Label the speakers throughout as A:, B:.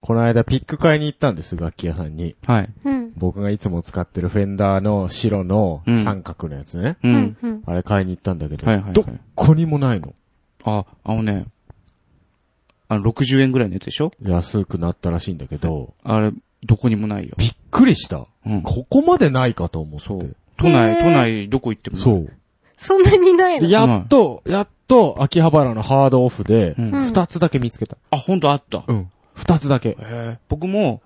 A: この間ピック買いに行ったんです、楽器屋さんに。
B: はい。
C: うん。
A: 僕がいつも使ってるフェンダーの白の三角のやつね。
B: う
C: うんん。。うん。
A: あれ買いに行ったんだけど、
B: はいはいはい
A: どっこにもないの。
B: あ、あのね、あの、60円ぐらいのやつでしょ
A: 安くなったらしいんだけど、
B: あれ、どこにもないよ。
A: びっくりした。
B: うん。
A: ここまでないかと思って。
B: そう。都内、
C: へー
B: 都内、どこ行ってもない。
A: そう。
C: そんなにない
A: で
C: の
A: やっと、やっと、秋葉原のハードオフで、
B: うん。
C: うん
A: 二つだけ見つけた。
B: あ、ほんとあった。
A: うん。二つだけ。
B: 僕も、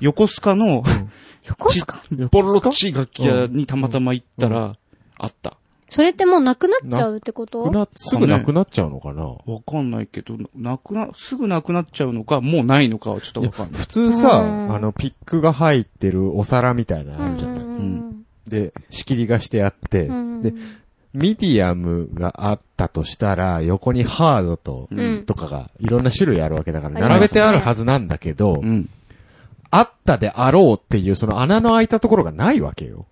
B: 横須賀の、
C: 横
B: ち
C: 須賀
A: ボ
B: ボロッチ楽器屋にたまたま行った
A: う
B: ら、あった。
C: それってもうなくなっちゃうってこと
A: な、すぐなくなっちゃうのかな
B: わかんないけど、なくな、すぐなくなっちゃうのか、もうないのかはちょっとわかんない。
A: 普通さ、
C: うん
A: あの、ピックが入ってるお皿みたいな
C: う
A: のある
C: ん
A: じゃない、
C: うん
A: で、仕切りがしてあって、
C: うん。
A: で、ミディアムがあったとしたら、横にハードと、
B: う
C: うんん。
A: とかが、いろんな種類あるわけだから、
C: あります
A: 並べてあるはずなんだけど、
B: うん。
A: あったであろうっていう、その穴の開いたところがないわけよ。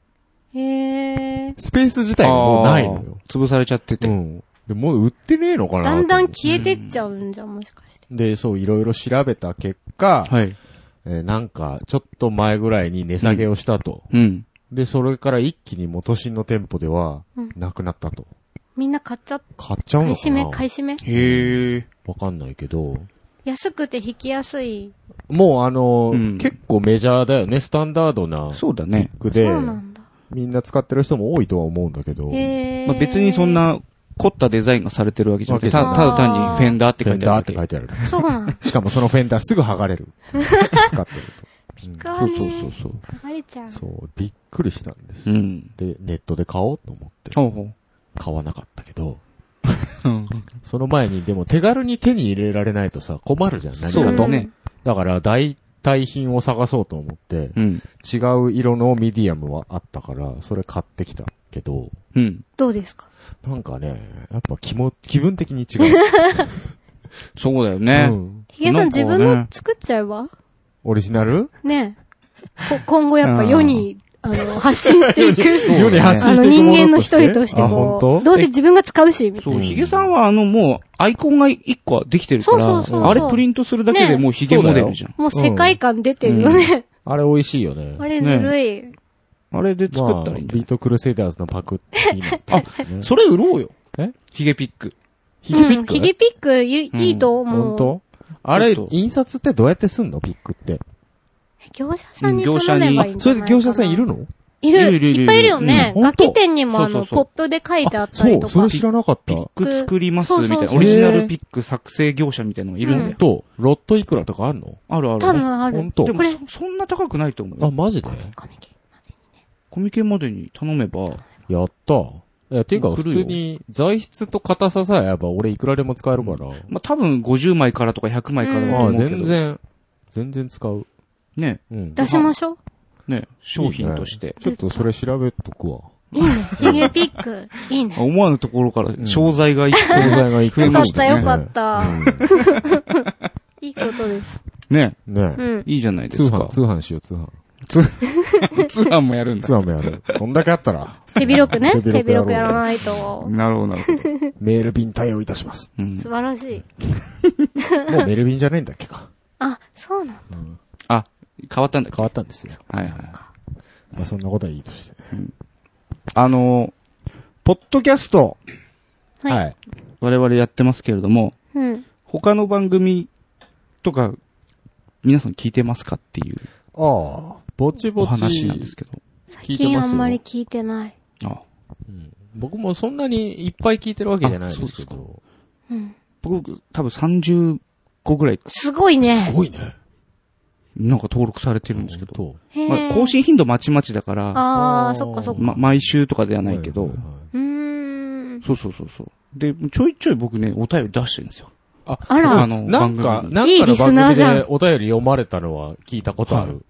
C: へえ。
A: スペース自体がもうないのよ。
B: あー。潰されちゃってて。
A: うん。で、もう売ってねえのかなと
C: だ
A: 思っ
C: ん
A: て
C: だん消えてっちゃうんじゃん、もしかして。
A: で、そう、いろいろ調べた結果、
B: はい。
A: えーなんか、ちょっと前ぐらいに値下げをしたと。
B: うん。
A: で、それから一気にもう都心の店舗では
C: うん、
A: なくなったと。
C: みんな買っちゃっ
A: 買っちゃう
C: 買
A: の
C: い
A: か
C: 占め、
A: な
C: 買い占め
B: へえ。
A: わかんないけど、
C: 安くて引きやすい。
A: もうあのー
B: うん
A: 結構メジャーだよね、スタンダードな
B: そうだね。
A: 服
C: そ
A: で、
C: うなんだ。
A: みんな使ってる人も多いとは思うんだけど、
C: へえ。
B: まあ、別にそん。な凝ったデザインがされてるわけじゃなくて、た
A: わ
B: だ
A: けじゃ
B: た
C: ない
B: だ単にフェンダーって
A: フェ
B: 書い
A: ン
B: てあ
A: ダーっ
B: るだ
A: て
B: け。
A: 書いてある。
C: そうなんだ。
A: しかもそのフェンダーすぐ剥が れる。使ってる
C: か
B: そ
C: わ
B: う
C: ね
B: そうそうそう。
C: 剥がれちゃう
A: と。。そう、びっくりしたんです。
B: うん。
A: で、ネットで買おうと思って、
B: ほうほ
A: 買わなかったけど、
B: う。うん。
A: その前に、でも手軽に手に入れられないとさ、困るじゃん、何
B: そう
A: か
B: だ
A: と。
B: ね。
A: だから、代替品を探そうと思って、
B: うん。
A: 違う色のミディアムはあったから、それ買ってきたけど、
B: うん。
C: どうですか
A: なんかね、やっぱ気も、気分的に違う。
B: そうだよ
A: う
B: ね。
A: ん、
C: ヒゲさ
B: な
C: ん
B: んかね
C: 自分の作っちゃえば
A: オリジナル
C: ねえ。こ今後やっぱ世に、あの、発信していく。
A: 世に発信
C: あ
A: し
C: の、
A: ていく
C: 人
A: もの
C: 間の
A: として
C: 一人として
A: あ、
C: も
A: 本当。
C: どうせ自分が使うし、みたい
B: そうう、
A: ん
B: ヒゲさんはあのもう、アイコンが一個できてるから、
C: そうそうそうそう
B: あれプリントするだけで
C: ね
B: もうヒゲモデルじゃん。
C: な。もう世界観出てるよね。
A: あれ美味しいよね。
C: あれずるい。
B: あれで作ったらいいん
A: まあ
B: じゃ
A: ビ
B: な
A: ー
B: い、
A: トクルセイダーズのパクって今、
B: あ、それ売ろうよ。
A: え
B: ヒゲピック。
A: ヒゲピッ
C: うん
A: ク、
C: ヒゲピックいいいと思
A: 本
C: う。
A: 当あれ
B: ちょっ、と
A: 印刷ってどうやってすんのピックって。
C: 業者さんに
B: うん業者に
C: 頼めば
A: あ
C: いいん、じ
A: そ
C: ゃ
A: れ
C: ないかな
A: で業者さんいるの
C: い
B: いるい
C: る。
B: るいる
C: いっぱいいるよね。
A: うん
C: 楽器店にもあ
B: そう
C: の、
B: そうそ
C: ポ
B: う
C: ップで書いてあった
A: そ
C: り
A: う、
C: と
A: そ
C: か
A: れ。知らなかった
B: ピ。ック作ります
C: そう
B: み
C: そうそう
B: たいな。オリジナルピック作成業者みたいなのがいるんだよ。
A: と、ロットいくらとかあんの
B: あるある。
C: 多分ある。
A: 本当
B: で
C: こ
B: も
C: れ、
B: そ、そんな高くないと思う
A: あ、
B: よ。
A: マジで
C: コミケ
B: コミケまでに頼めば、
A: やった。いや、ていうか、普
B: 来るよ
A: 通に、材質と硬ささえあれば、俺いくらでも使えるから。
B: まあ、多分50枚からとか100枚からだと
A: ま
B: 思
A: あ、
B: うけど。
A: 全。然、全然使う。
B: ね、
A: うん。
C: 出しましょう。
B: ね、商品として。
A: ちょっとそれ調べとくわ。
C: いいね。ヒゲピック。いい
B: あ
C: ね。
B: 思わぬところから、
A: ん
B: 商材が一個
A: 教材がいく
B: 増え
C: よか
B: ま
C: っ
B: した
C: た、
B: ね
C: よかった。
A: た。
C: いいことです。
B: ね、
A: ね
C: う。ん。
B: いいじゃないで
A: 通
B: す
A: 販、
B: か。
A: 通販しよう、通販。
B: 通販もやるんだ
A: 通。販もやる。どんだけあったら、
C: 手広くね。
A: 手
C: 手
A: 広
C: 広
A: く
C: く
A: や
C: や
A: ろう
C: らないと。
B: なるほど、なるほど。
A: メール便対応いたします。
B: うん
C: 素晴らしい。
A: もうメール便 じゃねえんだっけか。
C: あ、そうなんだ。
B: あ、変わったんだ。
A: 変わったんですよ。
B: はいはい。
A: まあ、そんなことはいいとして。
B: あの、ポッドキャスト、
C: はい
A: い。
B: 我々やってますけれども、
C: うん。
B: 他の番組とか、皆さん聞いてますかっていう
A: ああ、ぼちぼ
B: お
A: ち。
B: 話なんですけど。
A: 聞
C: 最
A: いて
C: 近
A: ま
C: あ
A: すよ
C: んまり聞いてない。
B: あ
A: 僕もそんなにいっぱい聞いてるわけじゃないですけ
B: あそ
A: ど。
C: うん。
B: 僕、多分30個ぐらい、
C: すごいね。
A: ごいね。
B: なんか登録されてるんですけど、
A: と。
C: へ
B: まあ
C: ー
B: 更新頻度まちまちだから、
C: あ
A: あー
C: あ、そっかそっか。
B: ま、毎週とかではないけど、
A: はいはいはいう
C: ーん。
B: そうそうそうそう。で、ちょいちょい僕ね、お便り出してるんですよ。
C: あら
B: あ。の、
A: なんか
B: 番、組
A: なん
C: いい
A: かの
C: リスナ
A: 番
C: ーじゃ
A: 組
C: ん
A: でお便り読まれたのは聞いたことある。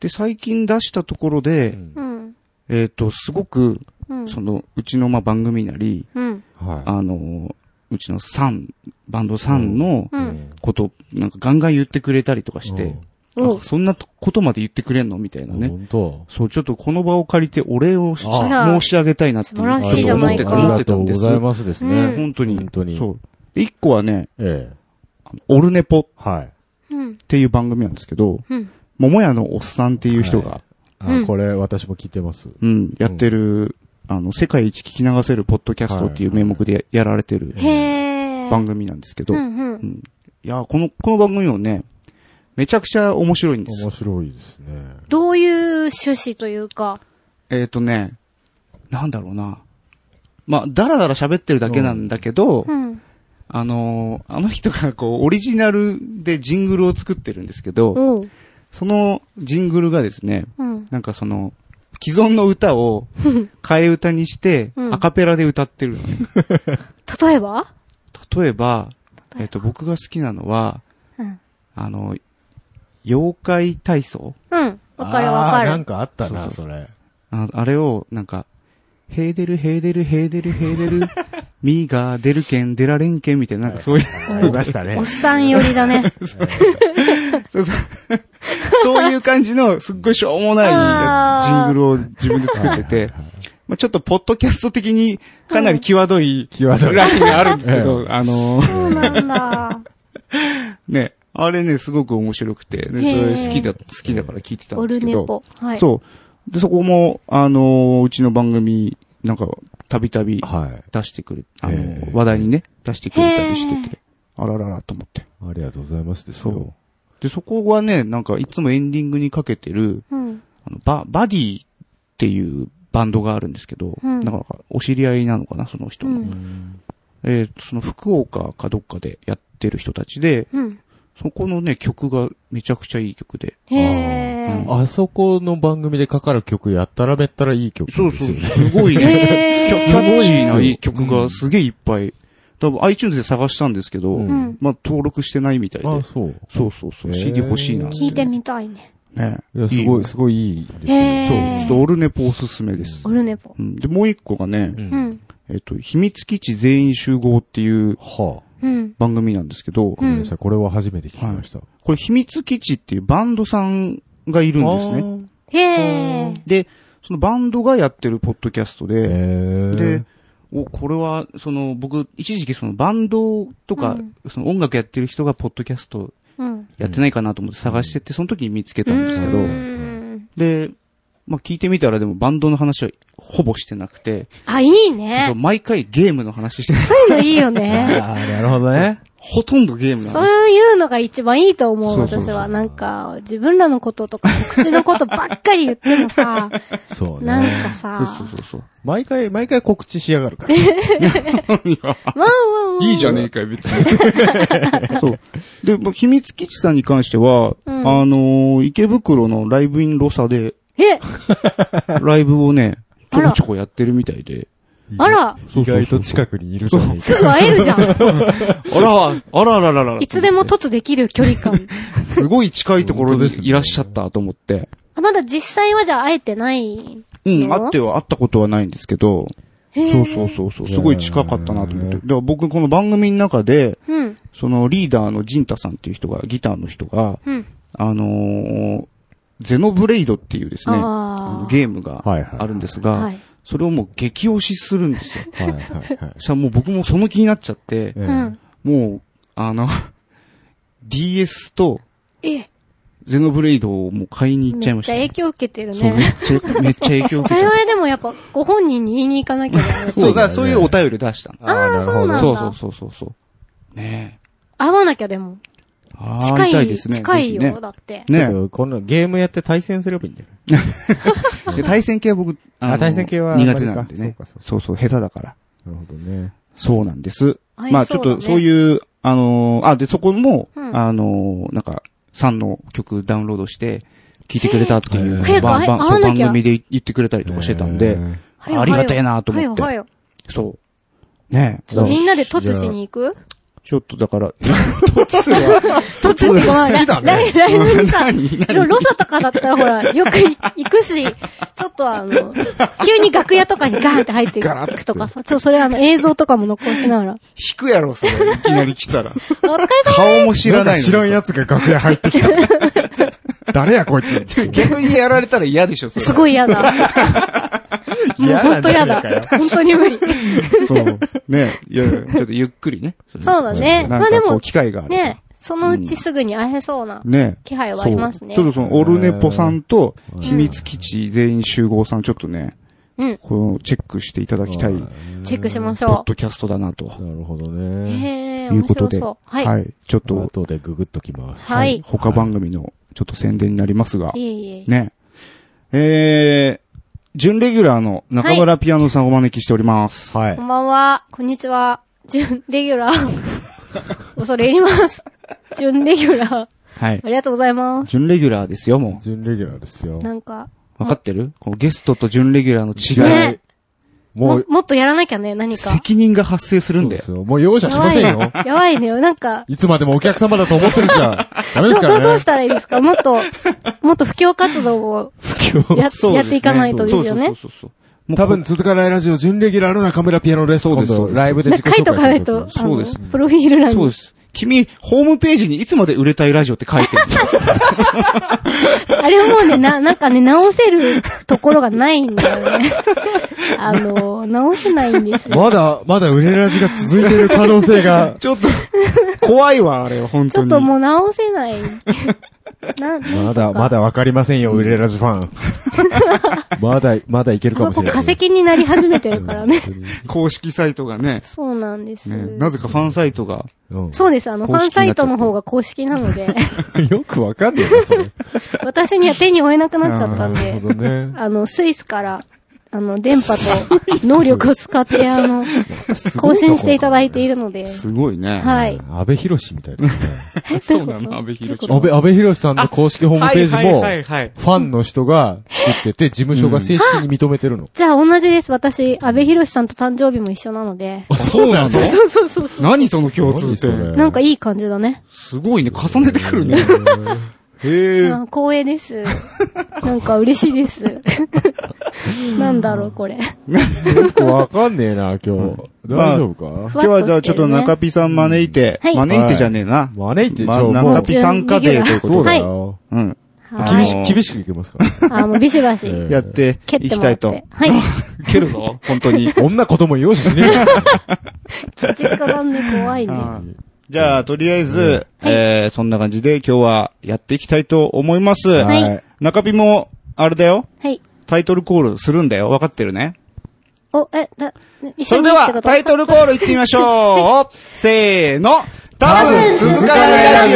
B: で、最近出したところ
A: う
B: で、
A: ん
C: うん。
B: えっと、すごく、
C: うん。
B: その、うちの、まあ、番組なり、
C: うん。
A: は
B: あの、うちのサン、バンドサンの
A: い。
C: う。
A: うんん
B: こと、なんかガンガン言ってくれたりとかして、
C: お
B: あそんなことまで言ってくれんのみたいなね。
A: 本当。
B: そう、ちょっとこの場を借りてお礼をし
A: あ
C: ら
B: 申し上げたいなっていう
C: 素晴ら
B: ち
C: しいじ
B: ょ
C: ゃ
B: っと思
C: な
B: っ
C: い
B: て
C: か
B: た、思ってたんです。
A: ありがとうございますです
C: うん
A: ね。
B: 本当に。
A: 本当に
B: そう。で一個はね、
A: ええ。
B: あのオルネポ
A: はい。
C: うん。うん。
B: ていう番組なんですけど、
C: うん。
B: 桃屋のおっさんっていう人が、
A: あ、
C: うん
A: これ私も聞いてます。
B: うん、やってる、あの、世界一聞き流せるポッドキャストっていう名目でややられてる
C: へー。
B: 番組なんですけど、
C: う
B: い
C: んうん。
B: や、この、この番組もね、めちゃくちゃ面白いんです
A: 面。白いですね。
C: どういう趣旨というか。
B: えっ、とね、なんだろうな。まあ、だらだら喋ってるだけなんだけど、
C: うん。
B: あのーあの人がこう、オリジナルでジングルを作ってるんですけど、
C: おう。
B: そのジングルがですね、
C: うん。
B: なんかその、既存の歌 を替え歌にして、
C: うん
B: アカペラで歌ってるのね。
C: 例えば
B: 例えば、えっ、と、僕が好きなのは、
C: うん。
B: あの、妖怪体操
C: うん。わかる
A: あー
C: わか
A: なん
C: る。
A: かあったな、
B: そ
A: それ。
B: ああれを、なんか、ヘーデル、ヘーデル、ヘーデル、ヘーデ ル、ミーガー、デルケン、デラレンケンみたいな、なんかそういう、
A: ありましたね
C: おっ。さん寄りだね。
B: そうそうそういう感じの、すっごいしょうも
C: あ
B: ない
C: ー
B: ジングルを自分で作ってて、まあちょっとポッドキャスト的にかなり際どい
A: 際どい
B: ラインがあるんですけ ど、あのー
C: そうなんだ。
B: ね、あれね、すごく面白くて、ね、それ好きだ、好きだから聞いてたん
C: オ
B: で
C: ル
B: すけ
C: ネ
B: ど、
C: ポ。はい。
B: そう。で、そこも、あのーうちの番組、なんか、たびたび
A: はい。
B: 出してくれ、あのー
A: へー
B: 話題にね、出してくれたりして
C: へ
B: て、あらららと思って。
A: ありがとうございますです
B: そう
A: よ。
B: で、そこはね、なんか、いつもエンディングにかけてる、
C: うん。
B: あの、バ、バディっていうバンドがあるんですけど、
C: うん
B: なんか、お知り合いなのかな、その人の。
C: うん
B: えーその福岡かどっかでやってる人たちで、
C: うん。
B: そこのね、曲がめちゃくちゃいい曲で。
C: へー。
A: あそこの番組でかかる曲やったらめったらいい曲です
B: そ
A: よ
B: う
A: ね。
B: そう、すごい、キャ
C: へー
B: キャッチーないい曲がすげえいっぱい。多分 iTunes で探したんですけど、
A: うん
C: うん。
B: まあ登録してないみたいで。
A: あ、そう。
B: そうそうそう、
A: へー
B: CD 欲しいなって。
C: 聞いてみたいね。
B: ね。
A: いや、すごい、
B: そ
A: すごいいいです
C: へ
A: ね。
B: う、
C: ー
B: ちょっとオルネポおすすめです。
C: オルネポ。
B: うんで、もう一個がね、
A: う。
C: うんん。
B: えっと、秘密基地全員集合っていう
A: はあ。
C: うん。
B: 番組なんですけど、
A: ごめんなさい、これは初めて聞きました。
B: これ秘密基地っていうバンドさんがいるんですね。
A: ね。
C: へー。
B: で、そのバンドがやってるポッドキャスト
A: へ
B: で、
A: ー
B: で、、お、これは、その、僕、一時期そのバンドとか、
C: うん
B: その音楽やってる人がポッドキャスト
C: うん。
B: やってないかなと思って探してって、その時に見つけたんですけど、
C: うーん
B: で、まあ聞いてみたらでもバンドの話はほぼしてなくて、
C: あ、いい
B: そう
C: ね。
B: 毎回ゲームの話してる、
C: そういうのいいよね。
A: ああ、なるほどね。
B: ほとんどゲームの
C: そ
B: 話。
C: ういうのが一番いいと思う、
B: そうそう
C: 私
B: そう
C: は。なんか、自分らのこととか、口のことばっかり言ってもさ、
A: そう
C: なんか
A: ね。
C: さ
B: そう、そうそうそう。
A: 毎回、毎回告知しやがるから。
C: ワンワンワン。
B: いいじゃねえかよ、別に。 そう。で、まあ秘密基地さんに関しては、
C: うん
B: あのー池袋のライブインロサで、
C: え、
B: ライブをね、ちょ
C: あら
B: こちょこやってるみたいで。
C: あら、
A: 意外と近くにいるじゃないか。
C: すぐ会え るじゃん。
B: あら、あららららら。
C: いつでも突できる距離感。
B: すごい近いところ
A: 本当
B: に
A: ですね
B: いらっしゃったと思って。
C: あまだ実際はじゃあ会えてない。
B: うん、あっては、あったことはないんですけど、
C: へー
B: そうそうそうそう、すごい近かったなと思って。
A: へ
B: だから僕、この番組の中で、
C: うん、
B: そのリーダーのジンタさんっていう人が、ギターの人が、
C: うん。
B: あのーゼノブレイドっていうですね、
C: あー
B: あのゲームが
A: はいはい
B: あるんですが、
C: はい。
B: それをもう激推しするんですよ。
A: はいはいはい。
B: そしたらもう僕もその気になっちゃっ
A: え
B: て、
C: う
A: え
C: ん。
B: もう、あの、DS と
C: え、
B: ゼノブレイドをもう買いに行っちゃい
C: めっ
B: まし
C: ち
B: た
C: ゃ
B: ね、
C: 影響受けてる
B: そう、め
C: ね。
B: っちゃ、めっちゃ影響受
C: そ
B: けち
C: れ
B: ゃっ
C: はでもやっぱ、ご本人に言いに行かなきゃいけな
B: た。。
C: い
B: そう、だから
A: そ
B: そうう
A: だ
B: い
A: よね
B: うお便り出したの。
A: ああ、なる
C: そう
A: ほ
C: なんだ
A: ど。
B: そうそうそうそうそう。ね
C: 会わなきゃでも。
B: え。あー
C: 近
B: 会た
C: い、
B: ですね。
C: 近いよ、
B: ぜひね
C: だって。
A: ちょ
B: ね
A: っとこのゲームやって対戦すればいいんじゃない
B: え。で対戦系は僕、の
A: あ対戦系は
B: 苦手なんで
A: あ
B: ね
A: まりかそうかそう。か
B: そうそう、下手だから。
A: なるほどね。
B: そうなんです。
C: はい
B: まあち
C: そ
B: ょ
C: う
B: っ
C: だね
B: とそういう、あのーあ、で、そこも、
C: うん
B: あのーなんか、さんの曲ダウンロードして、聴いてくれたっていう、
A: へえ
B: ばん
C: 早く
B: ばん
C: 会
B: そう
C: わな
B: 番
C: きゃ
B: 組で言ってくれたりとかしてたん
A: ええ
B: で、
C: はよ
B: ありがたいなと思って
C: はよ
B: そう。ねえ
C: はよ。みんなで
A: じゃあ
C: 突しに行く
B: ちょっとだから、 突は、
C: 突っていうか、まあ、ラライライブに さ、ロロサとかだったらほら、よくい行くし、ちょっと あの、急に楽屋とかにガーンって入ってい
A: ガラッ
C: くとかさ、ちょ、それあの映像とかも残しな がら。
B: 引くやろ、それ。いきなり来 たら。
C: お疲れ様
B: 顔も知らないのに。
A: 知らんやつが楽屋入って きた。誰やこいつ。
B: 逆にやられたら嫌でしょ、それ。
C: すごい嫌だ。もう
A: 嫌だ
C: 本当嫌
A: 誰
C: だ。
A: か
C: 本当に無理。
B: そう。ねえ。いやいや、ちょっとゆっくりね。そう
C: そうだね。
B: な
C: まあ
B: ん
C: で
B: かこう、
C: も、
B: 機会がある。
C: ね、そのうちすぐに会えそうな
B: ね
C: 気配はあ
B: そ
C: り
B: う。
C: ますね。
B: ちょっとその、オルネポさんと、
A: うん
B: 秘密基地全員集合さん、ちょっとね、
C: うん。
B: この、チェックしていただきたい、
C: チェックしまし
B: ポッ
C: ょ
B: ドキャストだなと。
A: なるほど
C: う。
A: ね。
C: へえ、
B: いう
C: 面
B: こと
C: 白
B: で
C: そう。は。
B: はいい。ちょっと、
A: 後でググっときます。
C: はい。
B: 他番組の、ちょっと宣伝になりますが、
C: いえいえ。
B: ね。えー、準レギュラーの中村ピアノさんをお招きしております。
A: はい
C: こん。ばんは。こんにちは。準レギュラー。 恐れ入ります。準レギュラー。
B: はい
C: あ。りがとうございます。
B: 準レギュラーですよ、も
A: 準レギュラーですよ。
C: なんか、
B: う。わかってるこのゲストと準レギュラーの違い。
C: ね、
A: も
C: も
A: う、
C: もっとやらなきゃね、何か。
B: 責任が発生するんだよ
A: そ。うですもう容赦しません
C: やば
A: よ
C: い。やばいね。なんか、
A: いつまでもお客様だと思ってるじゃん。ダメで す
C: どう
A: からね。
C: どうしたらいいですかもっと、もっと布教活動をや
B: そう
C: や
B: で
C: っ
B: す
C: ていかないとですよね
B: そうそうそうそう。
A: 多分続かないラジオ、準レギュラーの中村ピアノです。
B: そうです
A: 今
B: そう
A: 度
B: です
A: ライブで
C: な
A: 自己
C: 書
A: 紹
C: いと
A: 介
C: かない
A: する
C: と
A: とき、
B: そうです
C: あのプロフィール欄
B: そう
C: に
B: で。す。君、ホームページにいつまで売れたいラジオって書いてるんだよ
C: あれもうね、な、 なんかね、直せるところがないんだ
B: 。
C: よね。あの、直せないんですよ。
A: まだ、まだ売れラジが続いてる可能性が
B: ちょっと、怖いわ、あれは、本
C: ち
B: 当
C: ょっ
B: に。
C: ともう直せない。な、
A: まだ、まだわかりませんよ、売れラジフ ァン。まだ、まだいけるか
C: そ
A: もし
C: こ
A: れない。
C: 化石になり始めてるからね。
B: 公式サイトがね、
C: そうなんです。
B: ねなぜかファンサイト が、
A: うん
C: そうです。あの、フ
B: 公式
C: ァ
B: になっちゃって
C: ンサイトの方が公式なの で、
A: よくわかんねえな、それ。
C: 私には手に負えなくなっちゃったん
A: なる
C: で
A: ほ、どね。
C: あの、スイスから、あの、電波と能力を使って、あの、更新していただいているので、
B: すごいね。
C: はい。
A: 安倍博士みたいですね。
C: えど
B: そう
C: いうこ
B: な
C: と
B: の、安倍博
C: どういうこ
B: 士
C: と
B: は。
A: 安倍、安倍博士さんの公式ホームページも、
B: はいはいはいはい
A: ファンの人が作ってて、事務所が正式に認めてるの。
C: じゃあ同じです。私、安倍博さんと誕生日も一緒なので。
B: あ、そうなの
C: そうそうそうそ
B: 何その共通
A: 何そ
B: 点。
A: れ
C: う。なんかいい感じだね。
B: すごいね、重ねてくるね。へえ。
C: あ光 栄です。なんか嬉しいです。なんだろう、これ。
A: よくわかんねえな、今日。大丈夫か
C: ふ
B: 今日
C: わっ
B: は
C: としてるね
B: じゃあちょっと中ピさん招いて、
C: はい
B: 招いてじゃねえな。
A: 招いて、
B: ま
A: ちょもう
B: 中ピ参加デーということ
A: そう
B: で。
A: だよ。
B: うん。
C: は
A: 厳
C: い。
B: は
A: し
B: い
A: く、厳しくいけますから。
C: あ、もうビシバシ。
A: え
B: やって
C: 蹴っ
B: い
C: て
B: き
C: も
B: た
C: らっ
B: いと
C: て。。はい。
B: 蹴るぞ、本当に。
A: 女子供容赦しねえよ。
C: 口っかがんで怖いね。は
B: じゃあ、とりあえず、えー、そんな感じで今日はやっていきたいと思います。
C: い
B: 中ピも、あれだよ。
C: い。
B: タイトルコールするんだよ。わかってるね。
C: お、え、だ、一
B: そ
C: 緒
B: れ
C: に
B: で
C: ってこ
B: は、
C: と
B: タイトルコールいってみましょ うせーの多分続かないラジ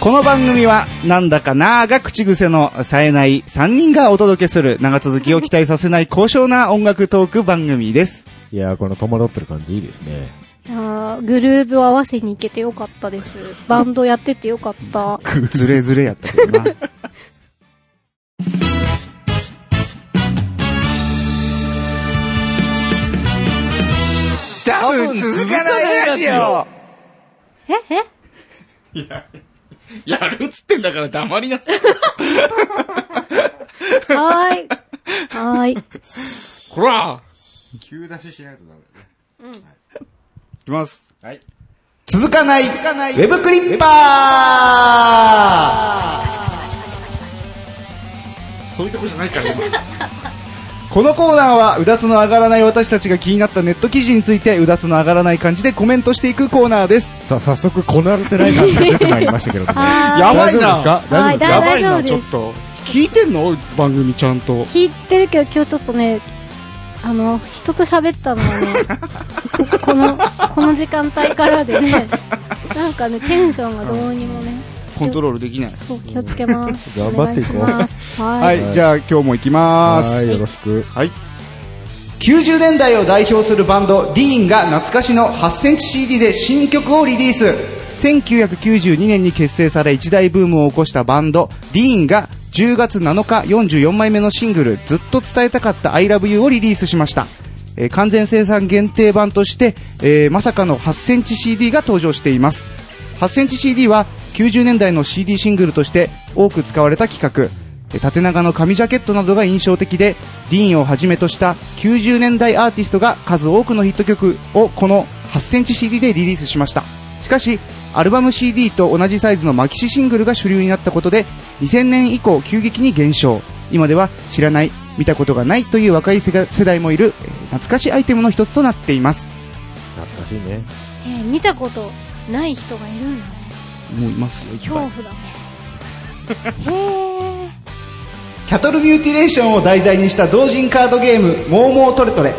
B: オこの番組は、なんだかなーが口癖の冴えない3人がお届けする長続きを期待させない高尚な音楽トーク番組 です。
A: いやー、この戸惑ってる感じいいですね。
C: あーグルーブを合わせに行けてよかったです。バンドやっててよかった。
B: ずれずれやったけどな。多分続かないラジオ
C: え、え
B: やるっつってんだから黙りなさい。
C: はーい。はーい。
B: こら
A: 急出ししないとダメ。
B: いきます。
A: はい。
B: 続かない、ウェブクリッパーそういうとこじゃないから、このコーナーは、うだつの上がらない私たちが気になったネット記事について、うだつの上がらない感じでコメントしていくコーナーです。
A: さあ、早速、こなれてない感じが出てまいりましたけれ ども。
C: はーい。
B: やばい
A: 大
B: な
A: 丈夫ですか
C: は
A: 大丈夫で
C: いだ
A: すか
C: 大丈夫です
B: と。聞いてんの番組ちゃんと。
C: 聞いてるけど今日ちょっとねあの人と喋ったのはねこのこの時間帯からでねなんかねテンションがどうにもね
B: コントロールできない。
C: そう気をつけます
A: 頑張っていこう
C: お願いします
B: は、
C: はい
B: じゃあ今日も行きま
A: は
B: す。
A: ーい、よろしく。
B: はい。90年代を代表するバンド、ディーンが懐かしの8センチ CD で新曲をリリース。1992年に結成され一大ブームを起こしたバンド、ディーンが10月7日44枚目のシングル、ずっと伝えたかった I Love You をリリースしました。えー完全生産限定版として、えーまさかの8センチ CD が登場しています。8センチ CD は90年代の CD シングルとして多く使われた企画。え縦長の紙ジャケットなどが印象的で、ディーンをはじめとした90年代アーティストが数多くのヒット曲をこの8センチ CD でリリースしました。しかし、アルバム CD と同じサイズのマキシシングルが主流になったことで、2000年以降急激に減少。今では知らない、見たことがないという若い世が世代もいる、えー懐かしアイテムの一つとなっています。
A: 懐かしいね。
C: えー見たことない人がいるんだね
B: もういますよいっ
C: 恐
B: ぱ
C: 怖
B: い
C: だねへえ
B: キャトルミューティレーションを題材にした同人カードゲーム「モーモートレトレ」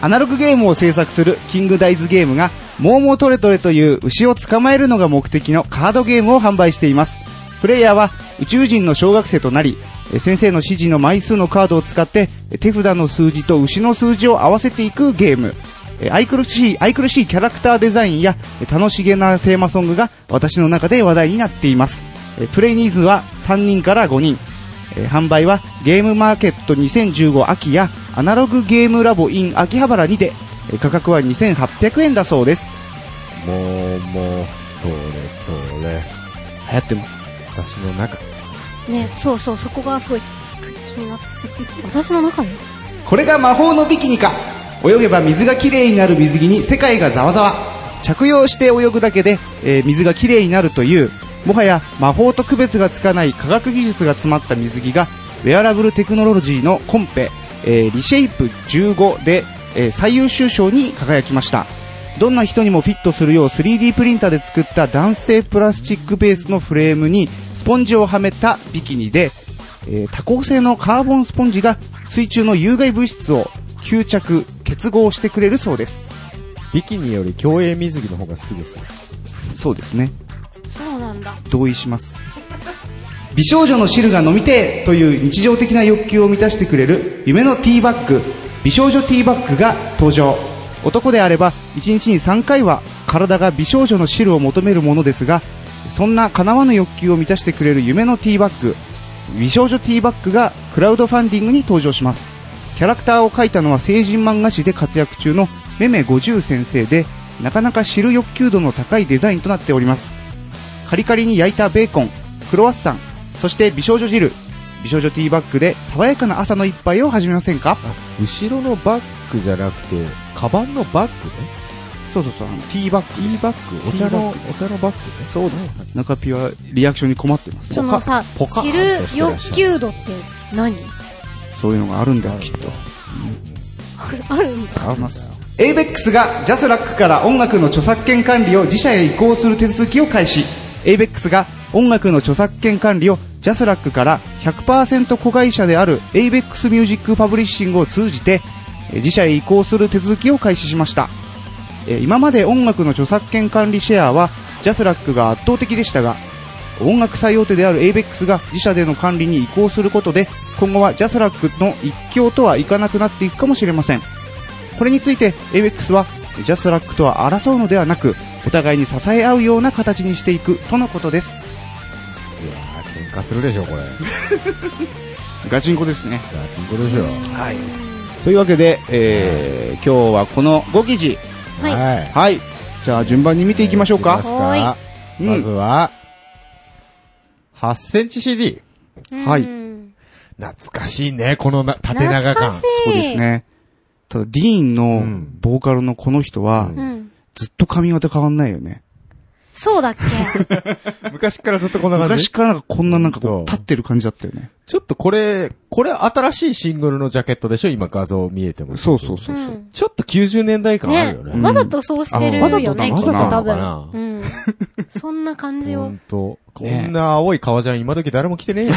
B: アナログゲームを制作するキングダイズゲームが「モーモートレトレ」という牛を捕まえるのが目的のカードゲームを販売していますプレイヤーは宇宙人の小学生となりえ先生の指示の枚数のカードを使ってえ手札の数字と牛の数字を合わせていくゲームえ愛くるしい愛くるしいキャラクターデザインやえ楽しげなテーマソングが私の中で話題になっていますえプレイニーズは3人から5人えー販売はゲームマーケット2015秋やアナログゲームラボ in 秋葉原にてえー価格は2800円だそうです
A: もう、もう、どれどれ。
B: 流行ってます
A: 私の中。
C: ねそうそうそこがすごい気になった私の中に
B: これが魔法のビキニか泳げば水がきれいになる水着に世界がざわざわ着用して泳ぐだけで、えー水がきれいになるというもはや魔法と区別がつかない科学技術が詰まった水着がウェアラブルテクノロジーのコンペ、えーリシェイプ15で、えー最優秀賞に輝きましたどんな人にもフィットするよう 3D プリンターで作った弾性プラスチックベースのフレームにスポンジをはめたビキニで、えー多孔性のカーボンスポンジが水中の有害物質を吸着、結合してくれるそうです。
A: ビキニより競泳水着の方が好きですよ。
B: そうですね。
C: そうなんだ
B: 同意します。美少女の汁が飲みてえという日常的な欲求を満たしてくれる夢のティーバッグ、美少女ティーバッグが登場。男であれば1日に3回は体が美少女の汁を求めるものですが、そんな叶わぬ欲求を満たしてくれる夢のティーバッグ、美少女ティーバッグがクラウドファンディングに登場します。キャラクターを描いたのは成人漫画誌で活躍中のめめ50先生で、なかなか汁欲求度の高いデザインとなっております。カリカリに焼いたベーコン、クロワッサン、そして美少女汁、美少女ティーバッグで爽やかな朝の一杯を始めませんか
A: あ、後ろのバッグじゃなくて、カバンのバッグね。
B: そうそうそう、あのティーバッ
A: テ
B: グ。
A: ィーバッグ、お
B: ティ
A: 茶
B: ーバ
A: の、
B: ッ
A: お
B: グ
A: 茶のバッグね。そうです。
B: 中ピはリアクションに困ってます。
C: そのさ
A: ポカ
C: 知る欲求度って何
B: そういうのがあるんだよ、きっと。
C: あるあるんだ
A: あり
B: ます。エイベックスが JASRAC から音楽の著作権管理を自社へ移行する手続きを開始。エイベックスが音楽の著作権管理を JASRAC から100%子会社であるエイベックスミュージックパブリッシングを通じてえー自社へ移行する手続きを開始しました。えー今まで音楽の著作権管理シェアは JASRAC が圧倒的でしたが、音楽最大手である ABEX が自社での管理に移行することで、今後は JASRAC の一強とはいかなくなっていくかもしれません。これについて ABEX は JASRAC とは争うのではなく、お互いに支え合うような形にしていくとのことです。
A: いやー、喧嘩するでしょ、これ。
B: ガチンコですね。
A: ガチンコでしょ。
B: はい。というわけで、えー、今日はこの5記事。
C: はい
A: はい。
B: はい。じゃあ順番に見ていきましょう
A: 見
B: か
A: て。みま
B: う
A: すかま
B: ん
A: ずは、8センチ CD。
B: はい
C: うん
A: 懐かしいね、このな縦長感。
C: 懐かし
B: そうですね。ただ、ディーンの
A: ん
B: ボーカルのこの人は、
C: うん
B: ずっと髪型変わんないよね。
C: そ うだっけ
A: 昔からずっとこんな感
B: 昔
A: じ。
B: からなんかこんななんかこ
A: そう
B: う、立ってる感じだったよね。
A: ちょっとこれ、これ新しいシングルのジャケットでしょ今画像見えても。
B: そうそうそうう。
C: ん
A: ちょっと90年代感ある
C: ね
A: よ
B: うん
A: ね。
C: わざとそうしてるよね、き
A: あ
C: っと
A: わざとだ
C: 多
A: わざとなの
C: 分
A: か。な
C: うん。そんな感じ
A: ほ
C: を
A: ん。と。こ
B: ね
A: んな青い革じゃん今時誰も着てねえよ。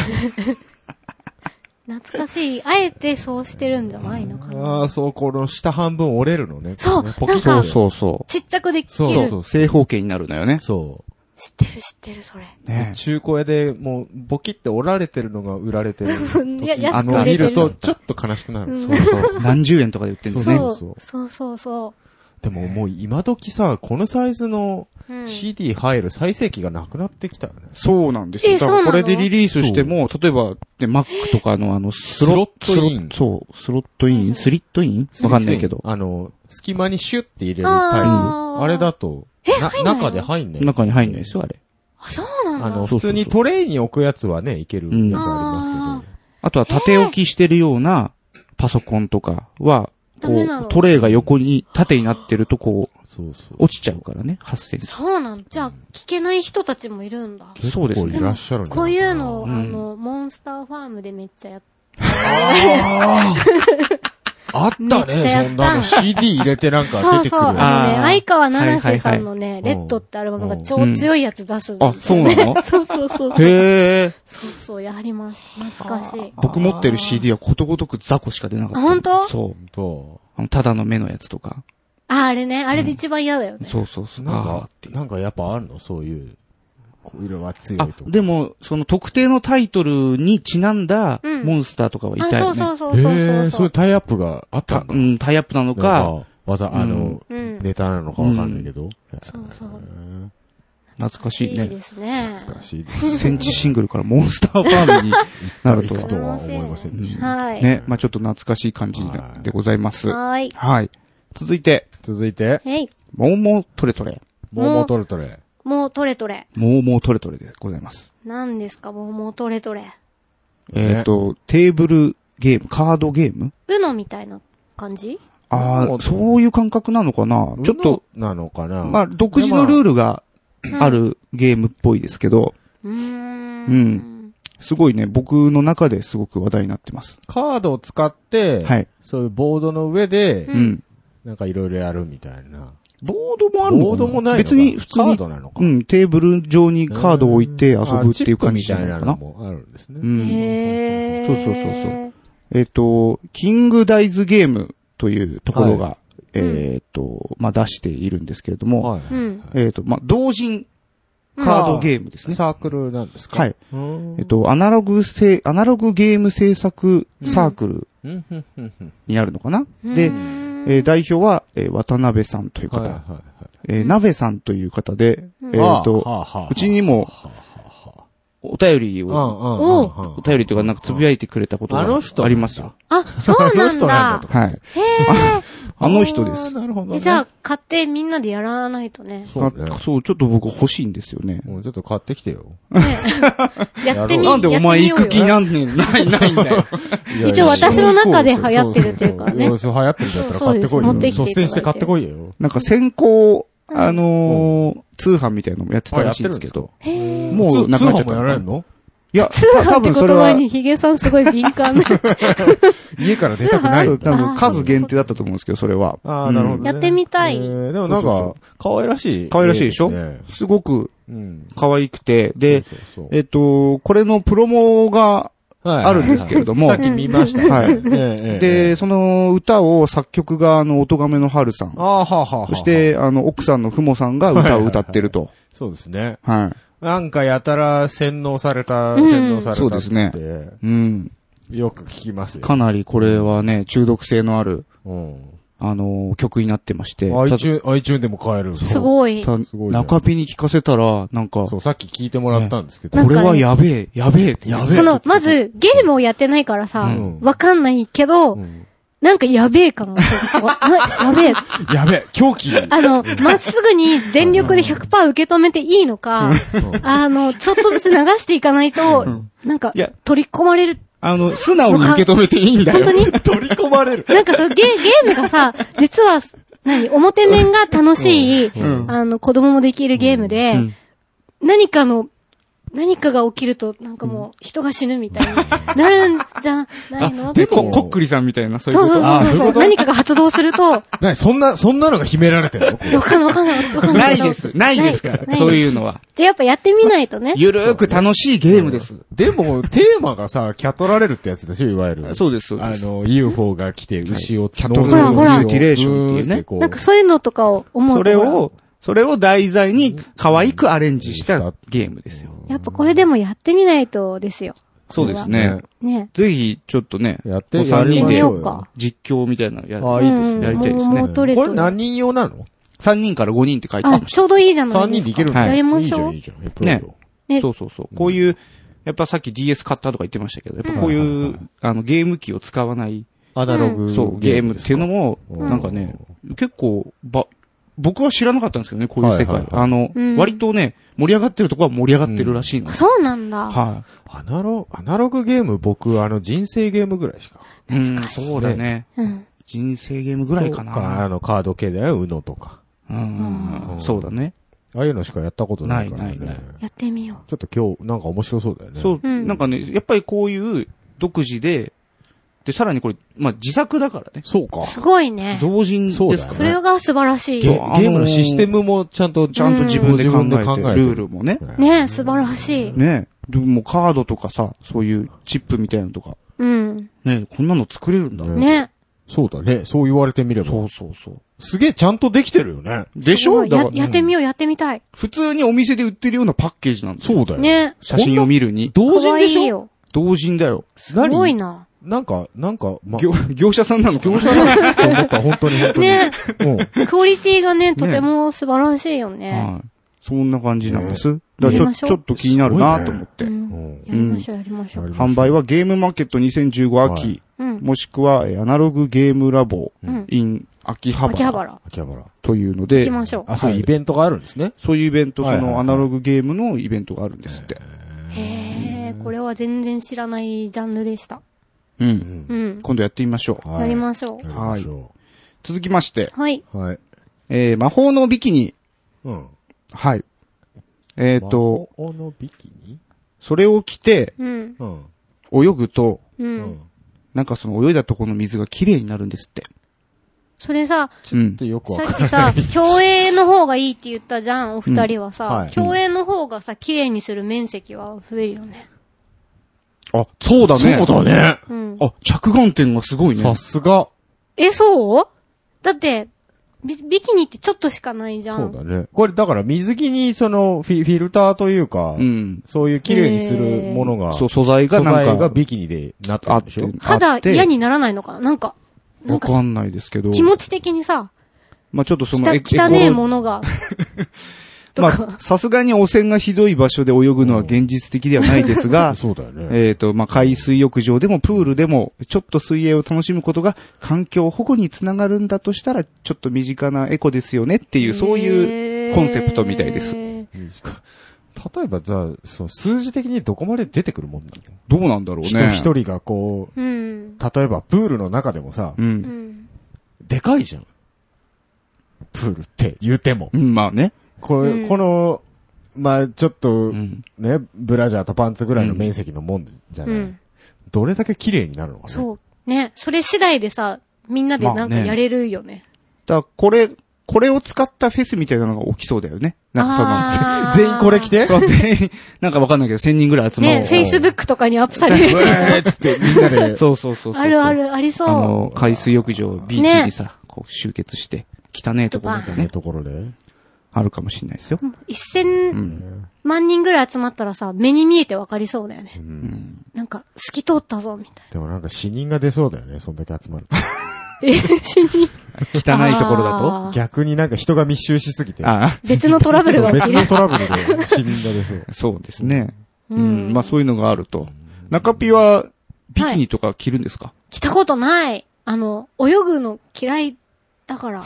C: 懐かしい。あえてそうしてるんじゃないのかな。
A: ああ、そう、この下半分折れるのね。
C: そ
A: こ
C: う
A: れねポキッ
C: な
A: と
C: ん
A: そ
C: か
A: う
B: そうそ
C: ちっちゃくでき
A: そう
B: う。そ
C: る
B: う。そう。正方形になるのよね。
A: そ
C: 知ってる知ってる、それ。
A: う。
B: ね
A: 中古屋でもう、ボキって折られてるのが売られてる
C: いや
A: 時。
C: 安
A: あ
C: く売
A: の、
C: れ
A: 見
C: てる
A: ると、ちょっと悲しくなる。
B: そうそう。何十円とかで売ってるんですね。
A: そ
C: そうう。そうそうそ
A: でももう今時さ、このサイズの
C: う。うん。
A: CD 入る最盛期がなくなってきたよね。
B: そうなんですよ。
C: え
B: だから
C: そうなの
B: これでリリースしても、例えば、で、Mac とかのあの、スロット、
A: スロットイン
B: スロそう、スロットイン、スリットインわかんないけど。
A: あの、隙間にシュッて入れるタイプ。
C: あ
A: あ
C: ー
A: れだと、な
C: 入んないの
A: 中で入んない。
B: 中に入んないですよ、あれ。
C: あ、そうな
A: あ
C: んだ
A: の、。
B: そうそうそう
A: 普通にトレイに置くやつはね、いけるやつあります
B: あとは縦置きしてるようなパソコンとかは、こ
C: ダメなの
B: う、トレイが横に、縦になってるとこう、
A: けど。そうそう。
B: 落ちちゃうからね、8センチ。
C: そうなんじゃあ、聞けない人たちもいるんだ。
B: そうです
A: 結構
B: ね
A: い。らっしゃるんじゃ
C: こう
A: な
C: いう
A: かな
C: のを、
B: うん
C: あの、モンスターファームでめっちゃやっ
A: あった
C: めっちゃや
A: ね、そ
C: った
A: んなの。CD 入れてなんか
C: そ
A: 出
C: う
A: てく
C: そ
A: る。
C: う。あのね
A: あ、
B: あー、
C: 相川七瀬さんの
A: い
C: ね、
A: は
C: レ
A: い
C: ッドってアルバムが超強いやつ出すんだよね
B: あ、そうなの
C: そうそうそうそう。
B: へえ。
C: そうそう、やりました。懐かしい。
B: 僕持ってる CD はことごとく雑魚しか出なか
C: あ、
B: った。
C: 本当？
B: そう。
A: と、
B: あのただの目のやつとか。
C: あ、あれね。あれで一番嫌だよね。
B: そうそうそう。
A: なん
B: あー
A: か
B: っ、ていう
A: なんかやっぱあるのそういう、こう色が強い
B: あ
A: と、か。
B: でも、その特定のタイトルにちなんだ
C: うん
B: モンスターとかはいた
C: あ、
B: よね。
C: そうそうそう
A: え
C: そうそ
A: ーそう
C: うそ
A: いう
C: う。
A: タイアップがあった
B: た
A: んだ。
B: うん、タイアップなのか、
A: なんか、わざ、あの、
C: うん
A: ネタなのかわかんないけど。
C: そうそう。
B: 懐かしい
C: いい
B: ね
C: で。すね。
A: 懐かしいです。
B: センチシングルからモンスターファームになる
A: 行く
B: と。
A: とは思いませんでした。
C: はい。
B: ね、まあちょっと懐かしい感じでございます。は
C: はーい
B: い。。続いて、
A: 続いて、
C: えい。
B: モーモートレトレ。
A: モーモートルトレ。
C: もうトレトレ。
B: モーモートレトレでございます。
C: 何ですか、もうもうトレトレ。
B: えっ、と、テーブルゲーム、カードゲーム
C: うのみたいな感じ
B: あ
A: も
B: あ、
A: う
B: そういう感覚なのかなちょっと、、
A: なのかな
B: まあ、独自のルールがあるゲームっぽいですけど、
C: うーん。
B: うんすごいね、僕の中ですごく話題になってます。
A: カードを使って、
B: はい。
A: そういうボードの上で
C: う
B: う、ん。
A: なんかいろいろやるみたいな。
B: ボードもあるのか
A: ボー
B: な
A: ドもないのか
B: 別に普通
A: カー
B: に、
A: ドなのか。
B: うん、テーブル上にカードを置いて遊ぶってい
A: あチッ
B: う感じな
A: プみた
B: の
A: いな
B: か
A: の
B: な。
A: もあるんですね。
B: うん。
C: へー。
B: そうそうそうそうえっ、と、キングダイズゲームというところが、えっ、と、まあ、出しているんですけれども、
A: は
C: う
A: い。
C: ん。
B: えっ、と、まあ、同人カードゲームですね。
A: サークルなんですか
B: はい。
A: うーん
B: えっと、アナログせい、アナログゲーム制作サークル
A: うんうんうんうん
B: にあるのかな、
C: う
B: で、
C: ん
B: えー代表は、えー渡辺さんという方、
A: はいはいはい。
B: えー鍋さんという方で、
C: うん
B: えっ、
A: は
B: と、
A: あはあ
B: うちにも、お便り
A: う
B: を、
A: んうん
C: おう
A: うんうん
B: お便りというか、なんかつぶやいてくれたことが
A: あの人
B: ありますよ。
C: あ、そうなんだ。
B: はい。
C: へー。
B: あの人で
A: あ
B: す
A: ー。なるほど
C: え
A: ね。
C: じゃあ、買ってみんなでやらないとね。
A: そうね
B: あ。そう、ちょっと僕欲しいんですよね。
A: もうちょっと買ってきてよ。
C: ねやってみ、
B: なんでお前行く気
C: や
B: な
C: っ
B: んねん、ないないんだよ。
C: 一応私の中で流行ってるっていうからね
A: そうそうそう流行ってるんだったら買ってこい
C: そうそうです持
A: よ。
C: ってきていただい
A: 率
C: て
A: 先して買ってこいよ。
B: なんか先行、あのー通販みたいなのもやってたらしいんですけど。
C: てみようよ。へー。
B: もうなくなっちゃ
A: 通販もや
B: った。
A: られんの
B: いや、
C: 通販
B: 多
C: って
B: 分
C: 言
B: それは
C: 葉にヒゲさんすごい敏感な。
A: 家から出たくない
B: そ
A: ん
B: う、
A: だ
B: 多
A: ね。
B: 分数限定だったと思うんですけど、それは。
A: ああ、なるほどね。
C: やってみたい
A: えーでもなん
B: そうそう
A: か、可愛らしい。
B: 可愛らしいでしょ
A: すね
B: すごく
A: うん。
B: 可愛くて、で、
A: そうそうそう
B: えっと、これのプロモが
A: はい
B: あるんですけれども、
A: さっき見ました。
B: は
A: え
B: い
A: えええ
B: で、、その歌を作曲が、あの、音亀の春さん、
A: ああ、はあはあはあ。
B: そし、て、あの、奥さんのふもさんが歌を歌ってると。
A: そうですね。
B: は
A: なんかやたら洗脳された、
C: うん
A: 洗脳されたっつ
B: そう
A: っ
B: で
A: て、
B: い。うん。
A: よく聞きますよ。
B: かなりこれはね、中毒性のある、
A: うん。
B: あの、曲になってまして、た
A: iTune、iTune でも買える。
C: すごい。
B: た
A: すごいじゃん
B: 中ピに聞かせたら、なんか、
A: そ
B: こ
A: う、さっき聞いてもらったんですけど。
C: なん
B: れ
C: かね
B: はやべえ、やべえって、やべえ
C: そ。の、まず、ゲームをやってないからさ
A: ん、
C: わかんないけど、
A: ん
C: なんかやべ え感がすごいあやべえ。
A: やべえ、狂気。
C: あの、まっすぐに全力で100%受け止めていいのか、あの、ちょっとずつ流していかないと、なんか
B: いや、
C: 取り込まれる。
B: あの、素直に受け止めていいんだ
C: 本
B: よ。
C: 当
A: 取
C: に
A: り込まれる。
C: なんかそう、ゲ、ゲームがさ、実は、何、表面が楽しい、あの、子供もできるゲームで、何かの、何かが起きると、なんかもう、人が死ぬみたいになるんじゃないの
B: で、
C: っていう
B: こ、こっくりさんみたいな、そういう
C: そ
B: こ
C: う
B: と。
C: そう
A: あ
C: そう
A: ー
C: そう
A: そうい
C: そ
A: う
C: う
A: こと
C: 何かが発動す ると、
A: なそんな、そんなのが秘められてるのこれ
C: わかんないわかんないわかんない。
B: ないです。ないですから。そういうのは。
C: じゃあやっぱやってみないとね。
B: ゆるーく楽しいゲームです。
A: でも、テーマがさ、キャトられるってやつでしょ、いわゆる。
B: そうです、そう
A: あ
B: です。
A: の、UFO が来て、牛を角
B: はい
C: キャトルほらほら
A: ミューティレーションっていうね。こう
C: なんかそういうのとかを思うと。
B: それを、それを題材に可愛くアレンジしたゲームですよ。
C: やっぱこれでもやってみないとですよ。
B: そうですね。
C: ね。
B: ぜひ、ちょっとね、
A: やって
B: お三
C: や
B: 人
C: ってみ
B: で
C: ようか。
B: 実況みたいなのや
A: ああ、いいです
C: うん
A: ね。
B: やりたいですね
C: 桃トレト
A: こ
C: レ
A: れ何人用なの
B: 3人から5人って書いてあ
C: あ、
B: りまし
C: ちょうどいいじゃないですか。
A: ?3 人でいけるん
B: は
A: だ。
B: い
C: やりましょう
A: いいじゃん、いいじゃん。プロよ
B: ね
C: え
B: た。そうそうそう。こういう、やっぱさっき DS 買ったとか言ってましたけど、やっぱこういう、あの、ゲーム機を使わない、
A: アナログ。
B: そう、ゲームっていうのも、
A: うん
B: なんかね、結構、ば、僕は知らなかったんですけどね、こういう世界。
A: はいはいはい
B: あの、
C: うん
B: 割とね、盛り上がってるとこは盛り上がってるらしいの。
C: あそうなんだ。
B: は
A: アナロ、アナログゲーム、僕、あの、人生ゲームぐらいしか。
B: い。うん、そうだね。
C: うん。
B: 人生ゲームぐらいか
A: とあ
B: な。
A: の、カード系だよ、うのとか。
B: うん、そうだね。
A: ああいうのしかやったことないからね。
B: ないないない
C: やってみよ
A: ちょっと今日、なんか面白そうだよね。
B: そう、
C: うん
B: なんかね、やっぱりこういう独自で、で、さらにこれ、まあ、自作だからね。
A: そうか。
C: すごいね。
B: 同人です
A: そ
B: か
A: うだよ
B: ら
A: ね
C: それが素晴らしい
A: ゲ
B: ど。
A: ゲームのシステムもちゃんと、
B: ちゃんと自分で考
A: 自
B: えて、ルールもね。
A: ね
C: ね素晴らしい。
B: ねでももうカードとかさ、そういうチップみたいなのとか、
C: うん。
B: ねこんなの作れるんだ。
A: うん
C: ね。
A: そうだね。そう言われてみれば。
B: そうそうそう。
A: すげえちゃんとできてるよね。
B: でしょ
C: すごい
B: だか
C: や
B: ら、
C: やってみよう、やってみたい。
B: 普通にお店で売ってるようなパッケージなんですよ。
A: そうだよ。
C: ね。
B: 写真を見るに。
A: 同人でし
C: 可愛い
A: ょ
C: よ。
B: 同人だよ。
C: すごいな。
A: なんか、なんか、ま、
B: 業、業者さんなのかな
A: 業者なのと思った、本当に本当に。
C: ね。
A: うん。
C: クオリティがね、とても素晴らしいよね。
B: はい。そんな感じなんです。だからち
C: やり
B: ょ、
C: ましょう
B: ちょっと気になるなと思って
C: う。ん
A: うん
C: やりましょう、やりましょ
A: やり
C: う。
A: ましょう
B: 販売はゲームマーケット2015秋、
A: はい
C: うん。
B: もしくは、えーアナログゲームラボ、
C: うん。
B: in 秋葉
C: 秋葉
B: 原
C: 原。
A: 秋葉原。
B: というの
C: 行
B: で
C: き、ましょ
A: あ、そう、
B: はい
A: イベントがあるんですね。
B: そういうイベント、そ
A: はいはいは
B: の
A: い
B: アナログゲームのイベントがあるんですって。
C: う。へえ、これは全然知らないジャンルでした。
B: う。
A: うんん
C: うん。
B: 今度やってみましょう。
A: はい
C: やりましょ
A: やりましょ
B: 続きまして、
C: う。はい。
A: う。はい。
B: えー魔法のビキニ。
A: うん。
B: はい。えっ、と、、
A: 魔法のビキニ
B: それを着て
C: うん。
A: うん。
B: 泳ぐと、
C: う。
A: うんん。
B: なんかその泳いだところの水が綺麗になるんですって。
C: それさ、
A: ちょっとよくわ
C: さ
A: か
C: っきさ、 競泳の方がいいって言ったじゃん、お二人は
A: うんは
C: さ
A: い。
C: 競泳の方がさ、綺麗にする面積は増えるよね。
B: あ、そうだ
A: んない。
B: ね。
A: そうだね。
C: うん。
B: あ、着眼点がすごいね
A: さ。すが。
C: え、そうだって、ビビキニってちょっとしかないじゃ。
A: そうんだね。これだから水着にそのフィフィルターというか
B: う、ん。
A: そういう綺麗にするものが、
B: そう、
A: 素
B: 素材がなん
A: 材
B: か、
A: がビキニでなって
B: あ
A: るん
B: っ
A: で
B: て
A: しょ。
C: 肌嫌
B: に。
C: にならないのかななんか、な
B: わ
C: んか
B: かんないですけど。
C: 気持ち的にさ、
B: まあちょっとその
C: 汚
B: エコ
C: 汚ねえもの が。と
B: ま
C: か
B: あ、さすがに汚染がひどい場所で泳ぐのは現実的ではないです が、
A: そうだよね。
B: えっと、まあ、海水浴場でもプールでも、ちょっと水泳を楽しむことが環境保護につながるんだとしたら、ちょっと身近なエコですよねっていう、そういうコンセプトみたいです。
C: へえ
A: 例えばじゃあ、その数字的にどこまで出てくるもんなの
B: どうなんだろうね。
A: 人一人がこう、
C: うん。
A: 例えばプールの中でもさ
B: う、。
C: うんん。
A: でかいじゃん。プールって言うても
B: う。ん、まあね。
A: これ
C: うん
A: この、まあちょっと
B: う、ん。
A: ね、ブラジャーとパンツぐらいの面積のもんじゃ
C: う
A: ない、
C: ん。
A: どれだけ綺麗になるのかね。
C: そう。ね。それ次第でさ、みんなでなんか
B: まあね
C: やれるよね。
B: だからこれ、これを使ったフェスみたいなのが起きそうだよね。なんか
C: あ ー
A: 全員これ着て
B: その、そう、全員、なんかわかんないけど、1000人ぐらい集まろう。
C: ね、フェイスブックとかにアップされる。
A: えーっつってみんなで、
B: そうそうそうそう。
C: あるあ。る、ありそ
B: あ
C: う。
B: の、海水浴場、ビーチにさ、こう集結して、汚ねえところが
A: ね、
B: ね、
A: ところで。
B: あるかもしれないですよ。
C: 一千
B: ん
C: 万人ぐらい集まったらさ、目に見えてわかりそうだよね。
B: うん。
C: なんか、透き通ったぞ、みたい
A: でもなんか死人が出そうだよね、そんだけ集まる。
C: な。え、死に。
B: 汚いところだと
C: あー
A: 逆になんか人が密集しすぎて。
B: あ
C: 別のトラブル
A: そ
C: が
A: う
C: 起
A: 別
C: きる
A: の。トラブルで死人が出そう
B: あ、。そうですね。
C: う
B: うんん。まあそういうのがあると。中ピは、ビキニとか着るんですか
C: 来たことない。あの、泳ぐの嫌いだ から。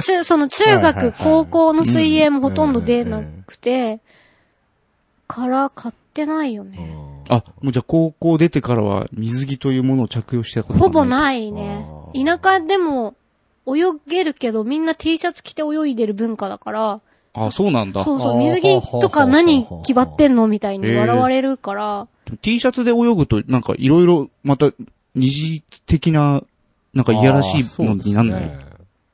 C: 中その中
A: はいはいは
C: 学、
A: い
C: 高校の水泳もほとんど出な
A: うんうん
C: くて、から買ってないよね。
B: あ、もうじゃあ高校出てからは水着というものを着用してたこと
C: ほぼ
B: い。
C: ないね。
A: あー
C: 田舎でも、泳げるけど、みんな T シャツ着て泳いでる文化だから、
B: あ、そうなんだ。
C: そうそ
A: あ
C: う、
A: ー
C: 水着とか何決まってんのみたいに笑われるから、
B: T シャツで泳ぐと、なんかいろいろ、また、二次的な、なんかいやらしいものになんない。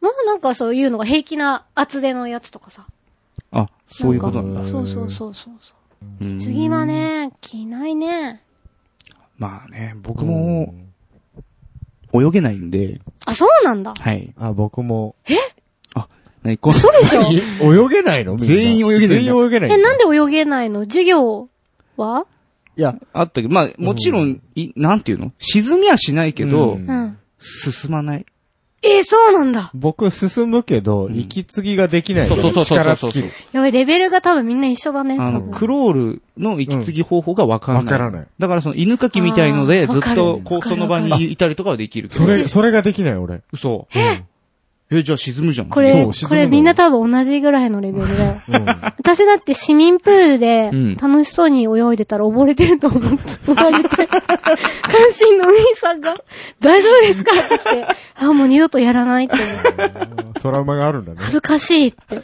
C: まあなんかそういうのが平気な厚手のやつとかさ。
B: あ、そういうことなんだ。
A: なんか
C: そうそうそうそうそう。
B: うん
C: 次は。ね、着ないね。
B: まあね、僕
A: 僕
B: も
A: も、
B: 泳げないんで、
C: あ、そうなんだ。
B: はい。
A: あ、僕も。
B: ね、こう
C: 嘘でしょ
A: え泳げないのみんな
B: 全員泳げない
A: 全員泳げない。
C: え、なんで泳げないの授業は
A: でいや、
B: あったけど、まあ、もちろん、い、なんていうの沈みはしないけど、
A: うん
C: うん。
B: 進まない。
C: えーそうなんだ。
A: 僕進むけど、
B: ん
A: 息継ぎができない。
B: そうそうそうそう
A: 力尽きる。
C: やばい、レベルが多分みんな一緒だね。
B: あ
C: 多
B: の、
C: 分
B: クロールの息継ぎ方法がわからない。
A: わからない。
B: だからその犬かきみたいの
C: あ
B: で、
C: ー
B: ずっ
C: わ
B: と
C: かる
B: こうその場
C: わか
B: にいたりとかはできるけ
A: そ
B: ど。
A: れ、それができない俺。
B: 嘘。ええ、じゃあ沈むじゃん。
C: こ
A: そう
C: れ、
A: 沈むの
C: これみんな多分同じぐらいのレベルだ よ。
A: うん
C: 私だって市民プールで
B: うん
C: 楽しそうに泳いでたら溺れてると思って、言われて、 関心のお兄さんが、大丈夫ですかって言って、あ、もう二度とやらないって思って
A: トラウマがあるんだね。
C: 恥ずかし いって。バ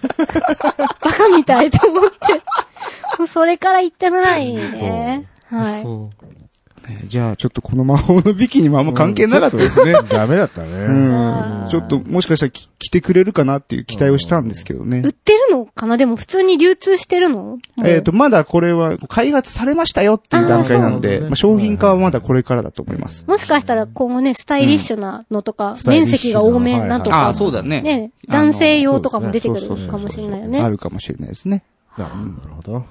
C: カみたいと思って。もうそれから言ってないね。はい。
B: そう。えーじゃあ、ちょっとこの魔法のビキにもあんま関係なかったですね。
A: ダメだったね。
B: うん。ちょっと、もしかしたらき来てくれるかなっていう期待をしたんですけどね
C: 売っ。てるのかなでも普通に流通してるの
B: えっ、と、まだこれは開発されましたよっていう段階なん
A: あー
B: で、
A: そう
B: まあ、商品化はまだこれからだと思います。
C: もしかしたら今後ね、スタイリッシュなのとか、
A: スタイリ
C: 面
A: ッシ
C: 積
A: ュな
C: が多め
A: はい
C: なとか、
A: はいあーそう
B: だね
C: ね、
B: あの
C: 男性用とかも出てくる
A: そうですね
C: かもしれないよ
B: あ
C: ね。
B: るかもしれないですね。
A: なるほど。は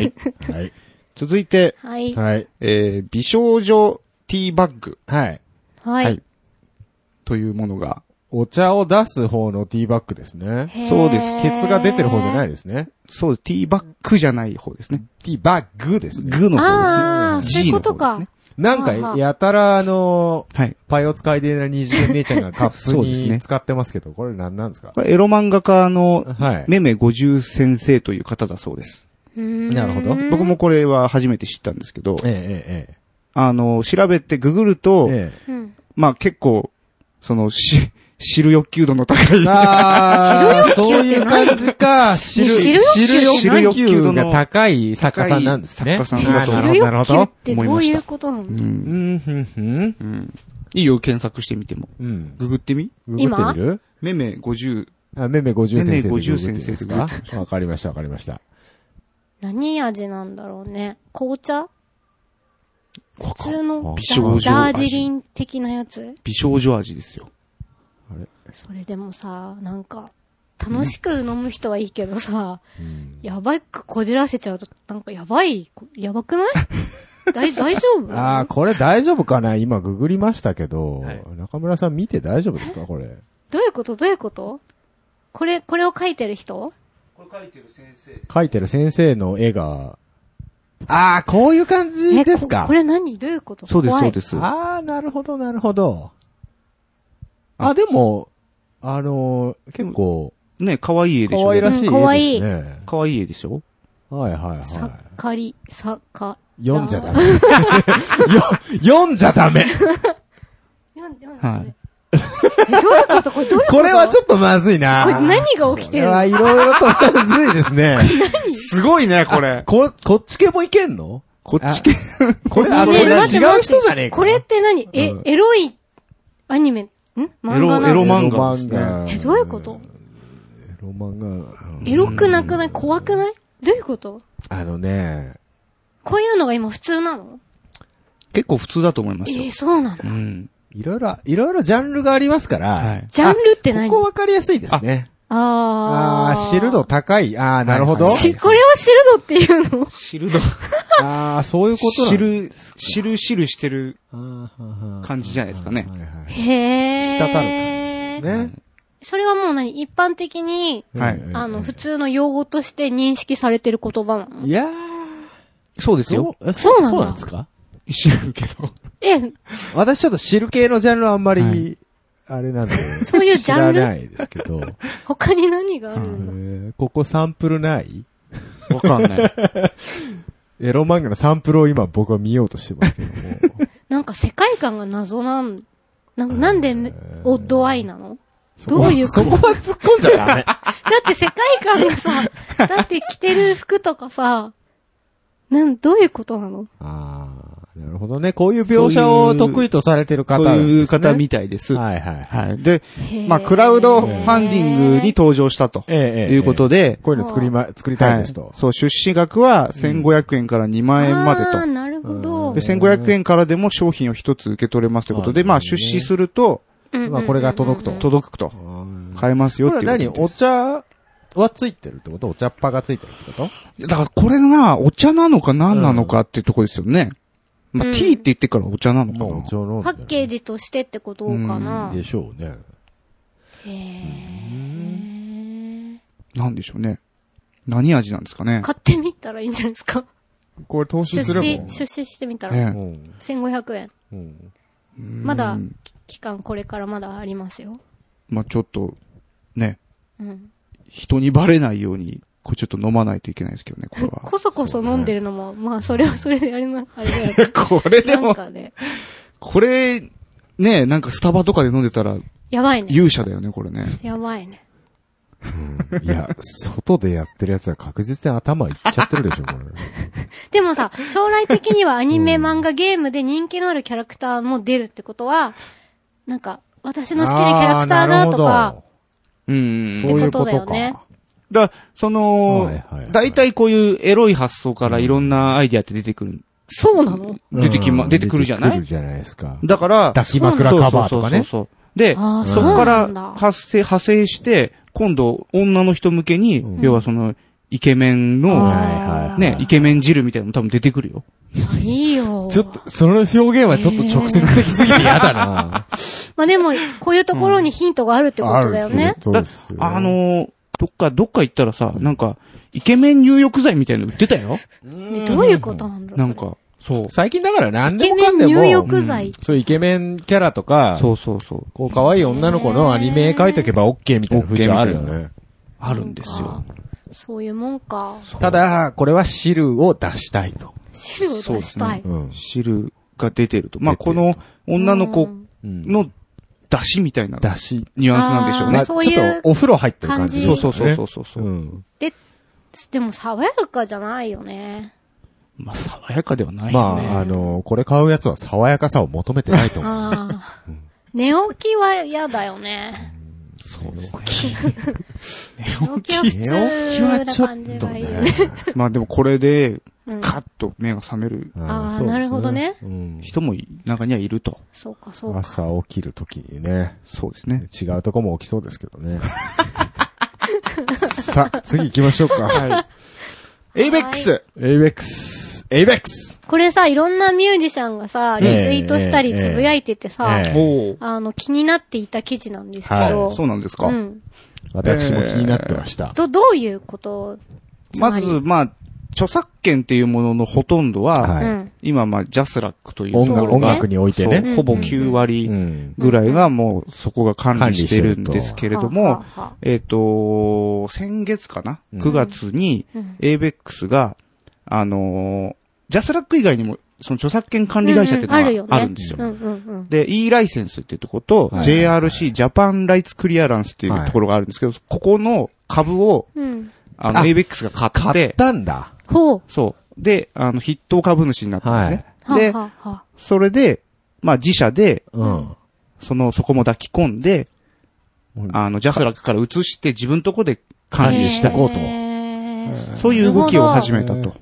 A: い。はい。
B: 続いて、
C: はい。
A: はい。
B: えー、美少女ティーバッグ
A: はい。
C: は
A: はいい。
B: というものが、
A: お茶を出す方のティーバッグですね。
C: へー
B: そうです
A: ケツが出てる方じゃないですね。
B: そう、ティーバッグじゃない方ですね。
A: ティーバッグですね。
B: グの
C: あ
B: 方
C: あ、
B: です
C: そう
B: ね。G
C: いう
B: の方
C: こと
B: です
C: か
B: ね。。
A: なん
C: はあは
A: か、
C: あ
A: やたら、あのー、
B: はい。
A: パイを使いでいない二次元姉ちゃんがカップ
B: そうですね
A: に使ってますけど、これ何なんですか
B: これエロ漫画家の、
A: はい。
B: めめ50先生という方だそうです。
A: な
C: な
A: るほど
B: 僕もこれは初めて知ったんですけど
A: え、ええ
B: あの、調べてググると、
A: ええ
C: うん。
B: まあ結構、その、し、知る欲求度の高い
A: え。。ああ、そういう感じか。知る、
C: 知る欲求
A: 知る欲求
B: 知る欲求
A: が
B: の
A: 高い作家さんなんですね。
B: 高い作家さんだと
A: あー
C: 知
A: なる
C: る
A: ほど、なる
C: 欲
A: ほ
C: 求
A: ど。
C: ってどういうことなの
B: うん
A: うん、ふんふん。
B: うんいいよ、検索してみても。
A: うん。
B: ググってみ
A: ググってみる
B: めめ50。
A: あ、めめ50先生でググってみるんです
B: めめ50
A: か
B: 先
A: わかりました、わかりました。
C: 何味なんだろうね。紅茶
B: わ
C: 普通の
B: 美少女味
C: ダージリン的なやつ
B: 美少女味ですよ。
C: それでもさ、なんか、楽しく飲む人はいいけどさ、
A: うん
C: やばくこじらせちゃうと、なんかやばい、こやばくないだい大丈夫
A: ああ、これ大丈夫かな今ググりましたけど
B: はい、
A: 中村さん見て大丈夫ですかこれ。
C: どういうことどういうことこれ、これを書いてる人
B: これ書いてる先生。
A: 書いてる先生の絵が、ああ、こういう感じです
C: えこ
A: か
C: これ何どういうこと
B: そうです、
C: 怖
B: そう
C: い
B: です。
A: ああ、なるほど、なるほど。あ、でも、あのー結構、
B: ね、可愛い絵でしょ。
A: 可愛らしい絵ですね。
C: うん可愛い
B: 可愛い絵でしょ
A: はいはいはい。
C: さっかり、さっか。
A: 読んじゃダメ。 よ読んじゃダメ。
C: 読ん読んで
B: はい。
C: えどういうことこれどういうこと
A: これはち
C: ょ
A: ょ
C: っ
A: っとまずいな。
C: これ何が起きてる
A: これ
C: の
A: はいろいろとまずいです ね。
B: すごいね、これ。
A: こ、こっち系もいけんの
B: こっち系。
A: これ、あ、こ
C: ね
A: れ
C: え待
A: 違
C: って待って
A: う人じゃねえか。
C: これって何え、
A: うん
C: エロいアニメ、ん漫画なの
B: エロ漫画ですね
C: え、どういうこと
A: エロ漫画。
C: エロくなくない怖くないどういうこと
A: あのね、
C: こういうのが今普通なの
B: 結構普通だと思います
C: え
B: よ
C: ー。そうなんだ
B: う。ん。
A: いろいろ、いろいろジャンルがありますから、
B: はい。
C: ジャンルって何
A: ここわかりやすいですね。
C: あ
A: あ
C: ー
A: ー、知る度高い。あー、なるほど。
B: はい
C: し、これを知るのっていうの
B: 知るの。
A: あー、そういうこと
B: 知る、知る知るしてる感
A: 感
B: じじゃないですかね
A: はいはい
C: へー。
A: 滴る感じ
C: ね
A: ね。
C: それはもう何一般的に、
B: はい
A: うん
C: あの、普通の用語として認識されてる言葉なの
A: いやー、
B: そうですよ。
A: そう
C: そうなんだ
A: そうなんですか
B: 知るけど。
C: え、
A: 私ちょっと知る系のジャンルはあんまり、
B: はい
A: あれなん で。
C: そういうジャンル
A: 知らないですけど。
C: 他に何がある
A: え
C: んだ
A: ーここサンプルない
B: わかんない。
A: エロ漫画のサンプルを今僕は見ようとしてますけども。
C: なんか世界観が謎なん、なんかなんでめオッドアイなの
A: そこ
C: ど
A: は
C: ういう
A: そ
C: こと
A: こは突っ込んじゃダ メ。
C: だって世界観がさ、だって着てる服とかさ、なん、どういうことなの
A: あー、なるほどね。こういう描写を得意とされてる
B: そ
A: 方
B: う
A: なんですね、
B: いう方みたいです。は
A: はいはい。
B: い。で、まあ、クラウドファンディングに登場したと
A: ええええ
B: いうことで、
A: こういうの作りま、作りたいですと。
B: そう、出資額は1500円から2万円までと。
C: ああ、なるほど。
B: で、1500円からでも商品を一つ受け取れますということで、
A: はい
B: まあ出資すると、
C: うんうんうん
A: まあこれが届くと
B: 届くと。買えますよっ
A: こ
B: てい
A: れ
B: う
A: 何
B: こと
A: お茶はついてるってことお茶っ葉がついてるってこと
B: で。だからこれがお茶なのか何なのかっていうとこですよね。ま
C: う
B: あ
C: ん
B: ティーって言ってからお茶なのか
A: もうお茶
B: な。
A: 飲んで
C: パッケージとしてってことかな。
A: でしょうね。
C: へえ。
B: なんでしょうね。何味なんですかね。
C: 買ってみたらいいんじゃないです か。
A: これ投
C: 出
A: 資する
C: 資
A: も、ん。
C: 出資してみたら。
B: ね
A: うん
C: 1500円。
A: うん。
C: まだ、期間これからまだありますよ。
B: まあちょっと、ね、
C: うん。
B: 人にバレないように、これちょっと飲まないといけないですけどね、これは。。
C: こそこそ飲んでるのも、まあ、それはそれであれな、あれだよね
B: これで
C: なん
B: も、
C: かね。
B: これ、ね、なんかスタバとかで飲んでたら
C: やばいね。
B: 勇者だよね、これね。
C: やばいね。
A: いや、外でやってるやつは確実に頭いっちゃってるでしょ、これ。
C: でもさ、将来的にはアニメ、漫画、ゲームで人気のあるキャラクターも出るってことは、なんか、私の好きなキャラクターだと
A: あーなる
C: か
A: ほ、
B: うんうん。
C: っ
A: どそうい
C: て
A: う
C: こ
A: こと
C: だよ
A: と
C: ね
A: か。
B: だからその
A: はいはいはい、
B: 大体こういうエロい発想からいろんなアイディアって出てくる。
C: そうなの
B: 出てきま、
A: うん
B: 出てくるじゃな
A: 出て
B: い
A: くるじゃないですか。
B: だから、
A: 抱き枕カバーとかね。
B: そうそうそうそう。で、
C: あー
B: そこか
C: そうなんだ
B: ら発生、派生して、今度、女の人向けに、
A: うん
B: 要はその、イケメン
A: はい
B: の、
A: はいはい。
B: ね、イケメン汁みたいなの多分出てくるよ。
C: いいよ。
A: ちょっ。と、その表現はちょっと直接的すぎて嫌だな。
C: まあでも、こういうところにヒントがあるってことだよね。
A: そうですよ
B: あの、ー、どっか、どっか行ったらさ、なんか、イケメン入浴剤みたいなの売ってた よ。
C: ねどういうことなんだろう
B: なんか、そう。
A: 最近だから何
C: イ
A: で
C: ケ
A: も
C: メ
A: かん
C: ン
A: で
C: 入
A: も、
C: 浴剤。
A: そうイケメンキャラとか、
B: そうそうそう。
A: こう可愛い女の子のアニメ描いとけば OK みたいな風潮あるよね。
B: あるんですよ。
C: そういうもんか。
A: ただ、これは汁を出したいと。
C: 汁を出したい。
A: うん。
B: 汁が出てると。まあ、
A: 出てる
B: この女の子
C: うん
A: うん。
B: の出汁みたいな
A: 出し。
B: ニュアンスなんでしょう
A: ま
B: ね
A: あ。
C: あ
A: ち
C: そ
A: ょ
C: う
A: っ
C: いう
A: とお風呂入ってる感じ
B: そ
A: で
B: う
A: すね。
B: そうそうそうそう。
A: うん。
C: でも爽やかじゃないよね。
B: まあ、爽やかではないよね。
A: まあ、あの、これ買うやつは爽やかさを求めてないと思う。
C: ああ。寝起きは嫌だよね。
B: そうですね。
C: 寝起きは普通な感じがいい。
B: まあでもこれで、
C: うん
B: カッと目が覚める
C: あ
A: そうで
C: ー
A: す
C: なるほどね
A: うん
B: 人も中にはいると。
C: そうか、そうか。
A: 朝起きるときにね、
B: そうですね。
A: 違うとこも起きそうですけどね。 さあ、次行きましょうか。はい。
B: エイベックス
A: エイベックス、エイベックス
C: これさ、いろんなミュージシャンがさ、リ
A: ええ
C: ツイートしたり
A: ええ
C: つぶやいててさ、
A: ええ
B: お
C: あの、気になっていた記事なんですけ
A: は
C: ど、
B: そうなんですか、
C: うん。
A: 私も気になってました。
C: ど、どういうことつ
B: ま
C: り
B: ず、まあ、著作権っていうもののほとんどは、
A: は
C: う
A: い
C: ん。
B: 今、まあ、ジャスラックという
A: 音
B: とこ
A: 楽
B: ろ
A: 音
B: が
A: 楽において
B: そ
A: ね。
B: う
C: うん
B: ほぼ9割
A: ん。
B: ぐらいがもうそこが管理してるんですけれど
C: はあ
B: も
C: は、あはあ
B: えっ、と、先月かな、
A: うん
B: ?9 月に、
C: うん
B: エイベックスが、あのージャスラック以外にも、その著作権管理会社っていう
C: うんうんあるよ
B: の
C: ね
B: があるんですよ。
C: うんうん
B: で、E ライセンスっていうところと、
A: はいはいは
B: JRC、ジャパンライツクリアランスっていうところがあるんですけど、ここの株を、
C: うん。うん。
B: あの、
A: あ
B: ABEX が買っ、
A: 買ってたんだ。
C: ほう。
B: そう。で、あの、筆頭株主になったんですね。
C: は
B: で
C: あ、はあはあ
B: それで、まあ自社で、
A: うん。
B: その、そこも抱き込んで
A: う、ん
B: あの、ジャスラックから移して自分とこで管
A: 管
B: 理
A: 理
B: し
A: したて。こうと
C: へー
B: そういう動きを始めた
A: なる
B: と
A: ほ。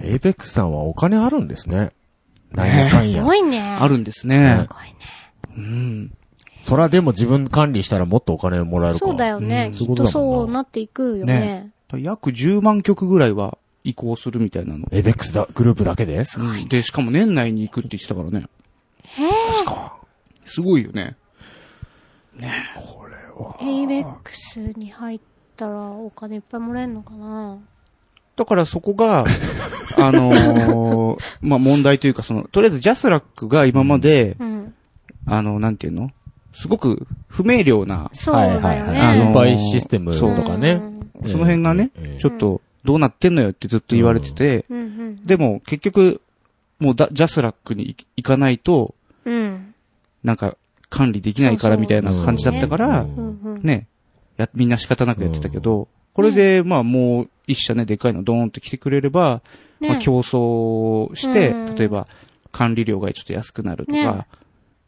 A: エイベックスさんはお金あるんですね。なんやかん
C: す
A: や
C: ご。いね。
B: あるんです
C: す
B: ね。
C: ごいね。
B: うん。
A: そらでも自分管理したらもっとお金もらえるか
C: そうだよね。
B: うん
C: きっとそうなっていくよね
B: ね。約10万曲ぐらいは移行するみたいなの。
A: エイベックスだ、グループだけで
B: うんで、しかも年内に行くって言ってたからね。
C: へえ。
B: すごいよね。
C: エイベックスに入ったらお金いっぱいもらえるのかな
B: だからそこが、あの ーまあ、問題というか、その、とりあえずジャスラックが今まで、
C: うん。
B: あの、なんていうのすごく不明瞭な、
C: そうだよね。
A: はいはい
B: あ
A: はい。
B: の
A: 分配システム
B: そう
A: とかね
C: う。ん
A: ええ
B: その辺がね
A: ええ、
B: ちょっと、どうなってんのよってずっと言われてて、
C: うんうん。
B: でも結局、もうだジャスラックに行行かないと、
C: うん。
B: なんか、管理できないから
C: そうそう
B: みたいな感じだったから、
A: うん
C: うんうん。
B: ね、や、みんな仕方なくやってたけど、これで、まあもう一社ね、でかいのドーンって来てくれれば、
C: ね
B: まあ、競争して、
C: うん
B: 例えば管理料がちょっと安くなるとか、
C: ね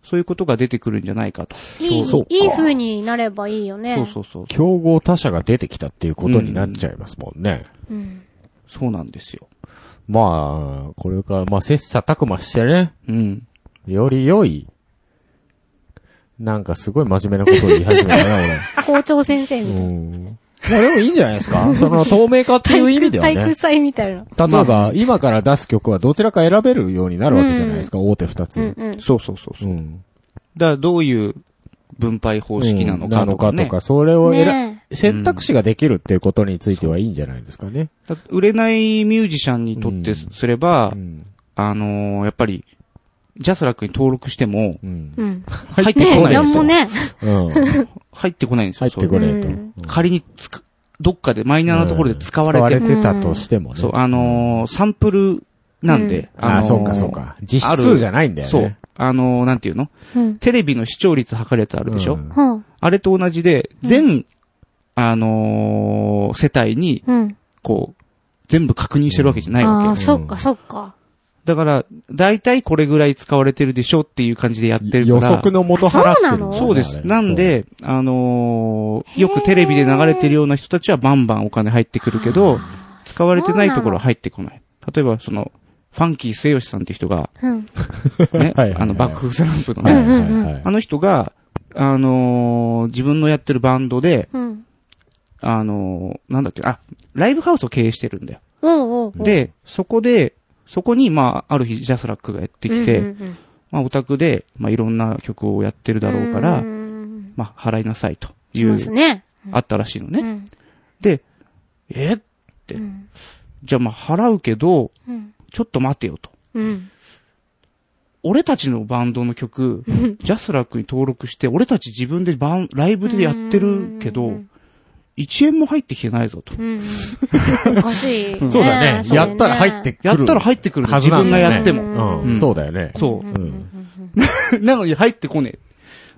B: そういうことが出てくるんじゃないかと。
C: いい
A: そう、
C: いい風になればいいよね。
B: そうそうそう。
A: 競合他社が出てきたっていうことになっちゃいますもんね。
C: うん。
B: そうなんですよ。
A: まあ、これから、まあ、切磋琢磨してね、
B: うん。
A: より良い、なんかすごい真面目なことを言い始めたな、俺。
C: 校長先生みたいな。
A: うん。まあでもいいんじゃないですかその透明化っていう意味では
C: 体育
A: ね。
C: 祭みたいな。
A: 例えば、今から出す曲はどちらか選べるようになるわけじゃないですか、大手二
C: うん
A: つ。
C: うん。
B: そうそうそうそうう。
A: ん。
B: だからどういう分配方式なの
A: う
B: か
A: んな
B: と
A: のか
B: かね。
A: とか、それを選
C: ね、
A: 選択肢ができるっていうことについてはいいんじゃないですかね。
B: だって売れないミュージシャンにとってす
A: うん
B: すれば、
A: うん。
B: あのーやっぱり、ジャスラックに登録しても、
A: うん
C: う。ん。
B: 入ってこ
C: ね
B: ないん
C: な
B: で
C: ん
B: す
C: も
B: よ。
C: ね。
A: うん。
B: 入ってこないんです
A: 入って
B: よ。そ
A: こ
B: う
A: れと。
C: う
A: うんん
B: 仮につく、どっかでマイナーなところで使われて
A: 使われてたとしてもね。
B: そう、あのーサンプルなんで、
A: あ
B: の
A: あ、
B: ー
A: そうかそうか。実
B: あ
A: 数
B: る
A: じゃないんだよね。
B: そう。あのーなんていうの
C: うん。
B: テレビの視聴率測るやつあるでし
A: う
B: ょ、
A: ん
C: は
B: あれと同じで、全あのー世帯に、
C: うん。
B: こう、全部確認してるわけじゃないわけ。
C: ああ、そっか、そっか。
B: だから、大体これぐらい使われてるでしょっていう感じでやってるから。
A: 予測の元払ってる
C: あそうなの
B: そうで
A: あ
B: す。
A: れ、
B: なん、で、あのーよくテレビで流れてるような人たちはバンバンお金入ってくるけど、使われてないところは入ってこない。例えば、その、ファンキー末吉さんって人が、
C: うん。
B: ね
A: はいはいはい
B: あの、バックスランプの
A: は
B: ね、
A: い
C: うん
A: はい
C: うん
A: は
B: あ
A: い。
B: の人が、あのー自分のやってるバンドで、
C: うん。
B: あのーなんだっけ、あ、ライブハウスを経営してるんだよ。
C: おうおうおう、
B: で、そこで、そこに、まあ、ある日、ジャスラックがやってきて、
C: うんうんうん
B: まあ、オタクで、まあ、いろんな曲をやってるだろうから、
C: んん
B: まあ、払いなさいとい
C: し
B: う、
C: ますね。
B: あったらしいのね。
C: うん
B: で、えて
C: うん
B: じゃあまあ払うけど、
C: うん
B: ちょっと待てよと。
C: うん
B: 俺たちのバンドの曲、ジャスラックに登録して、俺たち自分でバン、ライブでやってるけ
C: う
B: ど
C: ん、
B: 1円も入ってきてないぞと。
C: うんお かしいね。
D: そうだね。
C: れ
D: やったら入ってくる。
B: やったら入ってくる。
D: はず
B: 自
D: なん
B: 分
D: だ
B: が
D: よね
B: やっても。
D: うん
B: うん
A: そうだよね。。
B: そう
A: ん。
B: う。なのに入ってこねえ。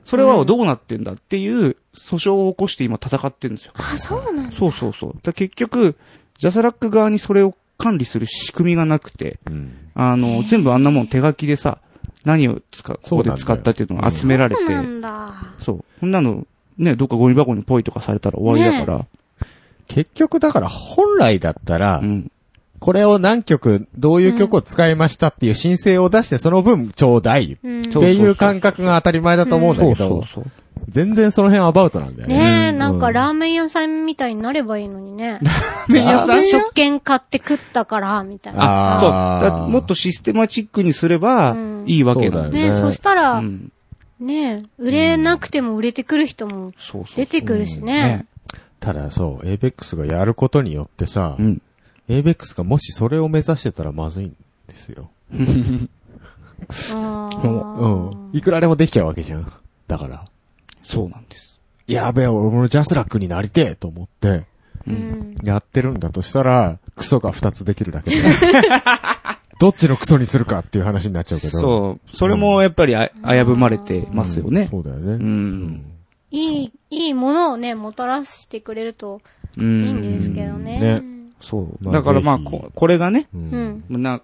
B: それはどうなってんだっていう訴訟を起こして今戦ってるんですよ。
C: あ、そうなんだ。
B: そうそうそう。だから結局、ジャスラック側にそれを管理する仕組みがなくて、
A: うん
B: あの、全部あんなもん手書きでさ、何を使う、ここで使ったっていうのが集められ
C: そう
B: て、
C: なんだ。
B: そう。こんなの、ね、どっかゴミ箱にポイとかされたら終わりだから、
A: 結局だから本来だったら
B: う、ん。
A: これを何曲、どういう曲を使いましたっていう申請を出してその分ちょうだいっ
C: うん
A: ていう感覚が当たり前だと思うんだ
B: そう
A: け
B: そ
A: ど
B: う、そう。
A: 全然その辺アバウトなんだよね。
C: ねえ、
A: う
C: なんかラーメン屋さんみたいになればいいのにね。
B: メジャーさん
C: 食券買って食ったから、みたいな。
B: あ、そう。
A: あー
B: だからもっとシステマチックにすれば
C: うん、
B: いいわけなん
A: そうだ
C: ね
A: よ
C: え、
A: ね
C: そしたら、
B: うん。
C: ねえ、売れなくても売れてくる人も
B: そうそう。
C: 出てくるしね。
A: ただそう、エイベックスがやることによってさ
B: う、ん。
A: エイベックスがもしそれを目指してたらまずいんですよ。
C: あー
A: うん。いくらでもできちゃうわけじゃん。だから。
B: そうなんです。
A: やべえ、俺もジャスラックになりてえと思って、
C: うん
A: やってるんだとしたら、クソが二つできるだけ で。どっちのクソにするかっていう話になっちゃうけど。
B: そう。それもやっぱりあ危ぶまれてますよね。
A: そうだよね。
B: うん。
C: いい、いいものをね、もたらしてくれると
B: う
C: い
B: ん。
C: いんですけどね
A: ね。
B: そう。
A: まあ
B: だからまあ、
A: ぜひ
B: ここれがね、
A: う。
C: うんん。
B: な、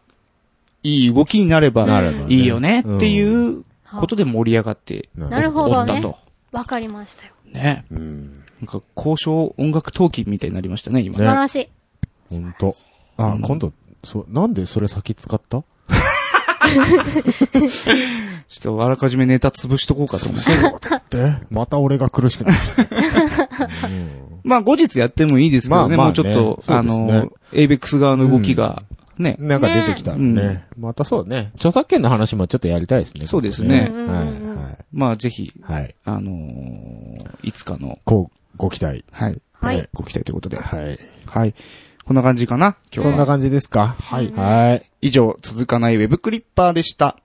B: いい動きになれば、
C: なれば
A: ね
B: いいよねっていうことで盛り上がって
C: なるほど
B: おった
C: ね。
B: と。
C: わかりましたよ。
B: ね。
A: うん。
B: なんか、交渉音楽闘技みたいになりましたね、今
C: 素。晴らしい。
A: ほんと。あ、
B: うん
A: 今度、そう、なんでそれ先使った
B: ちょっとあらかじめネタ潰しとこうかと思って。
A: って、また俺が苦しく なる。
B: まあ、後日やってもいいですけどね、
A: まあま
B: も
A: あ
B: うちょっ
A: ね
B: と、
A: そ
B: あ
A: うですね
B: の、エイベックス側の動きが、ね。
A: なんか出てきたんで
B: ね
A: ね。またそうね。著作権の話もちょっとやりたいですね。
B: そうですね
A: こ
C: うん
A: こ
C: うん
A: は
C: うん
A: い、はい。
B: まあ、ぜひ、
A: はい。
B: あのーいつかの、
A: こう、ご期待。
B: はい。
C: はい。
B: ご期待ということで。
A: はい。
B: はい。こんな感じかな、今日
A: そ
B: は。
A: んな感じですかはい。はい。
B: 以上、続かないウェブクリッパーでした。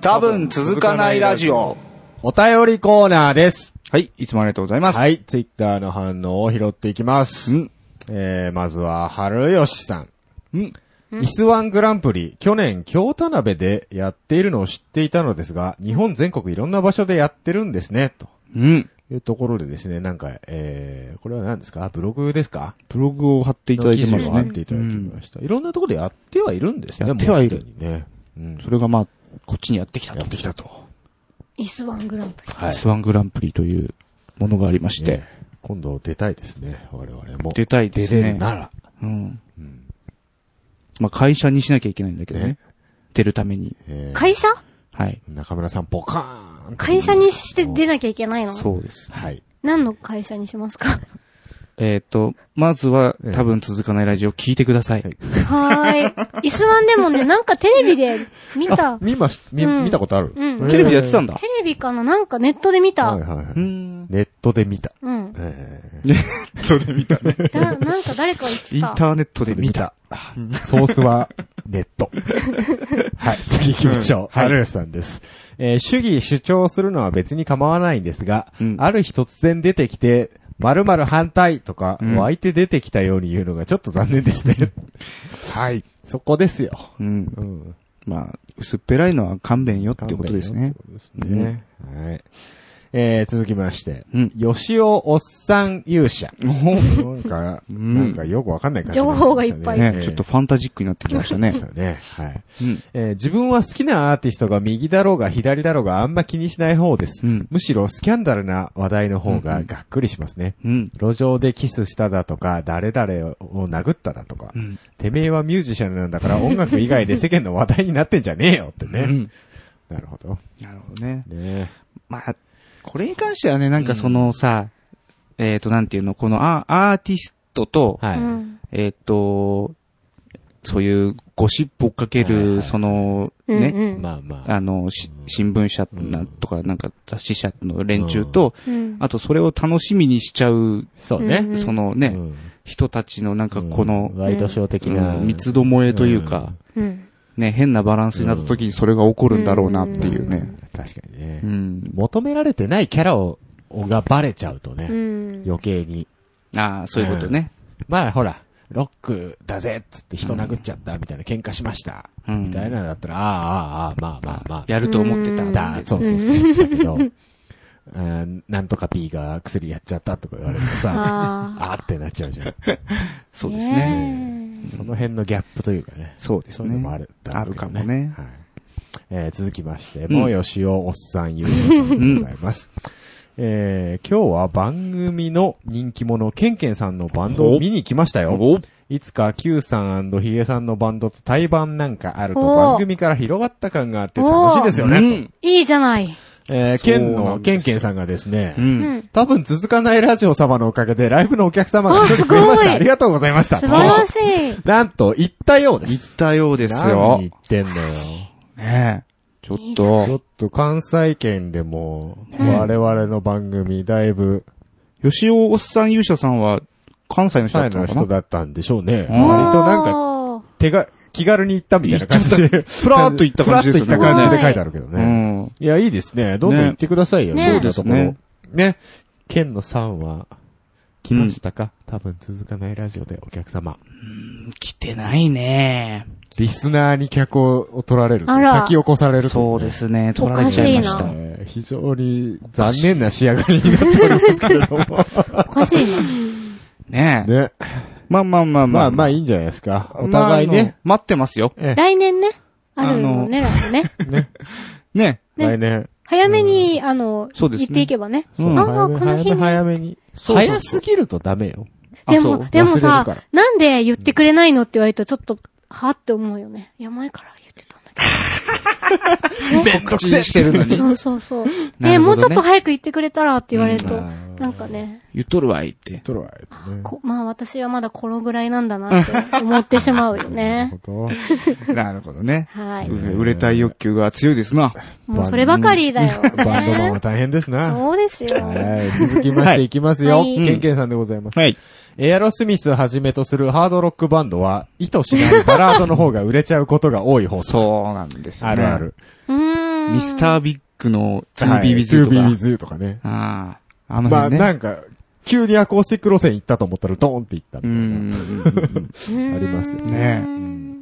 B: 多分続かないラジオ。
A: お便りコーナーです。
B: はい、いつもありがとうございます。。
A: はいい。ツイッターの反応を拾っていきます。
B: ん、
A: えー、まずは、春吉さん。
B: ん、
A: イスワングランプリ、去年、京田辺でやっているのを知っていたのですが、日本全国いろんな場所でやってるんですね、と
B: うん。
A: いうところでですね、なんか、えー、これは何ですかブログですか
B: ブログを貼っていただ
A: の
B: い
A: 記
B: て
A: 事
B: ます
A: を貼っ
B: ね。
A: ていただきました。いろんなところでやってはいるんですね。
B: やってはいる
A: もうすでにね。うん。
B: それがまあ、こっちにやってきたと。
A: やってきたと。
C: イスワングランプリ。
A: は
B: スワングランプリというものがありまして。
A: ね今度出たいですね、我々も。
B: 出たいですね
A: 出れるなら。
B: うん。まあ、会社にしなきゃいけないんだけどね。
A: ね
B: 出るために。
A: えー
C: 会社
B: はい。
A: 中村さん、ポカーン
C: 会社にして出なきゃいけないの
B: そうです。
A: はい。
C: 何の会社にしますか
B: えっ、と、まずは
A: ええ、
B: 多分続かないラジオ聞いてください。
A: はい
C: はーい。イスワンでもね、なんかテレビで見 た。
A: 見まし、見、
C: うん
A: 見たことある
C: うん
B: テレビでやってたんだ
C: テ。レビかななんかネットで見
A: はい
C: た。
A: はいは
B: う
A: い。
B: ん。
A: ネットで見た。
C: うん。
A: え
B: ネットで見たね。
C: だ、なんか誰か言って
B: インタ
C: た。
B: ーネット
A: ー
B: で見た。。
A: ソースは、ネッ ト。はい、次行きましょう。
B: はい
A: 春吉さんです。えー主義主張するのは別に構わないんですが
B: うん、
A: ある日突然出てきて、〇〇反対とか、
B: うん
A: 湧いて出てきたように言うのがちょっと残念ですね。
B: はい。
A: そこですよ。
B: うん。
A: うん。
B: まあ、薄っぺらいのは勘弁よってことです
A: 勘
B: ね。
A: 弁よってことですねはい。えー、続きまして。
B: うん
A: 吉尾おっさん勇者。なんか、
B: ん
A: なんかよくわかんない感じになりましたね、
C: 情報がいっぱい
B: ね、ちょっと
A: え
B: ファンタジックになってきましたね
A: ー。そうね。はい。
B: うん。
A: えー自分は好きなアーティストが右だろうが左だろうがあんま気にしない方です。
B: うん
A: むしろスキャンダルな話題の方
B: うん
A: が
B: うん
A: がっくりしますね。
B: うん。
A: 路上でキスしただとか、誰々を殴っただとか、
B: うん
A: てめえはミュージシャンなんだから音楽以外で世間の話題になってんじゃねえよって
B: う
A: ね。
B: ん
A: なるほど。
B: なるほどね。
A: ね
B: まあ、これに関してはね、なんかそのさ、えっ、と、なんていうの、このアアーティストと、
A: は
C: うん
B: えっ、と、そういうゴシップをかける、
A: はいはい
B: その、
C: うん
B: ね、
C: うん
A: あま
B: あの、し新聞社なとか、なんか雑誌社の連中と、
C: うん
B: あとそれを楽しみにしちゃう、
D: そう
C: う
D: ね。
C: ん
B: そのね、
D: うん
B: 人たちのなんかこの
D: うん、ワイドショー的な。
B: うん三つどもえというか、
C: うん
B: ね、変なバランスになった時にそれが起こるんだろうなっていうね。
D: 確かにね
B: うん。。
D: 求められてないキャラを、がバレちゃうと
C: う
D: ね、
C: ん
D: 余計に。
B: ああ、そういうことね。
D: まあほら、ロックだぜっつって人殴っちゃったみたいな、喧嘩しました。
B: うん
D: みたいなのだったら、ああ、ああ、ああ、まあまあまあ。
B: やると思ってた。
D: だ、そうそうそう。だ けど、うんなんとか P が薬やっちゃったとか言われるとさ、
C: ああ。
D: あーってなっちゃうじゃん。
B: そうですね。
C: ね
D: その辺のギャップというかね。
B: そうです
D: そ
B: ね
D: ういうのもある、
B: あるかもね
D: はい。えー続きまして、
B: ん
A: もう吉尾おっさんゆうさんでございます。えー今日は番組の人気者、ケンケンさんのバンドを見に来ましたよ。
B: お
A: いつか Q さんヒゲさんのバンドと対バンなんかあると
C: おー
A: 番組から広がった感があって楽しいですよね。
C: いいじゃない。
A: えー、
B: そう
A: ケ
B: なんです
A: ンの、ケンケンさんがですね、
B: うん。
C: う
B: うん。
C: ん。
A: 多分続かないラジオ様のおかげでライブのお客様が
C: あ
A: 一人増えまし
C: すご
A: た。
C: い
A: ありがとうございました。
C: 素晴ら
A: い。
C: しい。
A: なんと、行ったようで
B: 言っ
A: す。
B: たようです
A: 何。
B: よ
A: 言ってんのよ。
B: ねえ。ちょっ
A: ちょ
B: と、
A: っと関西圏でも、我々の番組、だいぶ、
B: 吉尾おっさん勇者さんは関西の人だ
A: 社
B: っ
A: 員
B: たの
A: の
B: かな
A: 人だったんでしょうね。割
B: うん
A: となんか、
C: か、
A: 手が、気軽に行ったみたいな感じで。
B: ふらーっと行った感じですよ
A: ふ
B: ね。
A: らっと行った感じで書いてあるけど
B: う
A: ね。
B: ん。
A: いや、いいですね。どんどん行ってくださいよ。
C: ね
A: そうですね
B: ね。
A: ね。県のさんは、来ましたか多分続かないラジオでお客様。
B: 来てないね。
A: リスナーに客を取られると。
C: あら
A: 先を越されると。
B: そうで。すね。取られちゃいまし
C: おか
B: た
C: し。
A: えー非常に残念な仕上がりになっておりますけれど も。
C: おかしいな。
B: ねえ。
A: ね。
B: まあまあま
A: ま
B: あまあ。
A: あまあいいんじゃないですか。お互いね。。
B: 待ってますよ。
A: え
C: 来年ね。あるのね、来年ね。
B: ね。
A: え来年。
C: 早めに、あの、
B: そうですね
C: 行っていけばね。
B: うん
A: そう
C: ああ、この日
A: 早め
C: に。
A: 早めに。
B: そうそうそう
A: 早すぎるとダメよ。
B: あ
C: で
B: そう
C: も、でも
A: 忘
C: さ
A: れるか、
C: なんで言ってくれないのって言われたらちょっと、はって思うよね。いや、前から言ってたんだけ
B: めんどくせえしてるのに
C: ど。。そうそうそう。
B: なるほどね
C: え、もうちょっと早く言ってくれたらって言われると
B: うんあ、
C: なんかね、
B: 言っとるわいって。
A: トロワイね。
C: こまあ私はまだこのぐらいなんだなって思ってしまうよ
A: な
C: ね
A: る。ほど。
B: なるほどね。
C: はい。
B: うん 売れたい欲求が強いですな。
C: もうそればかりだよ、
A: バンドマンは
C: ね。
A: 大変ですな。
C: そうですよ。
A: はい。続きましていきますよ。
C: はい
A: ケンケンさんでございます。
B: はい。
A: エアロスミスはじめとするハードロックバンドは、意図しないバラードの方が売れちゃうことが多い放送。
B: そうなんですよね。
A: あるあ。る。
C: うーん。
B: ミスタービッグの 2B
A: はい
B: ビズとか。
A: To Be With You とかね。
B: ああ。あの
A: まあ、
B: 辺ね。
A: なんか、急にアコースティック路線行ったと思ったらドーンって行ったみた
B: う
A: いな。
B: ん。
C: ー
A: ありますよ
B: ね
C: うん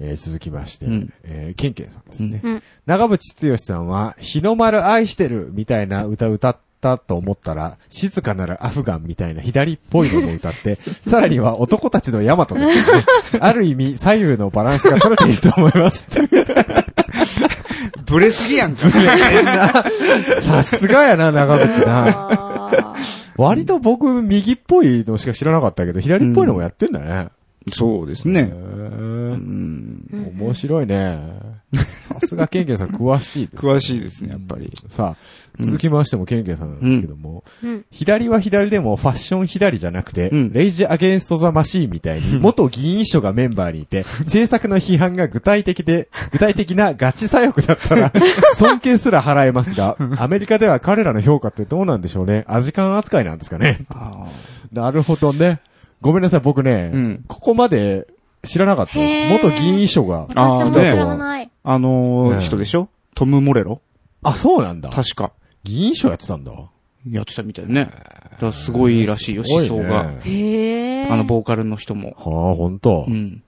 A: えー続きまして、
B: うん
A: えーケンケンさんですね。
C: うん
A: 長渕剛さんは、日の丸愛してるみたいな歌歌ったと思ったら、静かなるアフガンみたいな左っぽいのも歌 って、さらには男たちのヤマトですよね。ある意味、左右のバランスが取れていると思います。
B: ブレすぎやんか。
A: さすがやな、長渕な。
C: あ
A: 割と僕、右っぽいのしか知らなかったけど、左っぽいのもやってんだね。
B: そうです
A: へー
B: ね。うん。
A: 面白いね。さすがケンケンさん詳しいですね、
B: 詳しいですね、やっぱり。
A: さあ、続きましてもケンケンさんなんですけども、
C: ーうん
A: 左は左でもファッション左じゃなくて、
B: うん
A: レイジアゲンストザマシーンみたい に、元議員秘書がメンバーにいて、政策の批判が具体的で、具体的なガチ左翼だった ら、尊敬すら払えますが、アメリカでは彼らの評価ってどうなんでしょうね。アジカン扱いなんですかね。
B: あ
A: なるほどね。ごめんなさい、僕ね、
B: うん
A: ここまで知らなかったです。
C: へー
A: 元議員秘書が。
B: あ
C: 私も
B: ー
C: 知らない。
B: あのー
A: ね
B: 人でしょトム・モレロ
A: あ、そうなんだ。
B: 確か。
A: 議員秘書やってたんだ。
B: やってたみたいね。だからすごいらしいよ、思想
A: すごい
B: が
A: ね。
C: へえ。
B: あの、ボーカルの人も。
A: はあ、ほんと。
B: うん。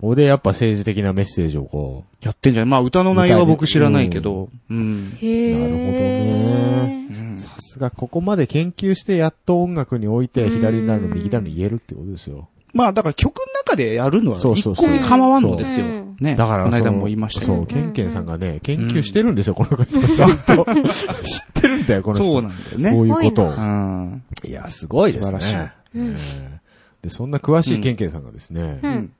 A: ここでやっぱ政治的なメッセージをこ
B: やってんじゃないまあ歌の内容は僕知らないけど。うん。
C: へえ。
A: なるほどね
B: うん
A: う、さすがここまで研究してやっと音楽において左になるの右なの言えるってことですよ。
B: まあだから曲の中でやるのは
A: そう
B: 一
A: そう
B: 向
A: そう
B: に構わんのですよ
C: うん。
B: ね。
A: だから、
B: この間
A: そ
B: も言いましたけ
A: そ
B: ど。
A: う、ケンケンさんがね、研究してるんですよ、この人ちゃんと。知ってるんだよ、この人。
B: そうなんだよ
A: こ
B: ね。
A: ういうことを
C: すごい
B: うん。
A: いや、すごいですね。
B: 素晴らし
C: うん
A: えーで、そんな詳しいケンケンさんがですね、
C: うん
B: うん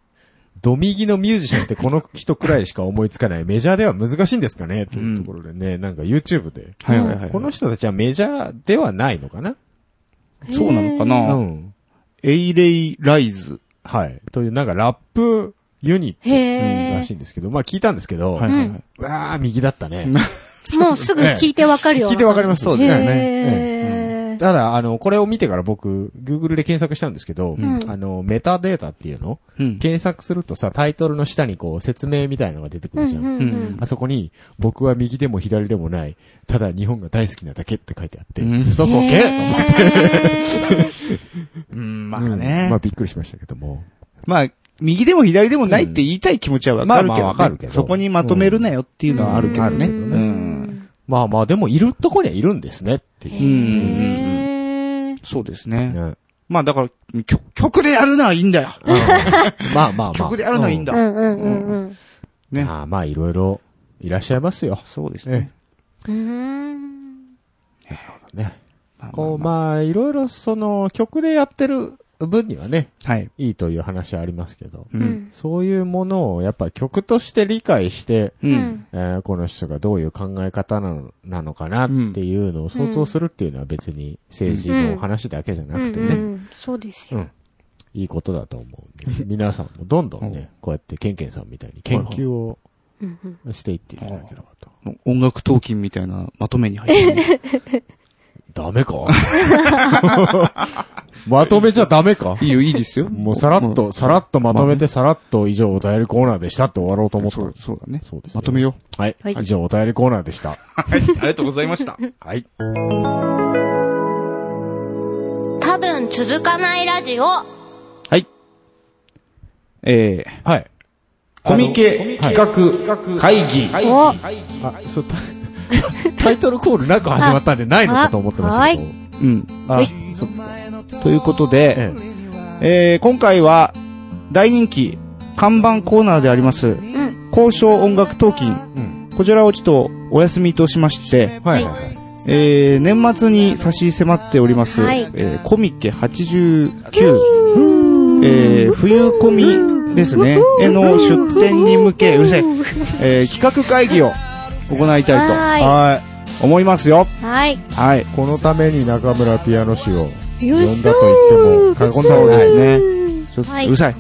A: ドミギのミュージシャンってこの人くらいしか思いつかない、メジャーでは難しいんですかねというところでね、なんか YouTube で。
B: はいはいはい。
A: この人たちはメジャーではないのかな
B: そうなのか
C: へ
A: う
B: な、
A: ん。
B: エイレイライズ。
A: はい。という、なんかラップユニット
C: へー
A: らしいんですけど、まあ聞いたんですけど、
B: はいはいはい。
A: うわあ、右だったね。
C: もうすぐ聞いてわかるよ。
A: 聞いてわかります
B: そうだよね。
C: へー
A: ただ、あの、これを見てから僕、Google で検索したんですけど、
C: ん
A: あの、メタデータっていうの、
B: うん
A: 検索するとさ、タイトルの下にこう、説明みたいのが出てく
C: うん
A: るじゃん。
C: うんうん。
A: あそこに、僕は右でも左でもない、ただ日本が大好きなだけって書いてあって、
B: うん
A: 嘘こけと思って
C: へー
B: うん、まあ
A: う
B: ね
A: んまあ。びっくりしましたけども。
B: まあ、右でも左でもないって言いたい気持ちはわかるけど
A: まあ
B: ね、
A: まあわかるけど
B: そこにまとめるなよっていうのはあるけどね。
A: う
B: うんん。
A: まあまあ、でもいるとこにはいるんですねっていう。
C: へー
B: そうですね。
A: ね
B: まあだから、曲曲でやるならいいんだよ。
A: まあまあまあ。
B: 曲でやるのはいいんだ
C: う。んうんうん
A: うん。
B: ね。
A: まあまあ、いろいろ、いらっしゃいますよ。
B: そうですね。
C: うん。うーん。
A: ね。
B: まあまあ
A: こう、まあ、いろいろその、曲でやってる分にはね、
B: はい。
A: いいという話はありますけど、
B: う。
C: うんん。
A: そういうものをやっぱ曲として理解して、
B: う。
C: うんん。
A: えーこの人がどういう考え方なのなのかなっていうのを想像するっていうのは別に政治の話だけじゃなくて
C: うんう
A: ね、
C: んそうです
A: う
C: よ。
A: ん。いいことだと思うんで、皆さんもどんどんね、こうやってケンケンさんみたいに研究を
C: うんうん
A: していっていただければと。
B: 音楽闘金みたいなまとめに入ってる。
A: ダメか まとめちゃダメか
B: いいよ、いいですよ。
A: もうさらっと、さらっとまとめて、さらっと以上お便りコーナーでしたって終わろうと
B: も
A: 思
B: う
A: った
B: そう、。そうだね。
A: そうですよ
B: まとめよ
A: はい
C: はい。
A: 以上お便りコーナーでした。
B: う。はい。ありがとうございました。
A: はい。
C: 多分続かないラジオ。
B: はい。 えー、
A: はい。
B: コミケ企画会議。
C: お
A: あ、そう、タ タイトルコールなく始まったんでないのかと思ってましたけど。
B: うん。
A: あ
C: は、
A: そうですか。
B: ということで、えー今回は大人気看板コーナーであります、
C: ん
B: 交渉音楽闘金、
A: うん
B: こちらをちょっとお休みとしまして、
A: はいはいはい。
B: えー年末に差し迫っております、
C: はい
B: えーコミケ89、えー冬コミですね、への出展に向け、うるせええー企画会議を行いたい
C: は
A: はい。
B: と思いますよ。
C: い。はい。
B: はい。
A: このために中村ピアノ氏を
C: よ
A: 呼
C: い
A: ん
C: し
A: だ
C: ょ
A: と言っても過言で
B: そう
A: は
B: で
A: ない。
B: すね。ちょっと、
C: はいう
B: る さい。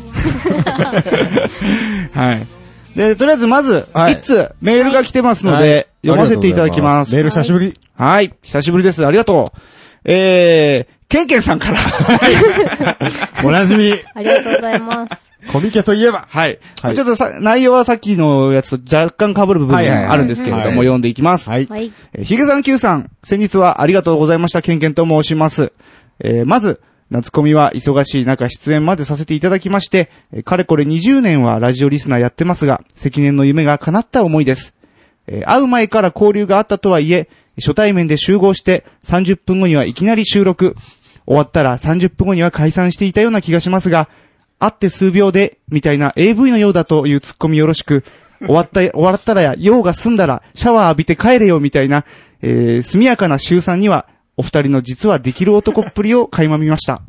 B: はい。で、とりあえずまず、
A: はい
B: 一通メールが来てますの
A: はい
B: で、読ませていただきます。
A: メール久しぶり。
B: はい。久しぶりです。ありがとう。えー、ケンケンさんから。
A: おなじみ。
C: ありがとうございます。
A: コミケといえば。
B: はい。
A: はい
B: ちょっとさ、内容はさっきのやつと若干被る部分も
A: はいはいはい
B: あるんですけれども、
A: はい
B: 読んでいきます。
A: はい。
C: はい。
B: えーヒゲさん Q さん、先日はありがとうございました、ケンケンと申します。えーまず、夏コミは忙しい中出演までさせていただきまして、えーかれこれ20年はラジオリスナーやってますが、積年の夢が叶った思いです。えー会う前から交流があったとはいえ、初対面で集合して30分後にはいきなり収録。終わったら30分後には解散していたような気がしますが、会って数秒で、みたいな AV のようだというツッコミよろしく、終わった、終わったらや、用が済んだら、シャワー浴びて帰れよ、みたいな、えー、速やかな週さんには、お二人の実はできる男っぷりを垣間見ました。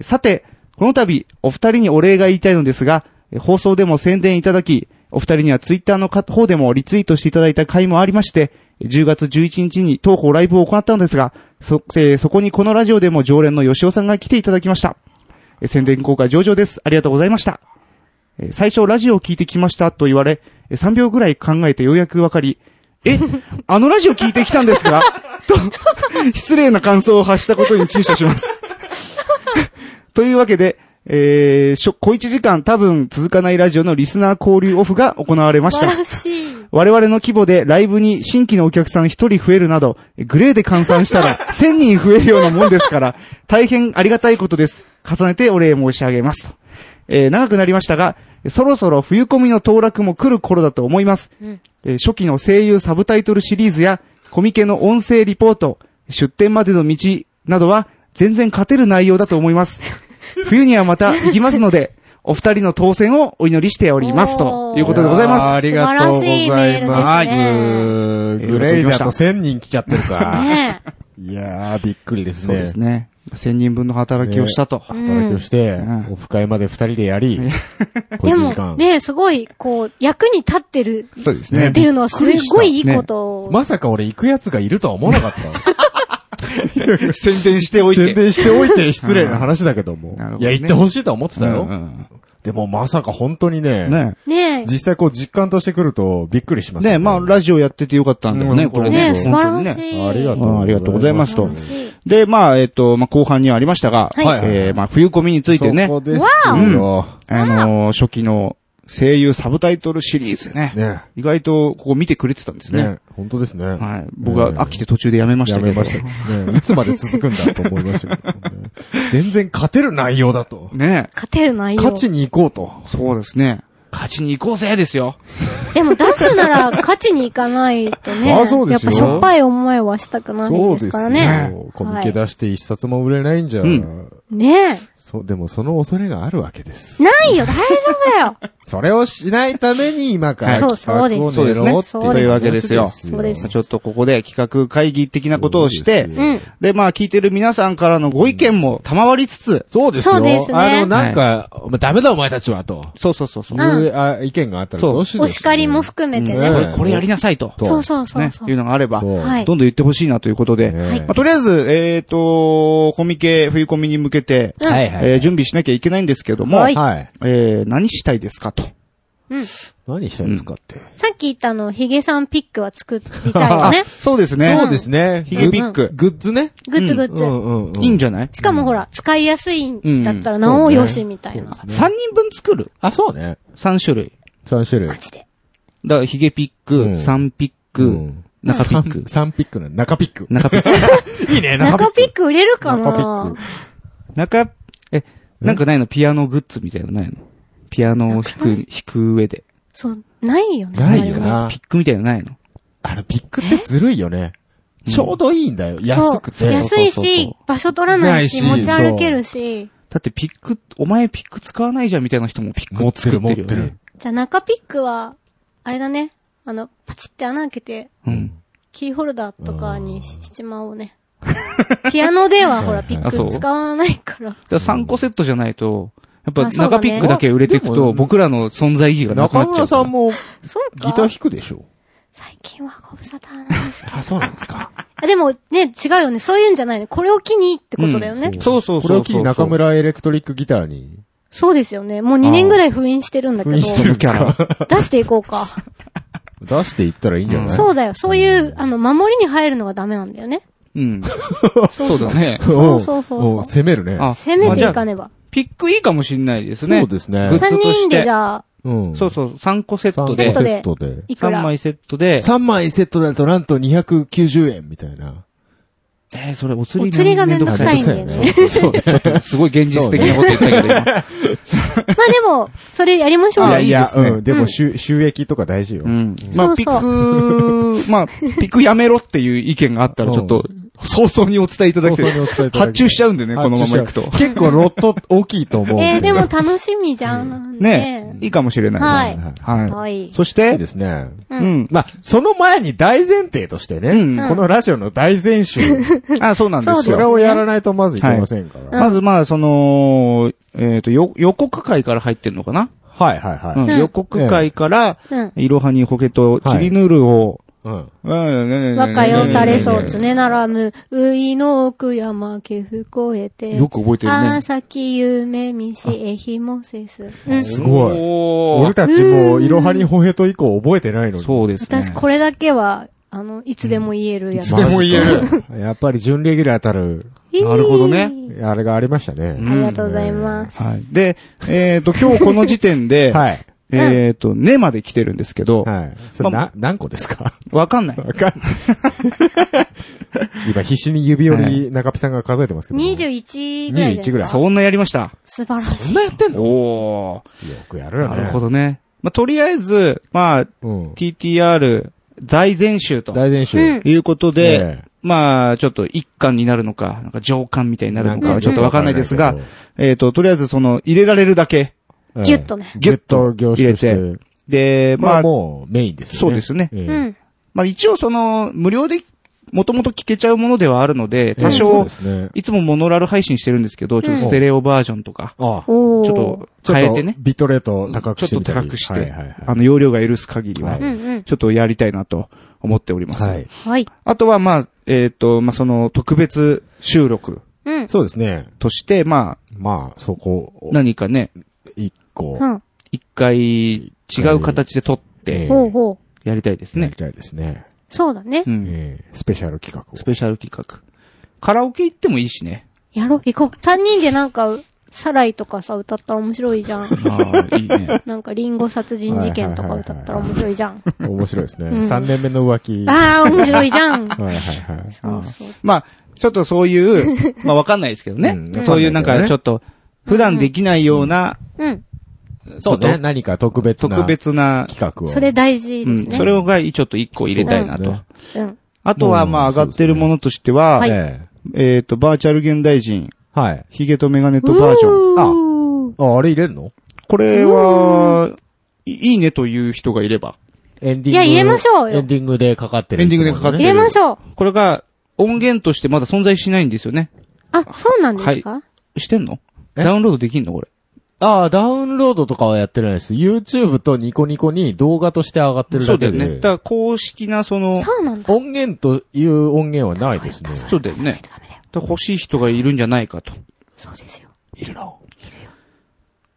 B: さて、この度、お二人にお礼が言いたいのですが、え放送でも宣伝いただき、お二人にはツイッターのか方でもリツイートしていただいた回もありまして、10月11日に当方ライブを行ったのですが、そ、えーそこにこのラジオでも常連の吉尾さんが来ていただきました。え宣伝公開上々です。ありがとうございました。えー最初ラジオを聞いてきましたと言われ、えー3秒ぐらい考えてようやくわかり、え、あのラジオ聞いてきたんですがと、失礼な感想を発したことに陳謝します。 というわけで、えー、しょ小一時間多分続かないラジオのリスナー交流オフが行われまし
C: 素
B: た
C: 晴。らしい。
B: 我々の規模でライブに新規のお客さん一人増えるなど、グレーで換算したら1000人増えるようなもんですから、大変ありがたいことです。重ねてお礼申し上げますと。えー長くなりましたが、そろそろ冬込みの当落も来る頃だと思います。
C: うん
B: えー初期の声優サブタイトルシリーズや、コミケの音声リポート、出店までの道などは、全然勝てる内容だと思い ます。冬にはまた行きますので、お二人の当選をお祈りしております。と
C: おー
B: いうことでござい
A: あー
B: ま
A: あ
B: す。
A: りがとうございます。
C: 素晴らしいメー
B: です
A: グ
B: ね
A: レイだと1000人来ちゃってるか。
C: ねえ。
A: いやー、びっくりです
B: そう
A: ね。
B: ですね。千人分の働きをしたと。
A: 働きをして、
B: うん
A: オフ会まで二人でやり、こ
C: で
A: っち時
C: も、
A: 間。
C: ねすごい、こう、役に立ってる
B: そうです
A: ね
C: っていうのはすごいいい
B: ね
C: ことを。
A: まさか俺行くやつがいるとは思わなかった。
B: 宣伝しておいて。
A: 宣伝しておいて失礼な話だけども。
B: なるほど
A: い
B: ね
A: や、行ってほしいとは思ってたよ。
B: うん
A: でもまさか本当にね、
B: うんね
C: ね
A: 実際こう実感としてくるとびっくりします
B: ねまあ、ラジオやっててよかったんだよね、
A: うん
B: こ
A: オ
B: れ
A: 本当
B: ね。
C: え。ねえ、
A: に
C: 素晴らしい。
A: ありがと
B: う
A: うん
B: ありがとうございますと
C: 素晴らしい
B: で、まあ、えっと、まあ、後半にはありましたが、
C: はい
B: えーまあ、冬コミについてね
A: そ、こですよ。
C: わ
B: あのー初期の声優サブタイトルシリーズね。
A: ね
B: 意外と、ここ見てくれてたんですね。
A: ね本当ですね。
B: はい。僕は
A: ね
B: 飽きて途中でやめまし
A: や
B: たけ
A: め
B: ど。
A: ましたけどね。いつまで続くんだと思いましたけどね。全然勝てる内容だと。
B: ね
C: 勝てる内容。
A: 勝ちに行こうと。
B: そうですね。勝ちに行こうぜですよ。
C: でも出すなら勝ちに行かないと ね。
A: そりゃそうで
C: や
A: す
C: っ
A: よ
C: ぱしょっぱい思いはしたくないですからね。
A: よコミケ出して一冊も売れないんじゃ、
B: うん
C: ね
A: そう、でもその恐れがあるわけです
C: え。。ないよ、大丈夫だよ。
A: それをしないために今から
C: はい
A: 企画を練ろう
C: そう
B: ですね
A: って
C: そうですねという
B: わけですよ
C: そうです
B: ちょっとここで企画会議的なことをして、
A: そうで
B: で
A: す
C: うん。
B: まあ、聞いてる皆さんからのご意見も賜りつつ、
A: そうですよ。
C: そうですね
A: あの、なんか、お前ダメだお前たちは、と。
B: そうそうそうそう。
C: ん
A: いうあ意見があったら
B: そう
A: どうしよう
C: お叱りも含めて
A: うん
B: こ
C: ね。
B: れ、これやりなさいと。
C: そうそうそう
B: ね
C: そ、う。
B: いうのがあれば、
A: そう
B: ど
C: はい
B: ん。どん言ってほしいなということで、
A: ね
C: はい
B: まあ、とりあえず、えっ、と、コミケ、冬コミに向けて、
C: うん
A: はいはい。
B: えー準備しなきゃいけないんですけども、
C: はい
A: はい。
B: えー何したいですかと。。
C: うん。
A: 何したいんですかって。
C: さっき言ったあの、ヒゲさんピックは作りたいよね
B: そうですね。
A: そうですね。
B: ヒゲピック。
A: グッズね。
C: グッズグッ
A: う
C: ズ。
A: んうんうん。
B: いいんじゃない
C: しかもほら、使いやすいんだったらなおよしみたいな。
B: ?3 人分作る
A: あ、そうね。
B: ?3 種類。
A: 3種類
C: マ。ジで。
B: だから、ヒゲピッ
A: う
B: ク、
A: ん
B: サンピッ
A: う
B: ク
A: ん、
B: 中ピック。
A: 3ピックね。中ピック。
B: 中ピッ ク。
A: いいね、
C: 中ピック売れるか
A: 中ピッ
C: な
A: ク。
B: 中、え、なんかないのピアノグッズみたいなのないのピアノを弾く、弾く上で。
C: そう、ないよね。
A: ないよ
C: あれは
A: な
B: ピックみたいなのないの
A: あの、ピックってずるいよね。
B: え
A: ちょうどいいんだよ。
C: そう
A: 安くて。
C: 安い
B: そうそうそうそ
C: し、場所取らないし、
A: ないし
C: 持ち歩けるし。
B: だってピック、お前ピック使わないじゃんみたいな人もピック
A: 持って
B: 作
A: る、
B: っ
A: 持ってて
B: るよね
A: る。。
C: じゃあ中ピックは、あれだね。あの、パチって穴開けて、
B: うん。
C: キーホルダーとかにししちまおうね。ピアノではほら、ピ
B: あ
C: ッ
B: そう
C: ク使わないから。
B: だから3個セットじゃないと、やっぱ
C: あそうだね
B: 中ピックだけ売れていく
A: あで
B: と、
A: も
B: 僕らの存在意義がなくな
A: 中
B: っちゃ
A: 村
B: うか
A: さ
B: ら。
A: んもギ
C: そう
A: タ
C: か
A: ー弾くでしょ。
C: 最近はご無沙汰なんですけど。
A: あ、そうなんですか。
C: あでもね、違うよね。そういうんじゃないね。これを機にってことだよね。
B: うんそうそうそ
A: こ
B: うそう。
A: れを機に中村エレクトリックギターに
C: そうですよね。もう2年ぐらい封印してるんだけど。
A: 封印してる
B: キ
A: キ
B: ャ
A: ャ
B: ラ
A: ラ。
C: 出していこうか。
A: 出していったらいいんじゃない
C: そうだよ。そういう、あの、守りに入るのがダメなんだよね。
B: うん。そうだね。
C: そ
A: お
C: うそうそうそう
A: お攻めるね。
B: あ
C: 攻めていか
B: まあじゃあ
C: ねば。
B: ピックいいかもしんないですね。
A: そうですね
B: グッズ
C: 3
B: と
C: 人
B: して
C: でじゃあ、
A: うん。
B: そうそう、3個セット
A: 三
B: で
A: 枚セ
C: セ、
A: ッ
C: ッ
A: ト
C: ト
A: で。
C: いく
B: 3
C: ら。
B: 枚セットで、
A: 3枚セットだとなんと290円みたいな。
B: えー、それお釣
C: お
B: り
C: 釣りがめんどくさいん
A: だ
C: だ
A: よ
C: よ
A: ね
C: ね。
B: そうね、ちょっとすごい現実的なこと言ったけど、今
C: まあでも、それやりましょう
B: あ
C: よ。
B: いいですね
A: うん。でも収収益とか大事よ
B: う。ん。まあ、ピック、まあ、ピックやめろっていう意見があったら、ちょっと、早々にお伝えいただきた
A: 早々にお伝えいただ
B: い。
A: きたい
B: 発注しちゃうんでね、このまま行くと。
A: 結構ロット大きいと思うん
C: えー、でも
A: はい
C: 楽しみじゃん。
B: ねいいかもしれないです。は
C: はいい。
B: そし
A: いい
B: て
A: で、すね。
C: う。
B: うんん。
A: まあ、その前に大前提としてね、
B: うん
A: このラジオの大前 集、
B: あ、そうなんです
C: そう
A: そ
B: よ
C: で
A: れ
C: す。
A: をやらないとまずいけませんから。
C: ん
B: まずまあ、その、えっと、よ予告会から入ってんのかな
A: はいはいはい。
B: うん
C: うん
B: 予告会から、
C: うん。
B: いろはにほけと、ちりぬる
A: うん
B: を、若
C: 若よ垂れそうつ
B: ね。
C: ねならむ、ういの奥山けふこえて。
B: よく覚えてる
C: あ
B: ね
C: ー。さき夢見し、えひもせす。うん。
A: すごい。
B: お
A: 俺
B: ー
A: たちもう、いろはにほへと以降覚えてないのに。
B: そうですね。
C: 私、これだけは、あの、いつでも言えるやつ。
A: マジか。やっぱり準レギュラーたる、
B: なるほどね
A: あれがありましたね。
C: ありがとうございます。
B: はい。で、えっと、今日この時点 で、
A: はい。
B: えっと、ねまで来てるんですけど、
A: はい。それ
B: まあ
A: な、何個ですか
B: わかんない。
A: わかんない。今必死に指折り中ピさんが数えてますけど。
C: 21ぐらいですか
A: 21ぐらい
B: そんなやりました。
C: 素晴らし
A: そん
C: い。
A: なやってんのよ
B: おー。
A: くやるよ
B: な
A: ね。
B: るほどね。まあ、とりあえず、まあ、
A: うん。
B: TTR 大全集と
A: 大前週。
C: うん
B: いうことで、
A: ええ、
B: まあ、ちょっと一巻になるのか、なんか上巻みたいになるのかはちょっとわかんないですが、えっと、とりあえずその、入れられるだけ。
A: ええ、
C: ギュッとね。
B: ギュッと
A: ギュッと凝縮して
B: 入で、
A: ま
B: ま
A: あ
B: あ、
A: もうメインですよね。
B: そうですね。
A: ええ。
C: う
A: うん
C: ん。
B: まあ、一応その、無料で、もともと聞けちゃうものではあるので、
A: そ
B: 多
A: う
B: 少
A: で、すね。
B: いつもモノラル配信してるんですけど、ちょっとステレオバージョンとか、
A: ああ。
C: おー。
B: ちょっと変えてね。
A: ビットレート高くしてみたり
B: ちょっと高くして
A: はいはいはい。
B: あの、容量が許す限りは
C: う、んうん。
B: ちょっとやりたいなと思っております。
A: はい。
C: はい。
B: あとは、まあ、えっ、と、まあ、その、特別収録
C: うん。
A: そうですね。
B: として、まあ、
A: まあ、そこを、
B: 何かね、
A: 一個、
C: うん。
B: 一回違う形で撮って
A: え
C: ほうほう。
B: やりたいです
A: やり
B: ね。
A: たいですね。
C: そうだね
B: う。ん。
A: ええスペシャル企画を。
B: スペシャル企画。カラオケ行ってもいい しね。
C: やろう。行こう。三人でなんか、サライとかさ、歌ったら面白いじゃん。
B: ああ、いいね。
C: なんか、リンゴ殺人事件とか歌ったら面白いじゃん。
A: 面白いですね。
C: ん
A: 3年目の浮気。は
C: あー、面白いじゃん。
A: いはいはい。
C: そうそう。
B: まあ、ちょっとそ ういう、まあ、わかんないですけどね。
A: うん
B: そういうなんか、ちょっと、普段できないような、
C: うん。
A: そう
B: こと
A: ね。何か特別な
B: 特別な、
A: 企画を。
C: それ大事
B: う
C: で
B: ん
C: す、
B: そ
C: ね。
B: れをが、ちょっと一個入れたいな
A: そう
B: と
A: です。
C: うん。
B: あとは、
A: うん
B: まあ、上がってるものとして
C: は
B: は、
C: い
A: ええ
B: えっと、バーチャル現代人、
A: はい。
B: ヒゲとメガネとバージョン。
C: ョン。
A: あ、あれ入れるの
B: これは、いいいねという人がいれば。
A: エンディング。
C: いや入れましょうよ
A: エンディングでかかってる。
B: エンディングでかかって
C: 入れましょう。
B: これが、音源としてまだ存在しないんですよね。
C: あ、そうなんですか
B: してんの
A: え
B: ダウンロードできんのこれ。
A: ああ、ダウンロードとかはやってないです。YouTube とニコニコに動画として上がってる
B: そう
A: だ
B: だ
A: け
B: よ
A: で。
B: ね。だから、公式な、その、
C: そうなんだ。
A: 音源という音源はないですね。
B: そうだよね。
C: ダメだよ。
B: だから欲しい人がいるんじゃないかと。
C: そうですよ。
A: いるの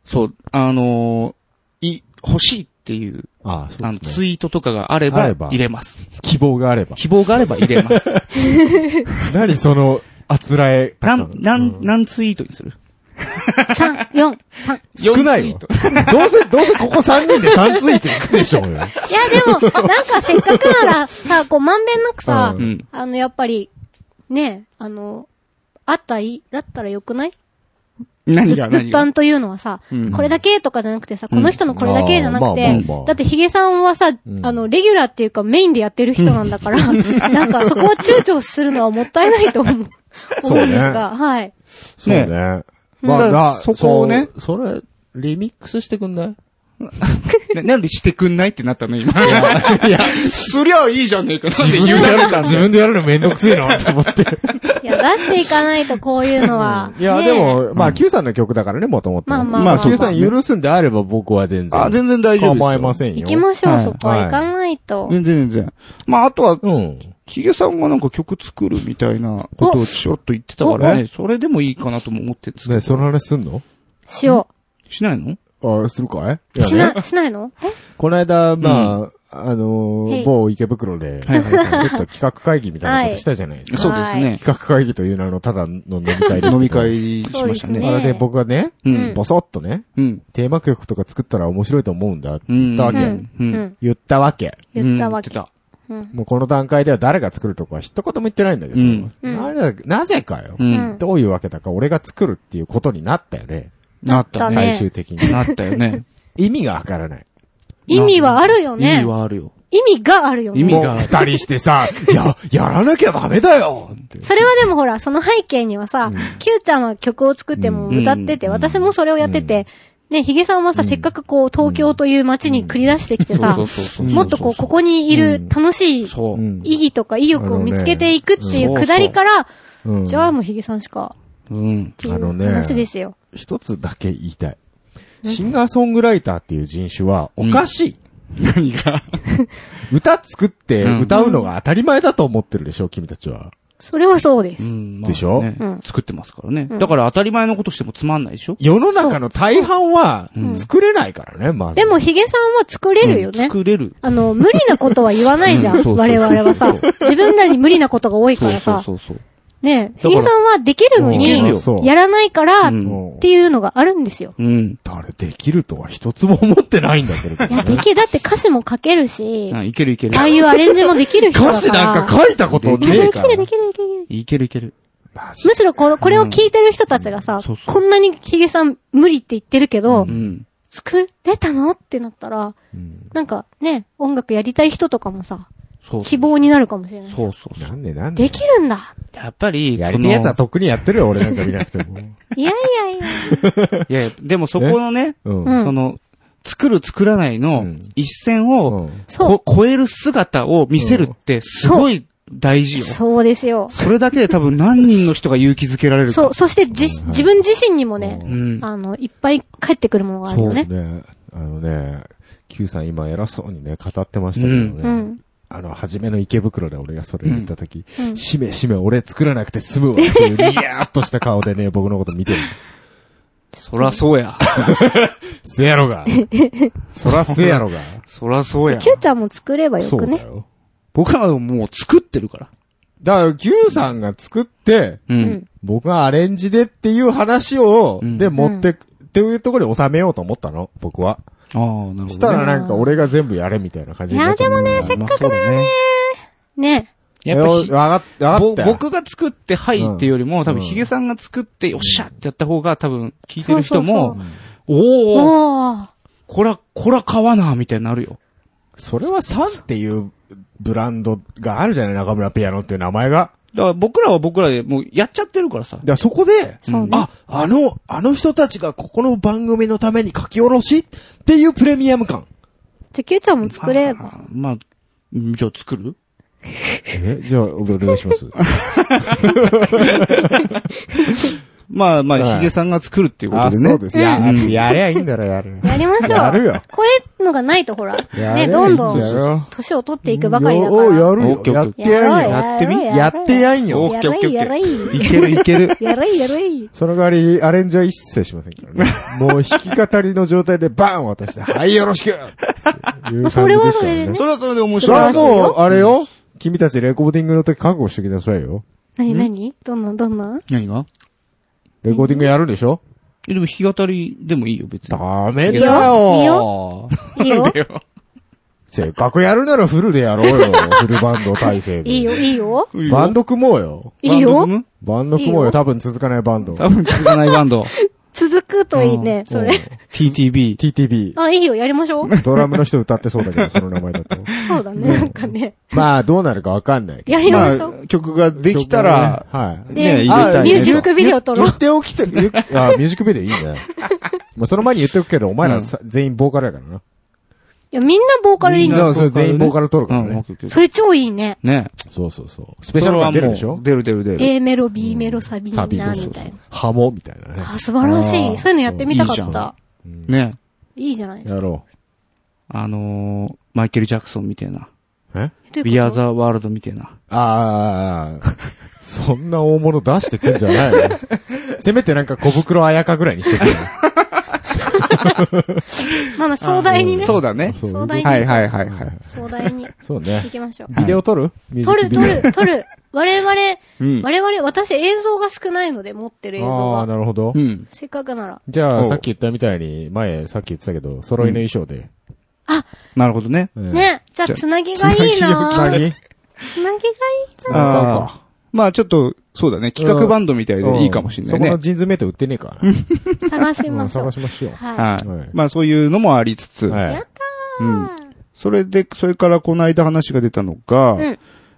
B: そう、あのーい、欲しいっていう、
A: ああ、そ
B: あ
A: う
B: の、
A: ですね。
B: ツイートとかがあれ
A: あ
B: ば、
A: れば
B: 入れます。
A: 希望があれば。
B: 希望があれば入れます。
A: 何その、あつらえ
B: な
A: 方。
B: ん、なん、何ツイートにする
C: 三、四、三。
A: 少ないよ。
B: 4ツ
A: どうせ、どうせここ3人で3ツイートいくでしょうよ。
C: いや、でも、なんかせっかくなら、さ、こう、まんべんなくさ
A: う、
B: うん。
C: あの、やっぱり、ね、あの、あったい、だったらよくない
B: 何が
C: 物
B: 何が
C: 販というのはさ、
B: うん
C: これだけとかじゃなくてさ、この人のこれだけじゃなく
A: うんあ
C: て
A: ーまあまあまあ、
C: だってヒゲさんはさ、あの、レギュラーっていうかメインでやってる人なんだから、 なんかそこは躊躇するのはもったいないと思う。思うんですが、はい。
A: そうね。ま
B: だか
A: あ、
B: ら
A: な
B: そこをね。
A: そうそれ、リミックスしてくんない
B: ななんでしてくんないってなったの今。 すりゃいいじゃねえか。なんで言う
A: やるか、自分でやるのめんどくせえなと思って。
C: いや、出していかないとこういうのは。
A: いや、
C: ね
A: で、
C: え
A: も、まあ、Q さんの曲だからね、もともと。
C: まあまあ
B: まあそ
A: Q
B: うです
A: さ
B: ね
A: ん許すんであれば僕は全然。
B: あ、全然大丈夫ですよ。
A: 構いませんよ。
C: 行きましょ
B: は
C: う、
B: い
C: そこは行かないと。
B: 全然全然。まあ、あとは、
A: うん。
B: ヒゲさんがなんか曲作るみたいなことをちょっと言ってたからね、それでもいいかなとも思ってるんですけ
A: ね、その話すんの
C: しよ。
B: ど。しないの
A: あするかいう
C: し
A: いやね
C: な、しないの
A: この間、まあ、あの
C: へい
A: ー、某池袋で、ちょっと企画会議みたいなことしたじゃないですか。
B: そうですね。
A: 企画会議という名のただの飲み会です。
B: 飲み。会しました
C: そう
A: あ
B: ね。
A: れで僕がね、
B: うん。
A: ボソッとね、
B: うん。
A: テーマ曲とか作ったら面白いと思うんだって言ったわ
C: う
A: け。
C: ん。う
B: うん
C: ん。
A: 言ったわけ。
C: 言ったわけ。
B: 言って
C: うん。
A: もうこの段階では誰が作るとかは一言も言ってないんだけど、
B: うん
A: なぜなぜかよ、
B: た。う。
C: うんん。
A: どういうわけだか俺が作るっていうことになったよね。
B: なった
C: だ
B: ね。
C: ね
A: 最終的に。
B: なったよね。
A: 意味がわからない。
C: 意味はある
B: 意
C: よ
B: 味
C: ね。
B: はあるよ。
C: 意味があるよ
B: 意味
C: ね。
B: が
A: もう二人してさ、いや、やらなきゃダメだよって。
C: それはでもほら、その背景にはさ、キューちゃんは曲を作っても
B: うん
C: 歌ってて、私もそれをやってて、ね、ヒゲさんはさ、せっかくこう、東京という街に繰り出してきてさ
B: そう、そうそうそう。
C: もっとこう、ここにいる楽しい
B: そう。
A: うん
C: 意義とか意欲を見つけていくってい
B: あの
C: う
B: ね
C: くだりから、
A: うん
C: じゃあもうヒゲさんしか、
B: うん
C: っ。てい
A: あの
C: う
A: ね
C: 話ですよ。
A: 一つだけ言いたい。シンガーソングライターっていう人種はおかしい。
B: 何が
A: 歌作って
B: うん
A: 歌うのが当たり前だと思ってるでしょ、君たちは。
C: それはそうです。
A: でしょ
B: まあね
C: うん
B: 作ってますからね。だから当たり前のことしてもつまんないでしょ
A: 世の中の大半は作れないからね、まず。
C: でも、ヒゲさんは作れるよ
B: うん
C: ね。
B: 作れる。
C: あの、無理なことは言わないじゃ。
B: うんそうんそうそう
C: 我々はさ。自分なりに無理なことが多いからさ。
B: そうそうそう。
C: ね、ヒゲさんはできるの
A: できるよ
C: に
A: そ、う
C: やらないから、っ
B: うん
C: ていうのがあるんですよ。
B: うん。
A: 誰できるとは一つも思ってないんだけれど
C: い
A: も
C: や、で
A: ね。
C: きる。だって歌詞も書けるし、
B: あいけるいける
C: あ。あいうアレンジもできる人だから。
A: 歌詞なんか書いたこと
C: いや
A: ねえ
C: でき
A: から
C: る。できるできる。
B: いけるいける。
A: マジ
C: むしろこれこれを聞いてる人たちがさ、
B: そうそう
C: こんなにヒゲさん無理って言ってるけど、
B: うん。
C: 作れたのってなったら、
A: うん
C: なんかね、音楽やりたい人とかもさ、
B: そう。
C: 希望になるかもしれない。
B: そうそうそ
A: な
B: う。
A: んでなんで
C: できるんだ
B: やっぱり、
A: やりたいやつは
B: そ
A: とっくにやってるよ、俺なんか見なくても。
C: いやいや いや。
B: のいやいや、でもそこのね、
A: うん。
C: うん
A: う
B: その、作る作らないうの
A: ん
B: 一線を、
A: ん
C: そう
B: こ超える姿を見せるって、すごい大事よ。
C: そうですよ。
B: それだけで多分何人の人が勇気づけられるか。
C: そう、そしてじ、自分自身にもね、
B: うん。
C: あの、いっぱい返ってくるものがあるよね。
A: ね。あのね、Q さん今偉そうにね、語ってましたけ
C: う
A: どね
C: ん。
A: あの、初めの池袋で俺がそれ言った時
C: うんうん、
A: しめしめ俺作らなくて済むわっていう、ニヤーっとした顔で ね、僕のこと見てる。
B: そらそう や。
A: せやろが。そらせ やろが。
B: そらそうや
C: キ。ューちゃんも作ればよ
A: そ
C: く
A: うだ
C: ね。
A: よ。
B: 僕らはもう作ってるから。
A: だから、Q さんが作って、
B: う。
C: うんん。
A: 僕がアレンジでっていう話を、
B: うん
A: で、持ってく、っていうところに収めようと思ったの、僕は。
B: ああ、なるほどね。
A: したらなんか俺が全部やれみたいな感じ
C: い
A: にな
C: や、
A: っち
C: で
A: ゃ
C: もね、
A: う
C: せっかくな
A: ま
C: ら
A: あそうだ
C: ね。ね。
A: や
B: やっぱひ
A: わかった、わ
B: ぼ
A: かったよ。
B: 僕が作って、はいっていうよりも、多分、ヒゲさんが作って、よっしゃってやった方が、多分、聞いてる人
C: そう
B: も
C: そう、
B: おお
C: おー。
B: こら、こら買わな、みたいになるよ。
A: それはサンっていうブランドがあるじゃない、中村ピアノっていう名前が。
B: だから、僕らは僕らで、もう、やっちゃってるからさ
A: だ。からそこで、
C: そうね
A: あ、あの、あの人たちがここの番組のために書き下ろしっていうプレミアム感。
C: じゃあ、キューちゃんも作れば。
B: あーまあ、じゃあ作る
A: え、じゃあ、お願いします。
B: まあま
A: はい
B: あ、ヒゲさんが作るっていう こ
A: あ、
B: とでね。
A: そう です。や、
B: うん
A: やりゃいいんだろ、やる。
C: やりましょう。
A: やるよ
C: こういうのがないとほら、
A: やれ
C: ね、どんど、
A: やろうん
C: 年を取っていくばかりだか
A: お
C: ら。
A: やる
B: オッケ
A: よ。
B: ー
A: や
B: オ
A: っ
B: ッ
A: て
B: ケ
A: やんよ。
B: やってみ
A: やってやんよ
B: オッケーオッケーオッケー
C: やろいやろい
B: いけるいける。
C: やろいやろい。
A: その代わり、アレンジは一切しませんからね。もう弾き語りの状態でバーン渡して、はい、よろしくっていう感じですからね
C: それはそれでね
B: それはそれで面
A: それ
B: 白。
A: はいもう、あれよ。君たちレコーディングの時覚悟してきなさいよ。
C: なになにどんなんどんなん
B: 何が
A: レコーディングやるでしょ
B: えでも、弾き語りでもいいよ、別に。
A: ダメだ
B: いい
C: よいい
A: よ
C: いいよ。
A: せっかくやるならフルでやろうよ。フルバンド体制で。
C: いいよ、いいよ。
A: バンド組もうよ。
C: い
B: バン
C: い
B: ド
C: よ。
B: 組む
A: バンド組もうよ。多分続かないバンド。
B: 多分続かないバンド。
C: 続くといいね、それ。
B: TTB。
A: TTB。
C: あ、いいよ、やりましょう。
A: ドラムの人歌ってそうだけど、その名前だと。
C: そうだね、なんかね。
A: まあ、どうなるかわかんないけど。
C: やりましょう。
B: 曲ができたら、
A: はい。
B: ね、
C: で
B: 入れたいね。
C: ミュージックビデオ撮ろう
A: 言っておきて、言あ、ミュージックビデオいいね。まあ、その前に言っておくけど、お前らさ全員ボーカルやからな。
C: いや、みんなボーカルでいいんじゃ
A: そ
C: ん。
A: うそう、全員ボーカル取る
B: う
A: から
B: ん、オ
A: ね。
B: ッケーオッケー
C: それ超いいね。
B: ね。
A: そうそうそう。スペシャル感出るでしょ
B: 出る出る出る。
C: A メロ、B メロ、サビ
A: サビ
C: な、
A: そうそう
C: み
A: そ
C: た
A: う
C: いな。
A: ハモみたいなね。
C: あ、素晴らしい。そういうのやってみたか
B: いいじ
C: っ
B: ゃん
C: た。
B: ね。
C: いいじゃないです
A: や
C: か。
A: ろ
B: あのー、マイケル・ジャクソンみたいな。
A: う。 え
C: ということ
B: We Are the World みたいな。
A: ああ、そんな大物出してくんじゃないよ。せめてなんか小袋綾香ぐらいにしてくれ よ。
C: まあまあ、壮大にね。
B: そうだね。
A: そう
C: 壮大に。
B: はいはいはいはい。
C: 壮大に。
A: そう
C: 行
A: ね。
C: きましょう。
A: ビデオ撮るミュー
C: 撮
A: ジックビデ
C: る、撮
A: オ
C: る、撮る。我々、
B: うん
C: 我々、私映像が少ないので持ってる映像
A: ああー、
C: が。
A: なるほど
B: う。ん。
C: せっかくなら。
A: じゃ
B: お
A: あ、
B: う
A: さっき言ったみたいに、前、さっき言ってたけど、揃いの衣装で。
B: なるほどね。
A: うん。
C: ね、じゃあ
B: じゃあ
C: つなぎがいいな
A: 何何
C: ぁつなぎがいいなぁ
A: あ
B: ああ。まあちょっと、そうだね。企画バンドみたいでいいかもしれない
A: そこ
B: ね
A: の。ジーンズメイト売ってねえかな。
C: 探し
A: う
C: ま
A: ん
C: しょ
A: 探
C: う。
A: しましょう。
C: は
B: はい
A: はい。
B: まあそういうのもありつつ。
A: は
C: や
A: い
C: っ。
B: うん。
C: い。
B: それで、それからこの間話が出たのが、
C: ん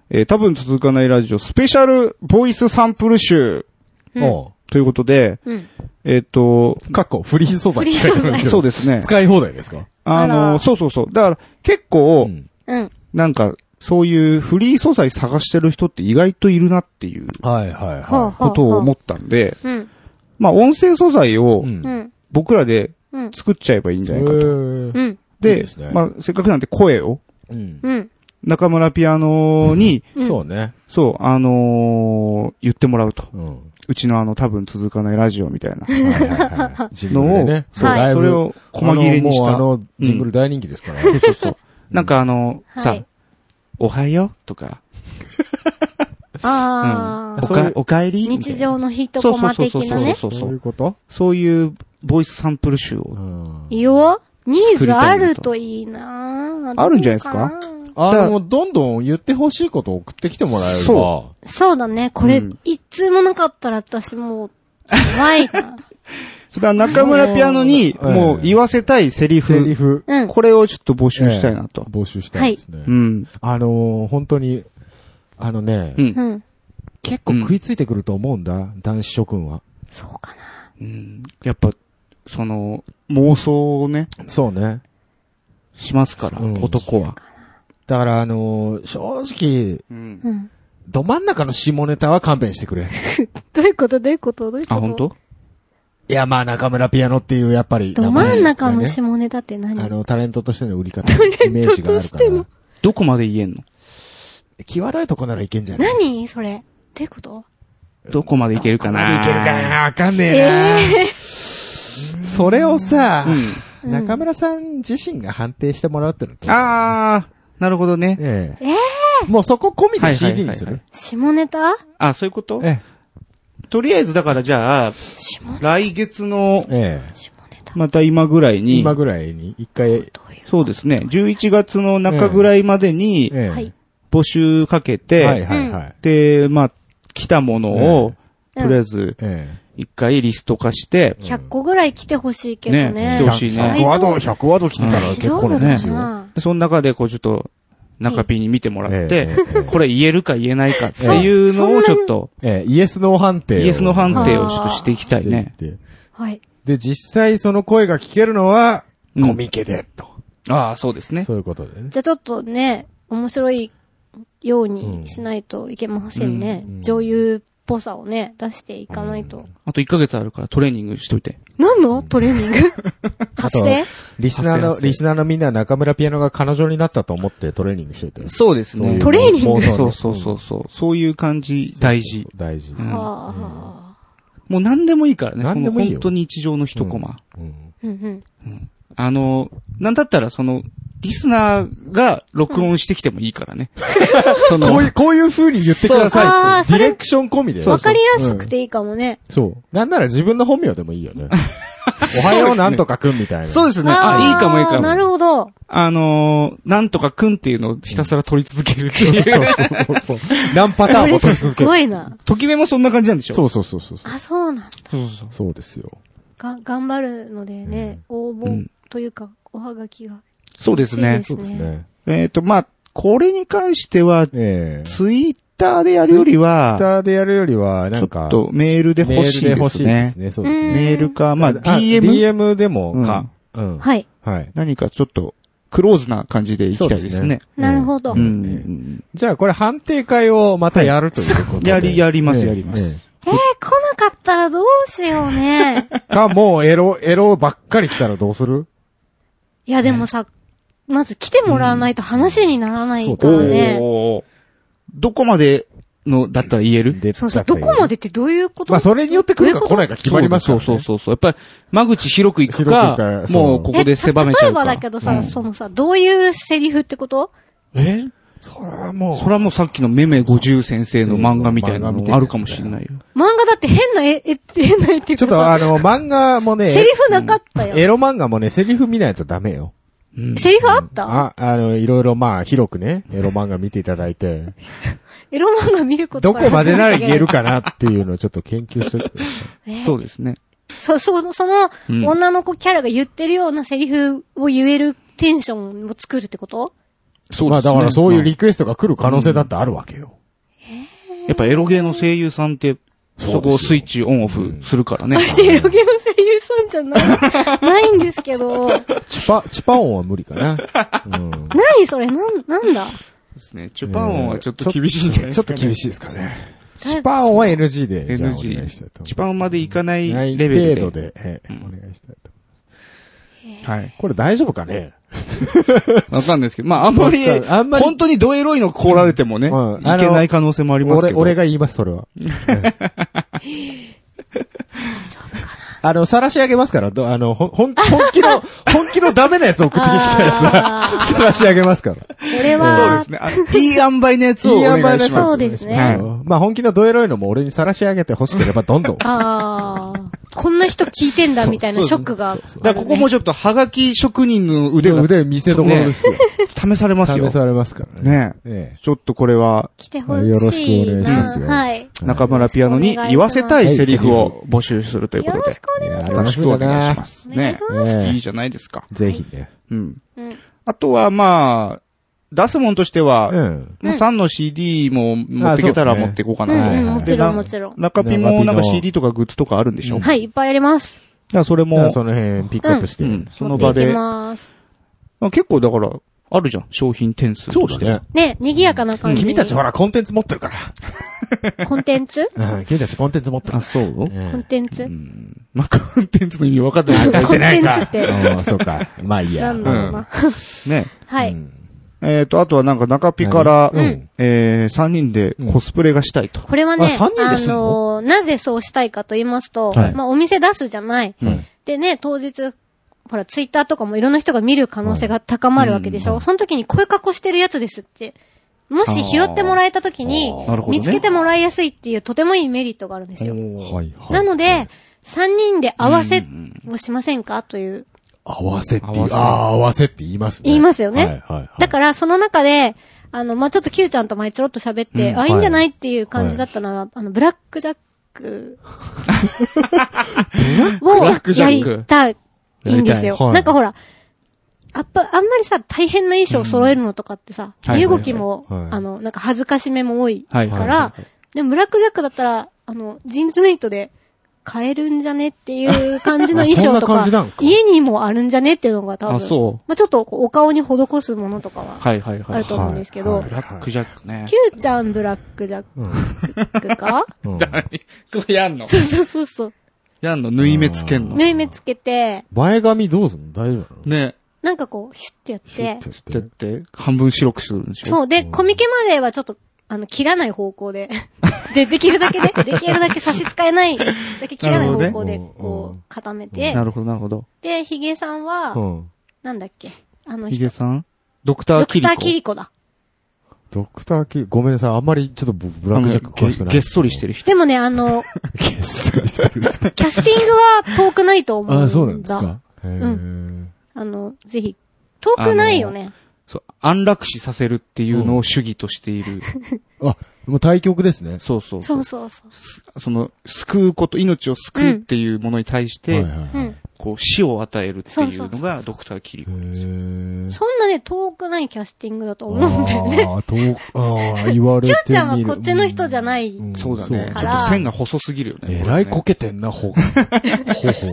B: えー多分続かないラジオスペシャルボイスサンプル集
C: うん
A: お
B: ということで、
C: うん。
B: えっ、と、
A: う。かっこ、フリー素材。
C: フリー素材
B: そうですね。
A: 使い放題ですか
B: あ
C: あ
B: の、
C: ら
B: そうそうそう。だから結構、
A: ん。
C: うん。
B: なんか、そういうフリー素材探してる人って意外といるなっていう
A: はいはい
C: ほう
A: は
C: ほ
B: こ
C: う
B: とを
C: ほ
B: 思
C: う。
B: ったんで、
C: うん。
B: まあ音声素材
A: い。
B: を
A: うん
C: う。ん。
B: 僕らで
C: うん。
B: 作っちゃえばいいんじゃないかと。
A: へえ
C: うん。
A: いい
B: で
A: ですね
B: まあせっかくなんで声を
A: うん。
C: うん。
B: 中村ピアノに、
C: うん
A: そうね。
B: そう、あのー言ってもらうと。
A: うん。
B: うちのあの、多分続かないラジオみたいな
A: はいはいはい。ジングル
B: の
A: で
B: を、
A: ね。
B: そう、
C: はい
B: それを細切れにし
A: あ
B: た。
A: のもうあの、ジングル大人気ですから。
B: そうそうそう。なんかあの、
C: はい
B: さ、おはようとか、
C: あ
B: お
C: あ、
B: か、おかえりみたい
C: 日
B: な
C: 常のヒット
B: そう
C: コ
B: そう
C: マ
B: そう
C: 的
B: そう
C: な
B: そう
C: ね。
B: そうそ
A: そういう
B: う。
A: こと
B: そういうボイスサンプル集を。
C: いいよ。ニーズあるといいな
B: あるんじゃないですか
C: どうな
D: あ
B: だから
D: の、もうどんどん言ってほしいことを送ってきてもらえれば。
B: そ
C: そうだね。これ、
B: うん
C: 一通もなかったら私もう、怖い な。
B: それから中村ピアノに
A: うん
B: もう言わせたいセリ
A: セリ
B: フ。
A: フ。
C: うん。
B: これをちょっと募集したいなと
A: ええ。募集したいですね。
B: うん。
A: あのー本当に、あのね、
B: うん
C: うん。
A: 結構食いついてくると思うんだ、男子諸君は。
C: そうかな。
B: うん。やっぱ、その、妄想をね、
A: そうね。
B: しますから、
A: うん
B: 男は。
A: だから、あのー正直、
B: うん。
C: うん。
A: ど真ん中の下ネタは勘弁してくれ。
C: どういうことどういうことどういうこ
B: あ、
C: と
B: 本当？
A: いや、まあ、中村ピアノっていう、やっぱり名
C: ど
A: 前がね、
C: 真ん中の下ネタって何、
A: あの、タレントとしての売り方、イメージがあるか
C: タレントとしての
A: ら。
B: どこまで言えんの
A: 際どいとこならいけんじゃない
C: 何それ。どういうこと
B: どこまでいけるかない
A: けるかなわかんねえな、それをさ、
B: う
C: うん
A: 中村さん自身が判定してもらうっての
B: ん。あー、なるほどね。
A: ええもうそこ込みで CD にする、
B: はいはいはいはい
C: 下ネタ
B: あ、そういうこと
A: え
B: とりあえずだからじゃあ、
C: 下ネ
B: 来月の
A: え、ええ
C: 下ネタ
B: また今ぐらいに
A: 今、ぐらいに一回、
C: どういう
B: そうですね、11月の中ぐらいまでに
A: ええ
C: はい。
B: 募集かけ
A: はい
B: て、
A: はいはい。
B: で、まあ、来たものを、とりあえず
A: ええ
B: 一回リスト化して、
C: 100個ぐらい来てほしいけどね。
B: ね来てほしいね
C: 大丈夫
A: ワード、100ワード来てたら
C: 大
A: 結
C: 丈
A: 構
C: 夫
A: な
C: か
A: んですよ。
C: な
B: でその中でこうちょっと、中 P に見てもらって
A: ええええ、
B: これ言えるか言えないかっていうのをちょっと、
A: ええイエスノー判定を。
B: イエスの判定をちょっとしていきたいね
A: し。ていって
C: はい。
A: で、実際その声が聞けるのは、
B: うん
A: コミケで、と。
B: ああ、そうですね。
A: そういうことでね。
C: じゃあちょっとね、面白いようにしないといけませんね。
A: うん
C: 女優っぽさをね、出していかないと。
B: あと1ヶ月あるからトレーニングしといて。
C: 何のトレ ーニング発声
A: リスナー
B: 発生
A: の、
B: 発生
A: リスナーのみんな中村ピアノが彼女になったと思ってトレーニングしといて。
B: そうです
A: そういう
B: ね。
C: トレーニング
A: 妄想ね
B: そうそうそうそう。そういう感じ、大事。
A: 大事。
B: うん
C: はあ。
B: もう何でもいいからね。
A: 何でもいいよ
B: その本当に日常の一コマ。
A: うん
C: うんうん。
B: あの、なんだったらその、リスナーが録音してきてもいいか らね。その
A: こういう、こういう風に言ってくだ
C: そうあ
A: さ
C: ー
A: いって。デ
C: そ
A: ィ
C: れ
A: レクション込みで。
C: わかりやすくていいかもね。
A: そう。なんなら自分の本名でもいいよ ね。おはようなんとかくんみたいな。
B: そうですね。あ、いいかもいいか
C: な
B: も。
C: るほど。あ
B: あのー、なんとかくんっていうのをひたすら取り続けるっていう。
A: そうそうそうそう。何パターンも取
C: それ
A: り
C: す
A: 続ける
C: ご。いな。
B: ときめもそんな感じなんでしょ
A: そうそうそうそう。
C: あ、そうなんだ。
B: そうそう
A: そうですよ。
C: が、頑張るのでね、応
B: う
C: 募
B: ん
C: というか、おはがきが。
B: そうですね。
A: そうですね。
B: えっと、まあ、これに関しては、
A: ええ。ツ
B: ツイッターでやるより
A: イッ
B: は、
A: ターでやるよりは、
B: ち
A: な
B: ょ
A: んか
B: っ、とメールで
A: メー
B: 欲
A: ル
B: しいで
A: です
B: ね。
A: 欲しいですね。そうですね。
B: メールか、まあ、
A: あ
B: DM、
A: DM でもか。うん。
C: はい。
A: はい。
B: 何かちょっと、クローズな感じでいきたいですね。
C: なるほど
B: う
A: うんんじゃあこれ判定会をまたやるということで。
B: はいやりやります
A: ええ
B: やります
A: え
C: えー、来なかったらどうしようね。
A: えか、もうエロ、エロばっかり来たらどうする
C: いや、でもさ、まず来てもらわないと話にならないか
A: う
C: ら
A: んそう
C: ね。
B: おーどこまねの、だったら言える
C: そうそう、どこまでってどういうこと
A: まあそれによって来るか
C: どういうこと
A: 来ないか決まりますからね
B: そうそうそうそう。やっぱり、間口広く行く
A: 広く行
B: か
A: く、か
B: もうここで狭めちゃうか。
C: えた例えばだけどさ、
B: うん
C: そのさ、どういうセリフってこと
A: えそれはも
B: それはもうさっきのめめ50先生の漫画みたいな
A: 漫画みたい
B: の
A: な
B: あるかもしれないよ。
C: 漫画だって変な絵、え、変な絵っていう
A: ちょ
C: か
A: っと
C: さ、
A: あの、漫画もね、
C: セリフなかった
A: エ
C: よ。
A: ロ漫画もね、セリフ見ないとダメよ。
B: うん
C: セリフあった
A: あ、あの、いろいろまあ、広くね、エロ漫画見ていただい て、
C: エロ漫画見ること
A: ど
C: から
A: こまでなら言えるかなっていうのをちょっと研究しといてくださ
C: え
B: そうですね。
C: そ、そ、その
B: うん
C: 女の子キャラが言ってるようなセリフを言えるテンションを作るっ てこと
A: い。
B: そ
A: まあだからそういう
B: 理
A: リクエストが来る可能性だってあるわけよ。
B: やっぱエロゲーの声優さんって、
A: そうですよ
B: そこをスイッチオンオフするからね。
C: 私、 エロゲの声優さんじゃない、ないんですけど。
A: チパ、チパ音は無理かな。うん。
C: 何それなん、なんだ
B: ですね。チュパン音はちょっと厳しいんじゃないで
A: ちょ
B: す
A: っ
B: か、
A: と
B: ね。
A: 厳しいですかね。チパンは NG で、じゃあお願いしたい
B: NG。
A: と
B: チュパンまでいかない
A: な
B: レ
A: い
B: ベルで。
A: 程度で、ええお願いしたいと。
B: はい。
A: これ大丈夫かね
B: わかんないですけど、まあ、あんまり、
A: あんまり
B: 本当にドエロいの来られてもね、
A: うんうん
B: いけない可能性 もありますけ
A: 俺、
B: ど。
A: 俺が言います、それは。あの、晒し上げますから、どあの、ほん、ほん本気 の、本気のダメなやつ送ってきたやつは
C: あ、
A: 晒し上げますから。
C: これ
B: そうで
C: は
B: す、ね。あのいい塩梅のやつをお
A: いい塩
B: 願いします。
A: 梅のやつ
C: そうですね
B: はい
A: うんまあ、本気のドエロいのも俺に晒し上げて欲しければどん どん。
C: ああ、こんな人聞いてんだみたいなショックがあるね。
B: だからここもちょっと、はがき職人の腕
A: 腕、
B: が
A: 腕見せどころですよ。
B: 試されますよ
A: 試。されますからね。
B: ねえ
A: え
B: ちょっとこれは、
C: 来てほしい
A: よろしくお願
C: な。
A: いしますよ
C: はい。
A: え。
B: 中村ピアノに言わせたいセリフを募集するというこ
C: よ
B: と
C: ろ
B: で
C: し。くお願いし
A: よろ
C: ま。
B: 楽
A: し
B: し
A: く
B: く
A: お
B: お
A: 願いし
B: 願い
A: ま
B: しますす。
C: お願い
B: ね
C: し。ます。
A: ええ
B: いいじゃないですか。
A: ぜひね。
B: うん。
C: うん
B: あとは、まあ、出すもんとしては、
A: うん。
B: もう3の CD も持っていけたら持っていこうか
C: う
B: な。
C: んうん、
A: はい
C: もちろんもちろん。
B: 中ピもなん
A: 中
B: か
A: ピの
B: CD とかグッズとかあるんでしょ、
A: うん
B: だか
C: はい、いっぱいあります。
B: らそれも、
A: その辺ピックアップして。
B: うんその
C: 持
B: 場
C: っていき
B: で、
C: ます。
B: まあ結構だから、あるじゃん。商品点数として。
A: ね。
C: ね、賑やかな感じ。
A: 君たちほら、コンテンツ持ってるか
C: コンテンツ
A: ら。うん、君たちコンテンツ持ってる
B: あ、そう、
A: え
C: コンテンツ
B: まあ、コンテンツの意味分かってない。
C: コンテンツって。
A: えうんそうか。まあいいや。
C: なんだろうな。
B: ね。
C: は
A: う
C: い。
A: ん
B: えっ、と、あとはなんか中ピから、
A: うん
B: えー、3人でコスプレがしたいと。
C: これはね、
A: あ三人
C: あ
A: ですんの
C: の、なぜそうしたいかと言いますと、
A: はい
C: まあお店出すじゃない。
A: はい
C: でね、当日、ほら、ツイッターとかもいろんな人が見る可能性が高まるわけでしょ、その時にこういう格好してるやつですって。もし拾ってもらえた時に
B: あーなる、ほどね
C: 見つけてもらいやすいっていうとてもいいメリットがあるんですよ。
A: はいはい。
C: なので、3人で合わせをしませんかという。
A: 合わせって
B: 合わせ
A: ああー、合わせって言いますね。
C: 言いますよね
A: はいはいはい。
C: だから、その中で、あの、まあ、ちょっと Q ちゃんと前ちょろっと喋って、あ、いいんじゃないっていう感じだったのは、あの、ブラックジャッ クを
B: ラックジャッ
C: やり
B: ク
C: たいんですよ
A: やりたいは。い
C: なんかほら、あっぱ、あんまりさ、大変な衣装揃えるのとかってさ、
B: はい
C: 身動きも、
A: はい
C: あの、なんか恥ずかしめも多い
B: はい
C: から、でもブラックジャックだったら、あの、ジーンズメイトで買えるんじゃねっていう感じの衣
A: あそ
C: 装
A: んな
C: と
A: 感
C: か
A: じなんです、か
C: 家にもあるんじゃねっていうのが多分、
B: あ、そう。
C: まあ、ちょっとこうお顔に施すものとかは
B: はいはいはい。
C: あると思うんですけど、
A: はい
B: ブラックジャックね。
C: キューちゃんブラックジャックか、
A: うん
B: これやんの
C: そうそうそうそう。
B: やんの、縫い目つけんの。
C: 目目つけて、
A: 前髪どうすんの大丈夫なの
B: ね。
C: なんかこう、ヒュッてやっ
A: シュッ
C: て、
A: とし。
B: だってて、半分白くするんでしょう。
C: そう。で、コミケまではちょっと、あの、切らない方向で。で、できるだけね、できるだけ差し支えない、だけ切らない方向
A: な
C: で、
A: るほどね
C: こ
A: うん
C: う、固めて
B: な。るほどなるほど。
C: で、ヒゲさんは、
A: うん。
C: なんだっけあの
B: ヒ
C: 人、
B: ゲさんドクタ
C: ド
B: ーキ
C: ク
B: リ
C: タ
B: コ。
C: ーキリコだ。
A: ドクターキごめんなさい。あんまりちょっと僕ブラックジャック詳しくない。
B: げっそりしてる人。
C: でもね、あの、
A: げっそりしてる。
C: キャスティングは遠くないと思うん
A: あ
C: だ。
A: あ、そうなんですか。へ
C: う
A: え。
C: あの、ぜひ、遠くないよね。
B: そう。安楽死させるっていうのを主義としている。
A: あ、もう対局ですね。
B: そうそう
C: そ
B: そうう。
C: そうそう。
B: その、救うこと、命を救うっていうものに対し
A: はい
B: て
A: は、いは
C: う
A: い。
C: ん。
B: こう、死を与えるって
C: そう
B: い
C: そううそ
B: の
C: う
B: がドクターキリコ。
A: へえ。
C: そんなね、遠くないキャスティングだと思うんだよね。
A: ああ、遠く、ああ、言われてみる。
C: キュンちゃんはこっちの人じゃない
A: んん
B: そうだね。
C: か
B: ちょ
C: ら
B: っと線が細すぎるよね。
A: えらいこ
B: こ
A: けてんな、ほ、ほほ。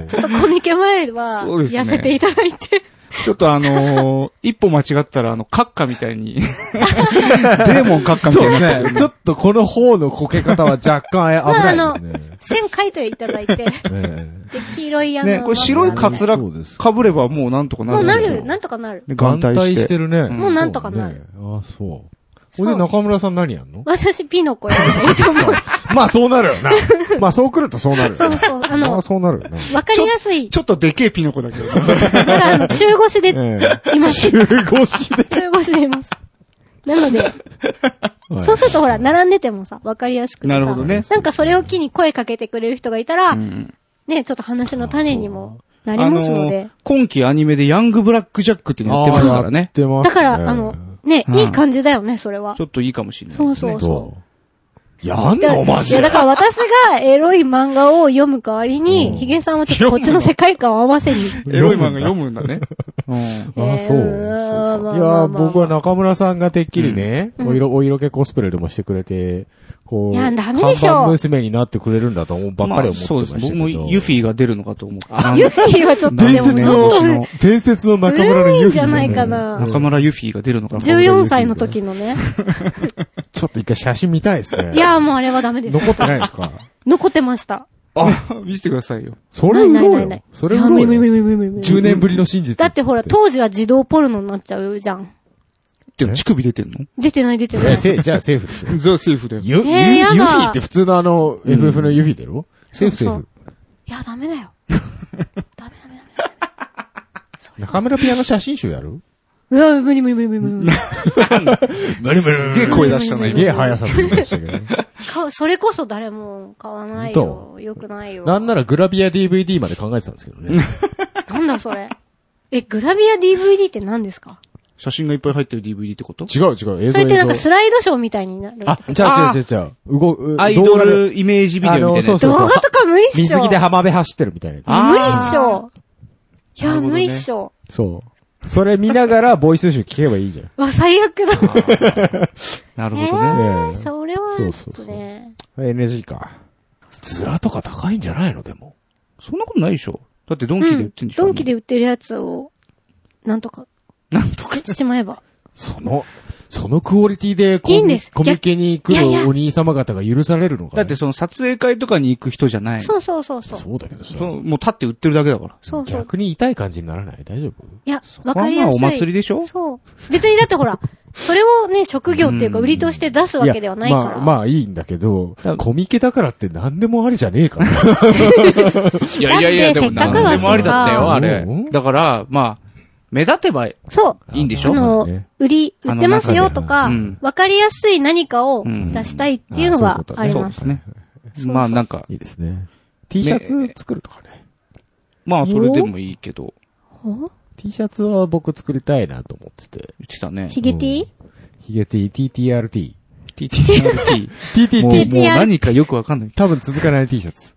C: ちょっとコミケ前は、
B: そうですね
C: 痩せていただいて。
B: れねちょっとあのー、一歩間違ったら、あの、閣下みたい に、デーモン閣下みたいになってる
A: ね、ちょっとこの方のこけ方は若干危ないですね。
C: 線描いていただいて。で、
A: え
C: 黄色いあの。
B: ね、これ白い
C: まあ
B: カツラ
A: そうです
B: かぶればもうなんとかな
C: もう
B: る。
C: なる、なんとかなる。
A: え
B: で眼帯して。
A: るね。
C: もうなんとかな
A: そ
C: る
A: うね。ああ、そう。
C: そう
A: ほんで中村さん何やんの
C: 私、ピノコやりたいと思う。
A: まあそうなるよな。 まあそう来るとそうなるよ
C: そ うそう。
A: ま
C: あの
A: あ、そうなるよな。
C: わかりやすい。
B: ちょっとでけえピノコだ けど。
C: だから、あの、中腰で、
A: え
C: います。
A: え。15しで。
C: 中腰でいます。なので、そうするとほら、並んでてもさ、わかりやすくてさ
B: なるほどね
C: なんかそれを機に声かけてくれる人がいたら、ね、ちょっと話の種にもなりますので。
B: 今期アニメでヤングブラックジャックっていうのやってますから
A: やっ
B: ね。
A: てますね
C: だから、あの、ね、
B: うん
C: いい感じだよね、それは
B: ちょ。っといいかもしれないです
C: そ
B: ね。
C: うそうそ
A: そう。やん
C: う。だ
A: のマ
C: い
A: ジ
C: や、
A: で。
C: だから私がエロい漫画を読む代わりに、ヒゲさんはちょっとこっちの世界観を合わせに。
B: エロい漫画読むんだね。うん。
A: あ、
C: えー
A: そう。
C: まあまあ
A: い
C: ま
A: や
C: あ
A: ー、
C: まあ
A: 僕は中村さんがてっきりね、
C: うん
A: お色、お色気コスプレでもしてくれて、こう、
C: いやダメでしょ
A: 看板娘になってくれるんだと思うばっかり思ってましたけど。
B: そうです。僕もユフィが出るのかと思う。
C: ユッキーはちょっとで
A: 伝
C: も、
A: 説
C: ち
A: の
C: ょっ
B: ちょっ、
A: 伝説の
C: と
A: 中村の
C: 古い
A: ユフィ
C: んじ
A: だ
C: ゃ
A: ね、
C: ないかな。
B: 中村ユフィが出るのかと思う。
C: 14歳の時のね。
A: ちょっと一回写真見たいですね。
C: いやーもうあれはダメです。
A: 残ってないです か
C: 残ってました。
B: あ、見せてくださいよ。
A: それ
C: ない
A: 売ろ
C: ないな
A: う
C: い
A: よ
C: ない。。
A: それ
C: い
A: 売
C: や無理無理無
A: ろうよ。
C: 理無理無理無理。
A: 10年ぶりの真実。
C: だってほら、当時は児童ポルノになっちゃうじゃん。
B: でも乳首出てん
C: 出てない出て
A: い
C: な
A: や
C: い。
A: せじゃあセーフでしょ。
B: のザ・セーフだよ。
A: ユ、ユユフ
C: やだ
A: ィって普通のあの、FF のユフィだろセーフセー
C: そう
A: フ。
C: いや、ダメだよ。
A: 中村ピアの写真集やる
C: うわ、無理無理無理無理無
A: 無
C: 理。
A: 理無理
B: すげえ声出した
C: 無
B: ね、
C: 理
A: す
B: 今
A: げえ速さで言いましたけどね。
C: 買うそれこそ誰も買わないよ
A: ど。
C: よくないよ。
A: なんならグラビア DVD まで考えてたんですけどね。
C: なんだそれ。え、グラビア DVD って何ですか
B: 写真がいっぱい入ってる DVD ってこと
A: 違う違う、映
C: そ
A: 像
C: れってなんか
A: 映像。
C: スライドショーみたいになるってこ
A: あ、
C: と。
A: 違う違う違う違う。動く、
B: アイドルイメージビデオみたいなやつ。
A: あのそうそう
C: 動画とか無理っしょ。
A: 水着で浜辺走ってるみたいなや
B: あ
C: 無理っしょ。い
B: な
C: や、
B: るほど
C: 無
B: ね
C: 理っしょ。
A: つ。そう。それ見ながらボイス集聞けばいいじゃん。
C: うわ、最悪だ。
B: なる
C: え
B: ほどね。
C: ー、
A: ね
C: それは、
A: そう
C: ちょ
A: そ
C: っ
A: う
C: と
A: そう
C: ね。
A: NG か。ズラとか高いんじゃないのでも。
B: そんなことないでしょだってドン
C: う
B: キで売ってん
C: ん
B: でしょ
C: ドンキで売ってるやつを、なんとか、
B: なんとか。
C: ししまえば。
A: その、そのクオリティでコ
C: いいんです
A: コミケに来
C: いやいや
A: るお兄様方が許されるのか
B: だ
A: な
B: ってその撮影会とかに行く人じゃない。
C: そうそうそうそう。
A: そうだけどさ
B: そ。のもう立って売ってるだけだから。
C: そうそう。
A: 逆に痛い感じにならない大丈夫
C: いや、わかりやすい。
B: まあまあお祭りでしょ
C: そう。別にだってほら、それをね、職業っていうか
B: うん
C: 売りとして出すわけではないから。
A: まあ、まあいいんだけど
B: だ、
A: コミケだからって何でもありじゃねえ から。
B: い
C: やいやいやだってでもせっかくだしさ
B: でもありだったよ、あれ
A: うん。
B: だから、まあ、目立てばい
C: そう。
B: いんでし
C: あ
B: ょ
C: の、
A: ね
C: 売り、売ってますよとか
B: あの中でうん、
C: わかりやすい何かを
B: うん
C: 出したいっていうのがあり
B: そう
C: ま。
B: ですすね。まあなんか、
A: いいですね。T シャツ作るとかね。
B: まあそれでもいいけど、
C: お
A: T シャツは僕作りたいなと思ってて。
B: 言ってたね
C: ヒ。ゲティ
A: ヒゲ T、TTRT。
B: TTRT。もう
A: TTT。
B: もう何かよくわかんない。
A: 多分続かない T シャツ。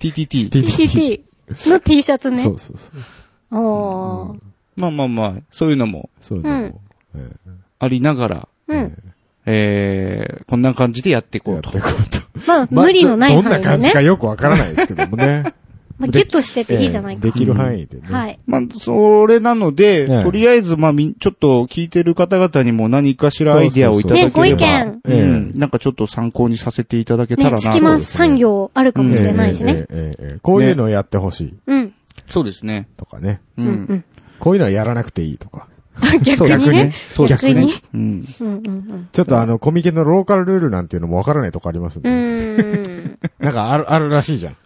B: TTT。
C: ?TTT の T シャツね
A: そ。うそうそう。
C: おー。
B: まあまあまあ、そういうのも
A: そういうのも。ええ
B: ありながら、
C: うん。
B: えー、こんな感じでやっていこ
A: や
B: う
A: っ
B: と
A: て。いこうと。
C: まあ、無理のない
A: まあ
C: 範
A: どんな
C: 囲で
A: 感じか
C: ね。
A: よくわからないですけどもね。
C: まあ、ギュッとして ていいじゃない
A: ええ
C: か
A: で。きる範囲でね。
C: はい。
B: まあ、それなので、
A: ええ
B: とりあえず、まあ、みん、ちょっと聞いてる方々にも何かしらアイデアをいただければ。
C: ね、ご意見。
B: う
A: ええ
B: ん。なんかちょっと参考にさせていただけたら
C: ね、
B: な。
C: 隙間産業あるかもしれないしね。
A: ええ。ええええこういうのをやってほしい
C: うん。
B: そうですね。
A: とかね。
B: う。
C: うんん。
A: こういうのはやらなくていいとか。
C: うん。逆
B: そう
C: にね。
B: そうです
C: 逆に
B: ね。。うん。
C: うんうんうん。
A: ちょっとあの、コミケのローカルルールなんていうのもわからないとこありますん
C: う
A: でね。
C: ーん。
A: なんかある、あるらしいじゃん。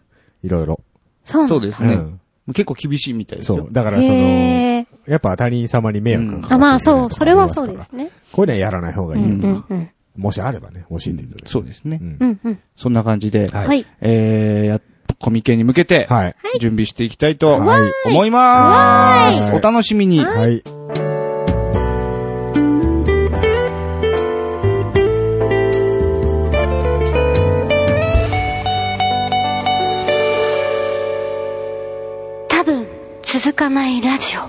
A: いろいろ。
C: そう
B: そう
C: で
B: です
A: う
B: ね。
A: ん。
B: 結構厳しいみたいです
A: そ
B: よ
A: う。。だからその、
C: へー
A: やっぱ他人様に迷惑がかか
C: あ、まあそう、それはそう
A: す
C: で
A: から
C: すね。
A: こういうのはやらない方がいいよ
C: う
A: と
C: ん
A: か、
C: うん。
A: もしあればね、教えていただきたい。
B: そうですね
A: う。ん
C: うんうん。
B: そんな感じで、
C: はい。
B: えー、やコミケに向けて、
A: はい。
B: 準備していきたいと
A: はい
B: 思います。
A: はい
B: お楽しみに。
A: はい。
C: 多分、続かないラジオ。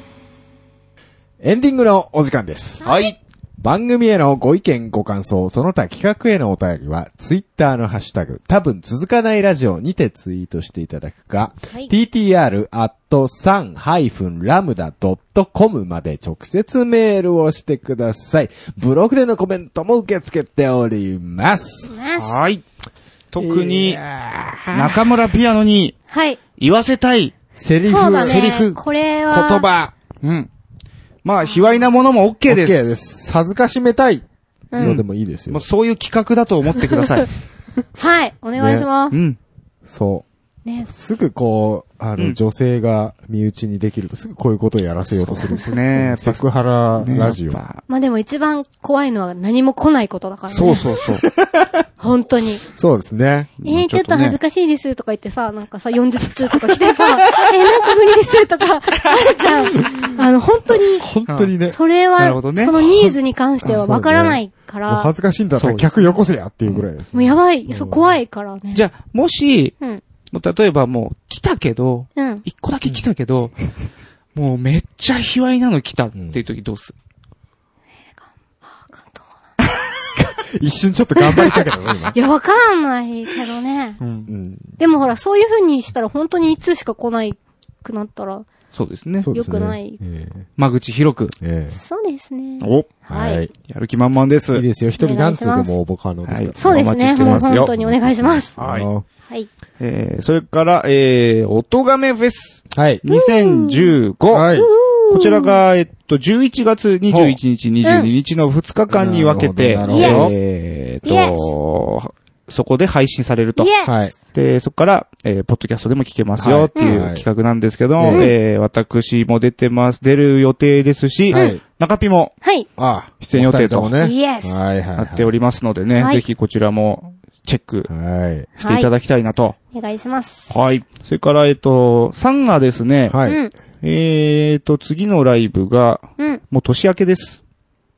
A: エンディングのお時間です。
B: はい。
A: 番組へのご意見、ご感想、その他企画へのお便りは、ツイッターのハッシュタグ、多分続かないラジオにてツイートしていただくか、
C: はい
A: ttr.san-lambda.com まで直接メールをしてください。ブログでのコメントも受け付けております。
C: は
B: はい。特に
A: い、やー
B: 中村ピアノに
C: はい。
B: 言わせたい。
A: セリフ、
C: そうだね。
A: セリフ、
C: これ
A: 言
C: は、
A: 葉。
B: うん。まあ、卑猥なものも OK です。
A: OK です。恥ずかしめたい。
C: うん
A: のでもいいですよ。
B: もうそういう企画だと思ってく ださい。
C: はい。お願いしま
B: う
C: す。
B: ん。
A: そ
C: ね
A: う。。すぐこう、あの、
B: うん
A: 女性が身内にできるとすぐこういうことをやらせようとする。
B: ですね。やっ
A: セ
B: ぱ
A: クハララジオ。
B: ねやっぱ
C: まあでも一番怖いのは何も来ないことだからね。
B: そうそう そう。
C: 本当に。
A: そうですね。
C: え
B: も
C: ー、
B: う
C: ちょっと
B: ね
C: 恥ずかしいですとか言ってさ、なんかさ、40通とか来てさ、え ー、なんか無理ですとか、あるじゃん。あの、本当に、
A: 本当にね。
C: それ
B: な
C: は、
B: るほ
C: そ
B: どね
C: のニーズに関しては
A: あそうだね
C: わからないか
A: もう
C: ら、
A: 恥ずかしいんだった
B: そ
A: ら
B: うです
A: 客よこせやっていうぐらいです。
C: もうやばい、
A: ん
C: そう、怖いからね。
B: じゃあ、もし、
C: うん。
B: もう例えばもう来たけど、
C: うん。
B: 一個だけ来たけど、もうめっちゃ卑猥なの来たっていう時どうする、
A: 一瞬ちょっと頑張りたけどね、今。
C: いや、わからないけどね。
A: うん。
C: でもほら、そういう風にしたら本当に一通しか来ないくなったら、
B: そうですね
A: そ。うですね。
C: 良くない
A: え
B: 間口広く。
A: えええ
C: そうですね。
B: お
C: はい
A: はい。
B: やる気満々で
A: いい
B: す。
A: ですよ。一人何通でも応募可能ですから
B: はい
C: そうです
B: お待ち
C: ね。
B: して
C: もう
B: ますよ
C: 本当にお願いします。
B: はい
A: あの
C: はい。
B: えー、それから、えー、音亀フェス
A: はい。
B: 2015。
A: はい。
B: こちらが、えっと、11月21日、22日の2日間に分けて、
A: な
C: るほどなるほ
B: えーっ
C: イエ
B: と、そこで配信されると
C: イ。エス、
A: はい。
B: で、そこから、えーポッドキャストでも聞けま
A: は
B: す
A: い
B: よってい
A: は
B: う
A: い
B: 企画なんですけど
A: う
B: も、
A: ん
B: えー私も出てます、出る予定ですし、
A: はい
B: 中ピも
C: はい。
A: ああ、
B: 出演予定と
A: お二人もね。
C: イエス
A: はいはい、
B: な
A: は
B: っておりますのでね、
C: はい
B: ぜひこちらもチェック
A: い。はい。
B: していただきたいなと。
C: お願いします。
B: はい。それから、えっと、3がですね、
A: はい。
C: うん。
B: えーと、次のライブが、
C: うん。
B: もう年明けです。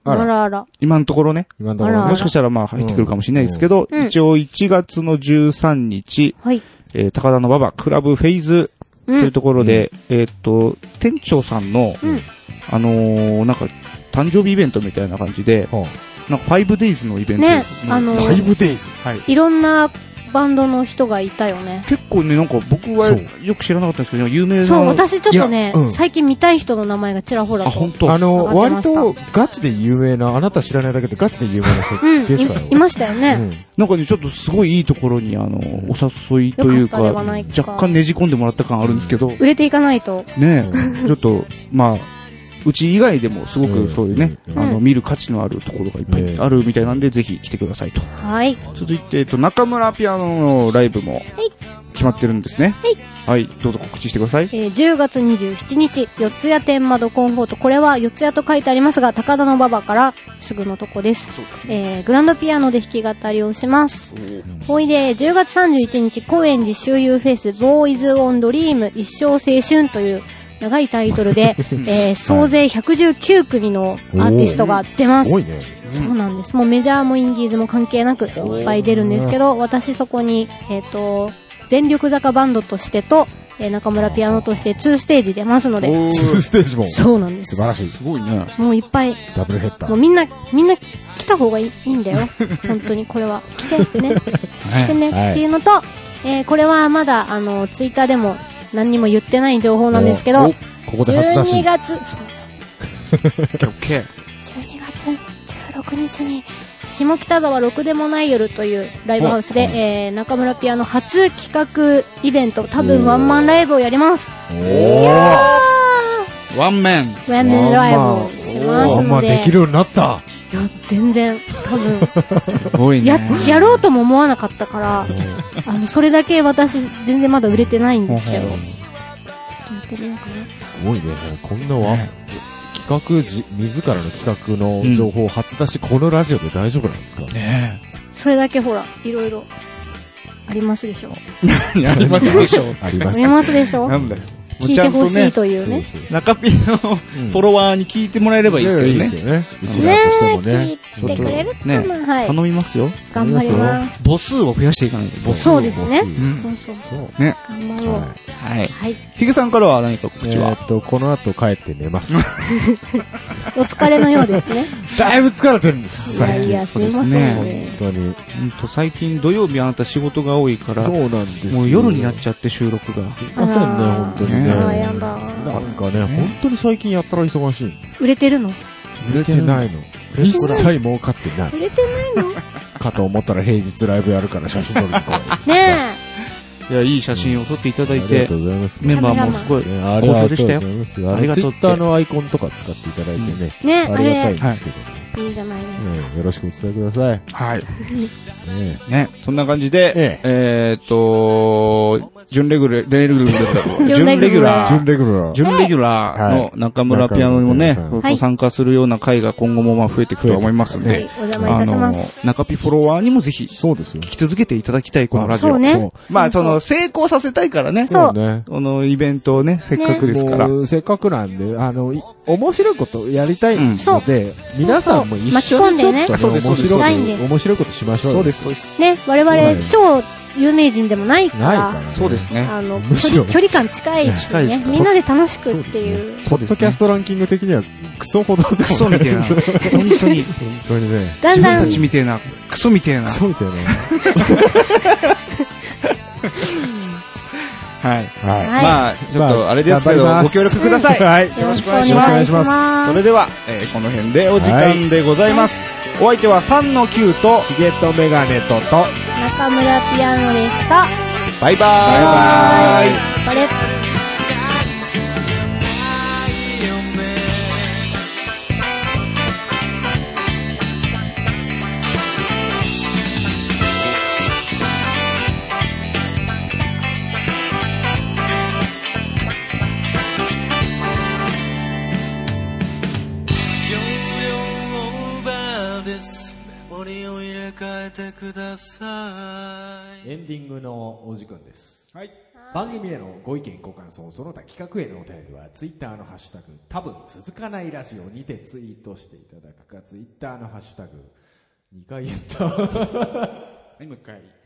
C: あ
A: あら
C: らあら。
B: 今のところね。
A: 今のところ
C: あら
A: ね
B: もしかしたらまあ入ってくるかもしれないですけど、
C: うん
B: 一応1月の13日、
C: はい。
B: えー高田の馬場クラブフェイズと
C: う。
B: いうんところで、えーっと、店長さんの、
C: うん
B: あのーなんか、誕生日イベントみたいな感じで、
A: ほう
B: なんか 5days のイベント。
C: ねあのーライブ
B: デイズはい。
C: いろんなバンドの人がいたよね。
B: 結構ね、なんか僕は
A: そう
B: よく知らなかったんですけど、有名な。
C: そう、私ちょっとね
A: いやう、ん
C: 最近見たい人の名前がちらほら
B: あ、本
C: と。
B: 当。
A: あの、
C: わか
A: 割
C: ってました
A: とガチで有名な、あなた知らないだけでガチで有名な
C: うん
A: 人でしたよ。
C: い、いましたよ
A: う
C: ね。
A: ん
B: なんかね、ちょっとすごいいいところに、あの、お誘いというか、
C: よかったではないか
B: 若干ねじ込んでもらった感あるんですけど、
C: 売れていかないと。
B: ね、ちょっと、まあ、うち以外でもすごくそういうね、
A: うん
B: あの、見る価値のあるところがいっぱいあるみたいなんで、ぜひ来てくださいと。
C: はい。
B: 続いて、えっと、中村ピアノのライブも
C: い
B: 決まってるんですね。
C: はい。
B: どうぞ告知してください。
C: えー10月27日、四谷天窓コンフォート。これは四谷と書いてありますが、高田の馬場からすぐのとこです。
B: そう
C: えーグランドピアノで弾き語りをします。ほいで、10月31日、高円寺周遊フェス、ボーイズ・オン・ドリーム、一生青春という長いタイトルで、えー総勢119組のアーティストが出ます
A: すご。いね。
C: そうなんです。もうメジャーもインディーズも関係なくいっぱい出るんですけど、私そこに、えっ、と、全力坂バンドとしてと、えー中村ピアノとして2ステージ出ますので、
B: おー
A: 2ステージも。素
C: そうなんです
A: 晴。らしい。
B: すごいね。
C: もういっぱい、
A: ダブルヘッダ
C: もう
A: ー。
C: みんな、みんな来た方がいいいいんだ よ。本当にこれは。来てってね。来てね
A: はい
C: っていうのと、えーこれはまだ、あの、ツイッターでも何にも言ってない情報なんですけ
A: おお
C: ど、
A: ここで初出
C: 12
A: し。
C: 月、そう
B: オッケーオッケー。
C: 12月16日に下北沢ろくでもない夜というライブハウスで、えー、中村ピアノ初企画イベント多分ワンマンライブをやります
A: お
B: ワンメン。
C: ラーメンライブをします
A: おま
C: の
A: あ
C: で
A: できるようになった。
C: いや全然多分
B: すごい
C: ややろうとも思わなかったからあのそれだけ私全然まだ売れてないんですけどちょっとやってみようかな
A: すごいね。こんなわ。企画じ、自らの企画の情報を初出し、このラジオで大丈夫なんですか
B: ね
C: それだけほらいろいろありますでしょ
B: え。 やりますでしょ。
A: あり
C: あ
A: ま
C: り
A: す。
C: ますでしょ
B: なんだよ。
C: 聞いてほしい
B: もうちゃんとね、
C: というね
B: 中ピアノフォロワーに聞いてもらえればいいですけど
A: いやい
B: ね
A: い。どね。うち
C: ね
A: らとしても
C: 聞い
A: ね。
C: てくれるかな、
B: ね
C: はい
B: 頼みますよ。
C: 頑張ります
B: 母数を増やしていかないと。母
C: そうですね。
B: ん
C: そうそうそう。
A: そう。
B: ね。
C: 頑張ろう。
A: はい
B: はい。
C: はい。
B: ヒゲさんからは何か
A: え
B: 告知は
A: ーっと、この後帰って寝ます。
C: お疲れのようですね。
A: だいぶ疲れてるんです。
C: いやいや、す
B: そう
C: み
B: です
C: ま
B: ね
C: せん
A: 本
C: ね。
A: 当に。
B: うんと最近土曜日あなた仕事が多いから、
A: そうなんですよ。
B: もう夜になっちゃって収録が。
A: すいませんね、本当にね。
B: ね
C: あーやだ
A: なんかね、本当に最近やったら忙しいの。
C: 売れてるの
A: 売れてないの。一切儲かってない。
C: 売れてない のね
A: かと思ったら平日ライブやるから写真撮りに行こう。
B: いや、いい写真を撮っていただ
A: あ
B: い
A: りが
B: て
A: と、うございます。
B: メンバーもすごい
A: ねあ
B: 好
A: りがと
B: 評
A: うご
B: でした
A: ざい
B: よ。
A: ます。
B: あ
A: あ
B: りが
A: の、
B: と
A: ツイ
B: うって
A: ッターのアイコンとか使っていただいてね。
C: え、ねえ、あ
A: ありがたいん
C: れ、
A: ですけどね。
C: いいじゃないです
A: う
C: か。
A: んよろしくお伝えください。
B: はい。
A: ね
B: ね、そんな感じで、えーっと、準レギュラー、レギュラー、準
C: 準
B: レ
C: レ
B: ギ
C: ギ
B: ュ
C: ュ
B: ラ
C: ラ
A: え準
B: ー。
A: レギュラー。
B: 準レギュラーの中村ピアノにもね、
A: はい
B: こう
C: はい
B: こう参加するような会が今後もまあ増えていくとは思いますん
C: はい、
B: で、
C: お邪魔いたします。
B: 中ピフォロワーにもぜひ、聞
A: そうですよ。
B: き続けていただきたい、このラジ
C: そ
B: オ
C: う。ね。
B: まあ、その、成功させたいからね。
C: そう
A: ね。
B: このイベントをね、せっかくですから。
A: もうせっかくなんで、あの、い面白いことやりたい
C: そ
A: の
C: う
A: で、皆さんも一緒にち
C: 巻き込
A: ょ
C: んでね
A: っとね
B: そうですそう
A: 面
B: です
A: 白
C: したい
A: い
C: ん
A: こ
C: で
A: と、面白いことしましょうよ。
B: そうです、そうです。
C: ね、我々、
A: は
C: 超有名人でもないか
A: ないから
C: ら、
A: ね。
B: そうですね。
C: あの、
A: む
C: 距
A: しろ
C: 離距離感近いし
B: 近いで
C: ね
B: すか、ら
C: みんなで楽しくっていう。
A: ポッドキャストランキング的にはクソほどでも
B: クソみてえな。本当に。
A: 本当にね。
C: だん
B: 自
C: だ
B: 分た
C: ん
B: ち、みてえな。クソみてえな
A: ク。ソみたいな。
B: はい。
A: はい。
C: は。
B: まあ、ちょっとあれですけど、
A: まあ
B: ご協力ください。
A: はい
C: よろしくお
B: よろしくお
C: 願
B: 願
C: い
A: い
C: し
A: し
C: ま。
A: ますす
B: それでは、えーこの辺でお時間でございます。お相手は3の9と、
A: ヒゲとメガネとと、
C: 中村ピアノでした。
B: バイバーイ。
C: バイバイ。あれ
E: 「ですメモリーを入れ替えてください
A: エンディングのお時間です。
B: はい。
A: 番組へのご意見、ご感想、その他企画へのお便りは、ツイッターのハッシュタグ、多分続かないラジオにてツイートしていただくか、ツイッターのハッシュタグ、2回言った。
B: はい、もう一回。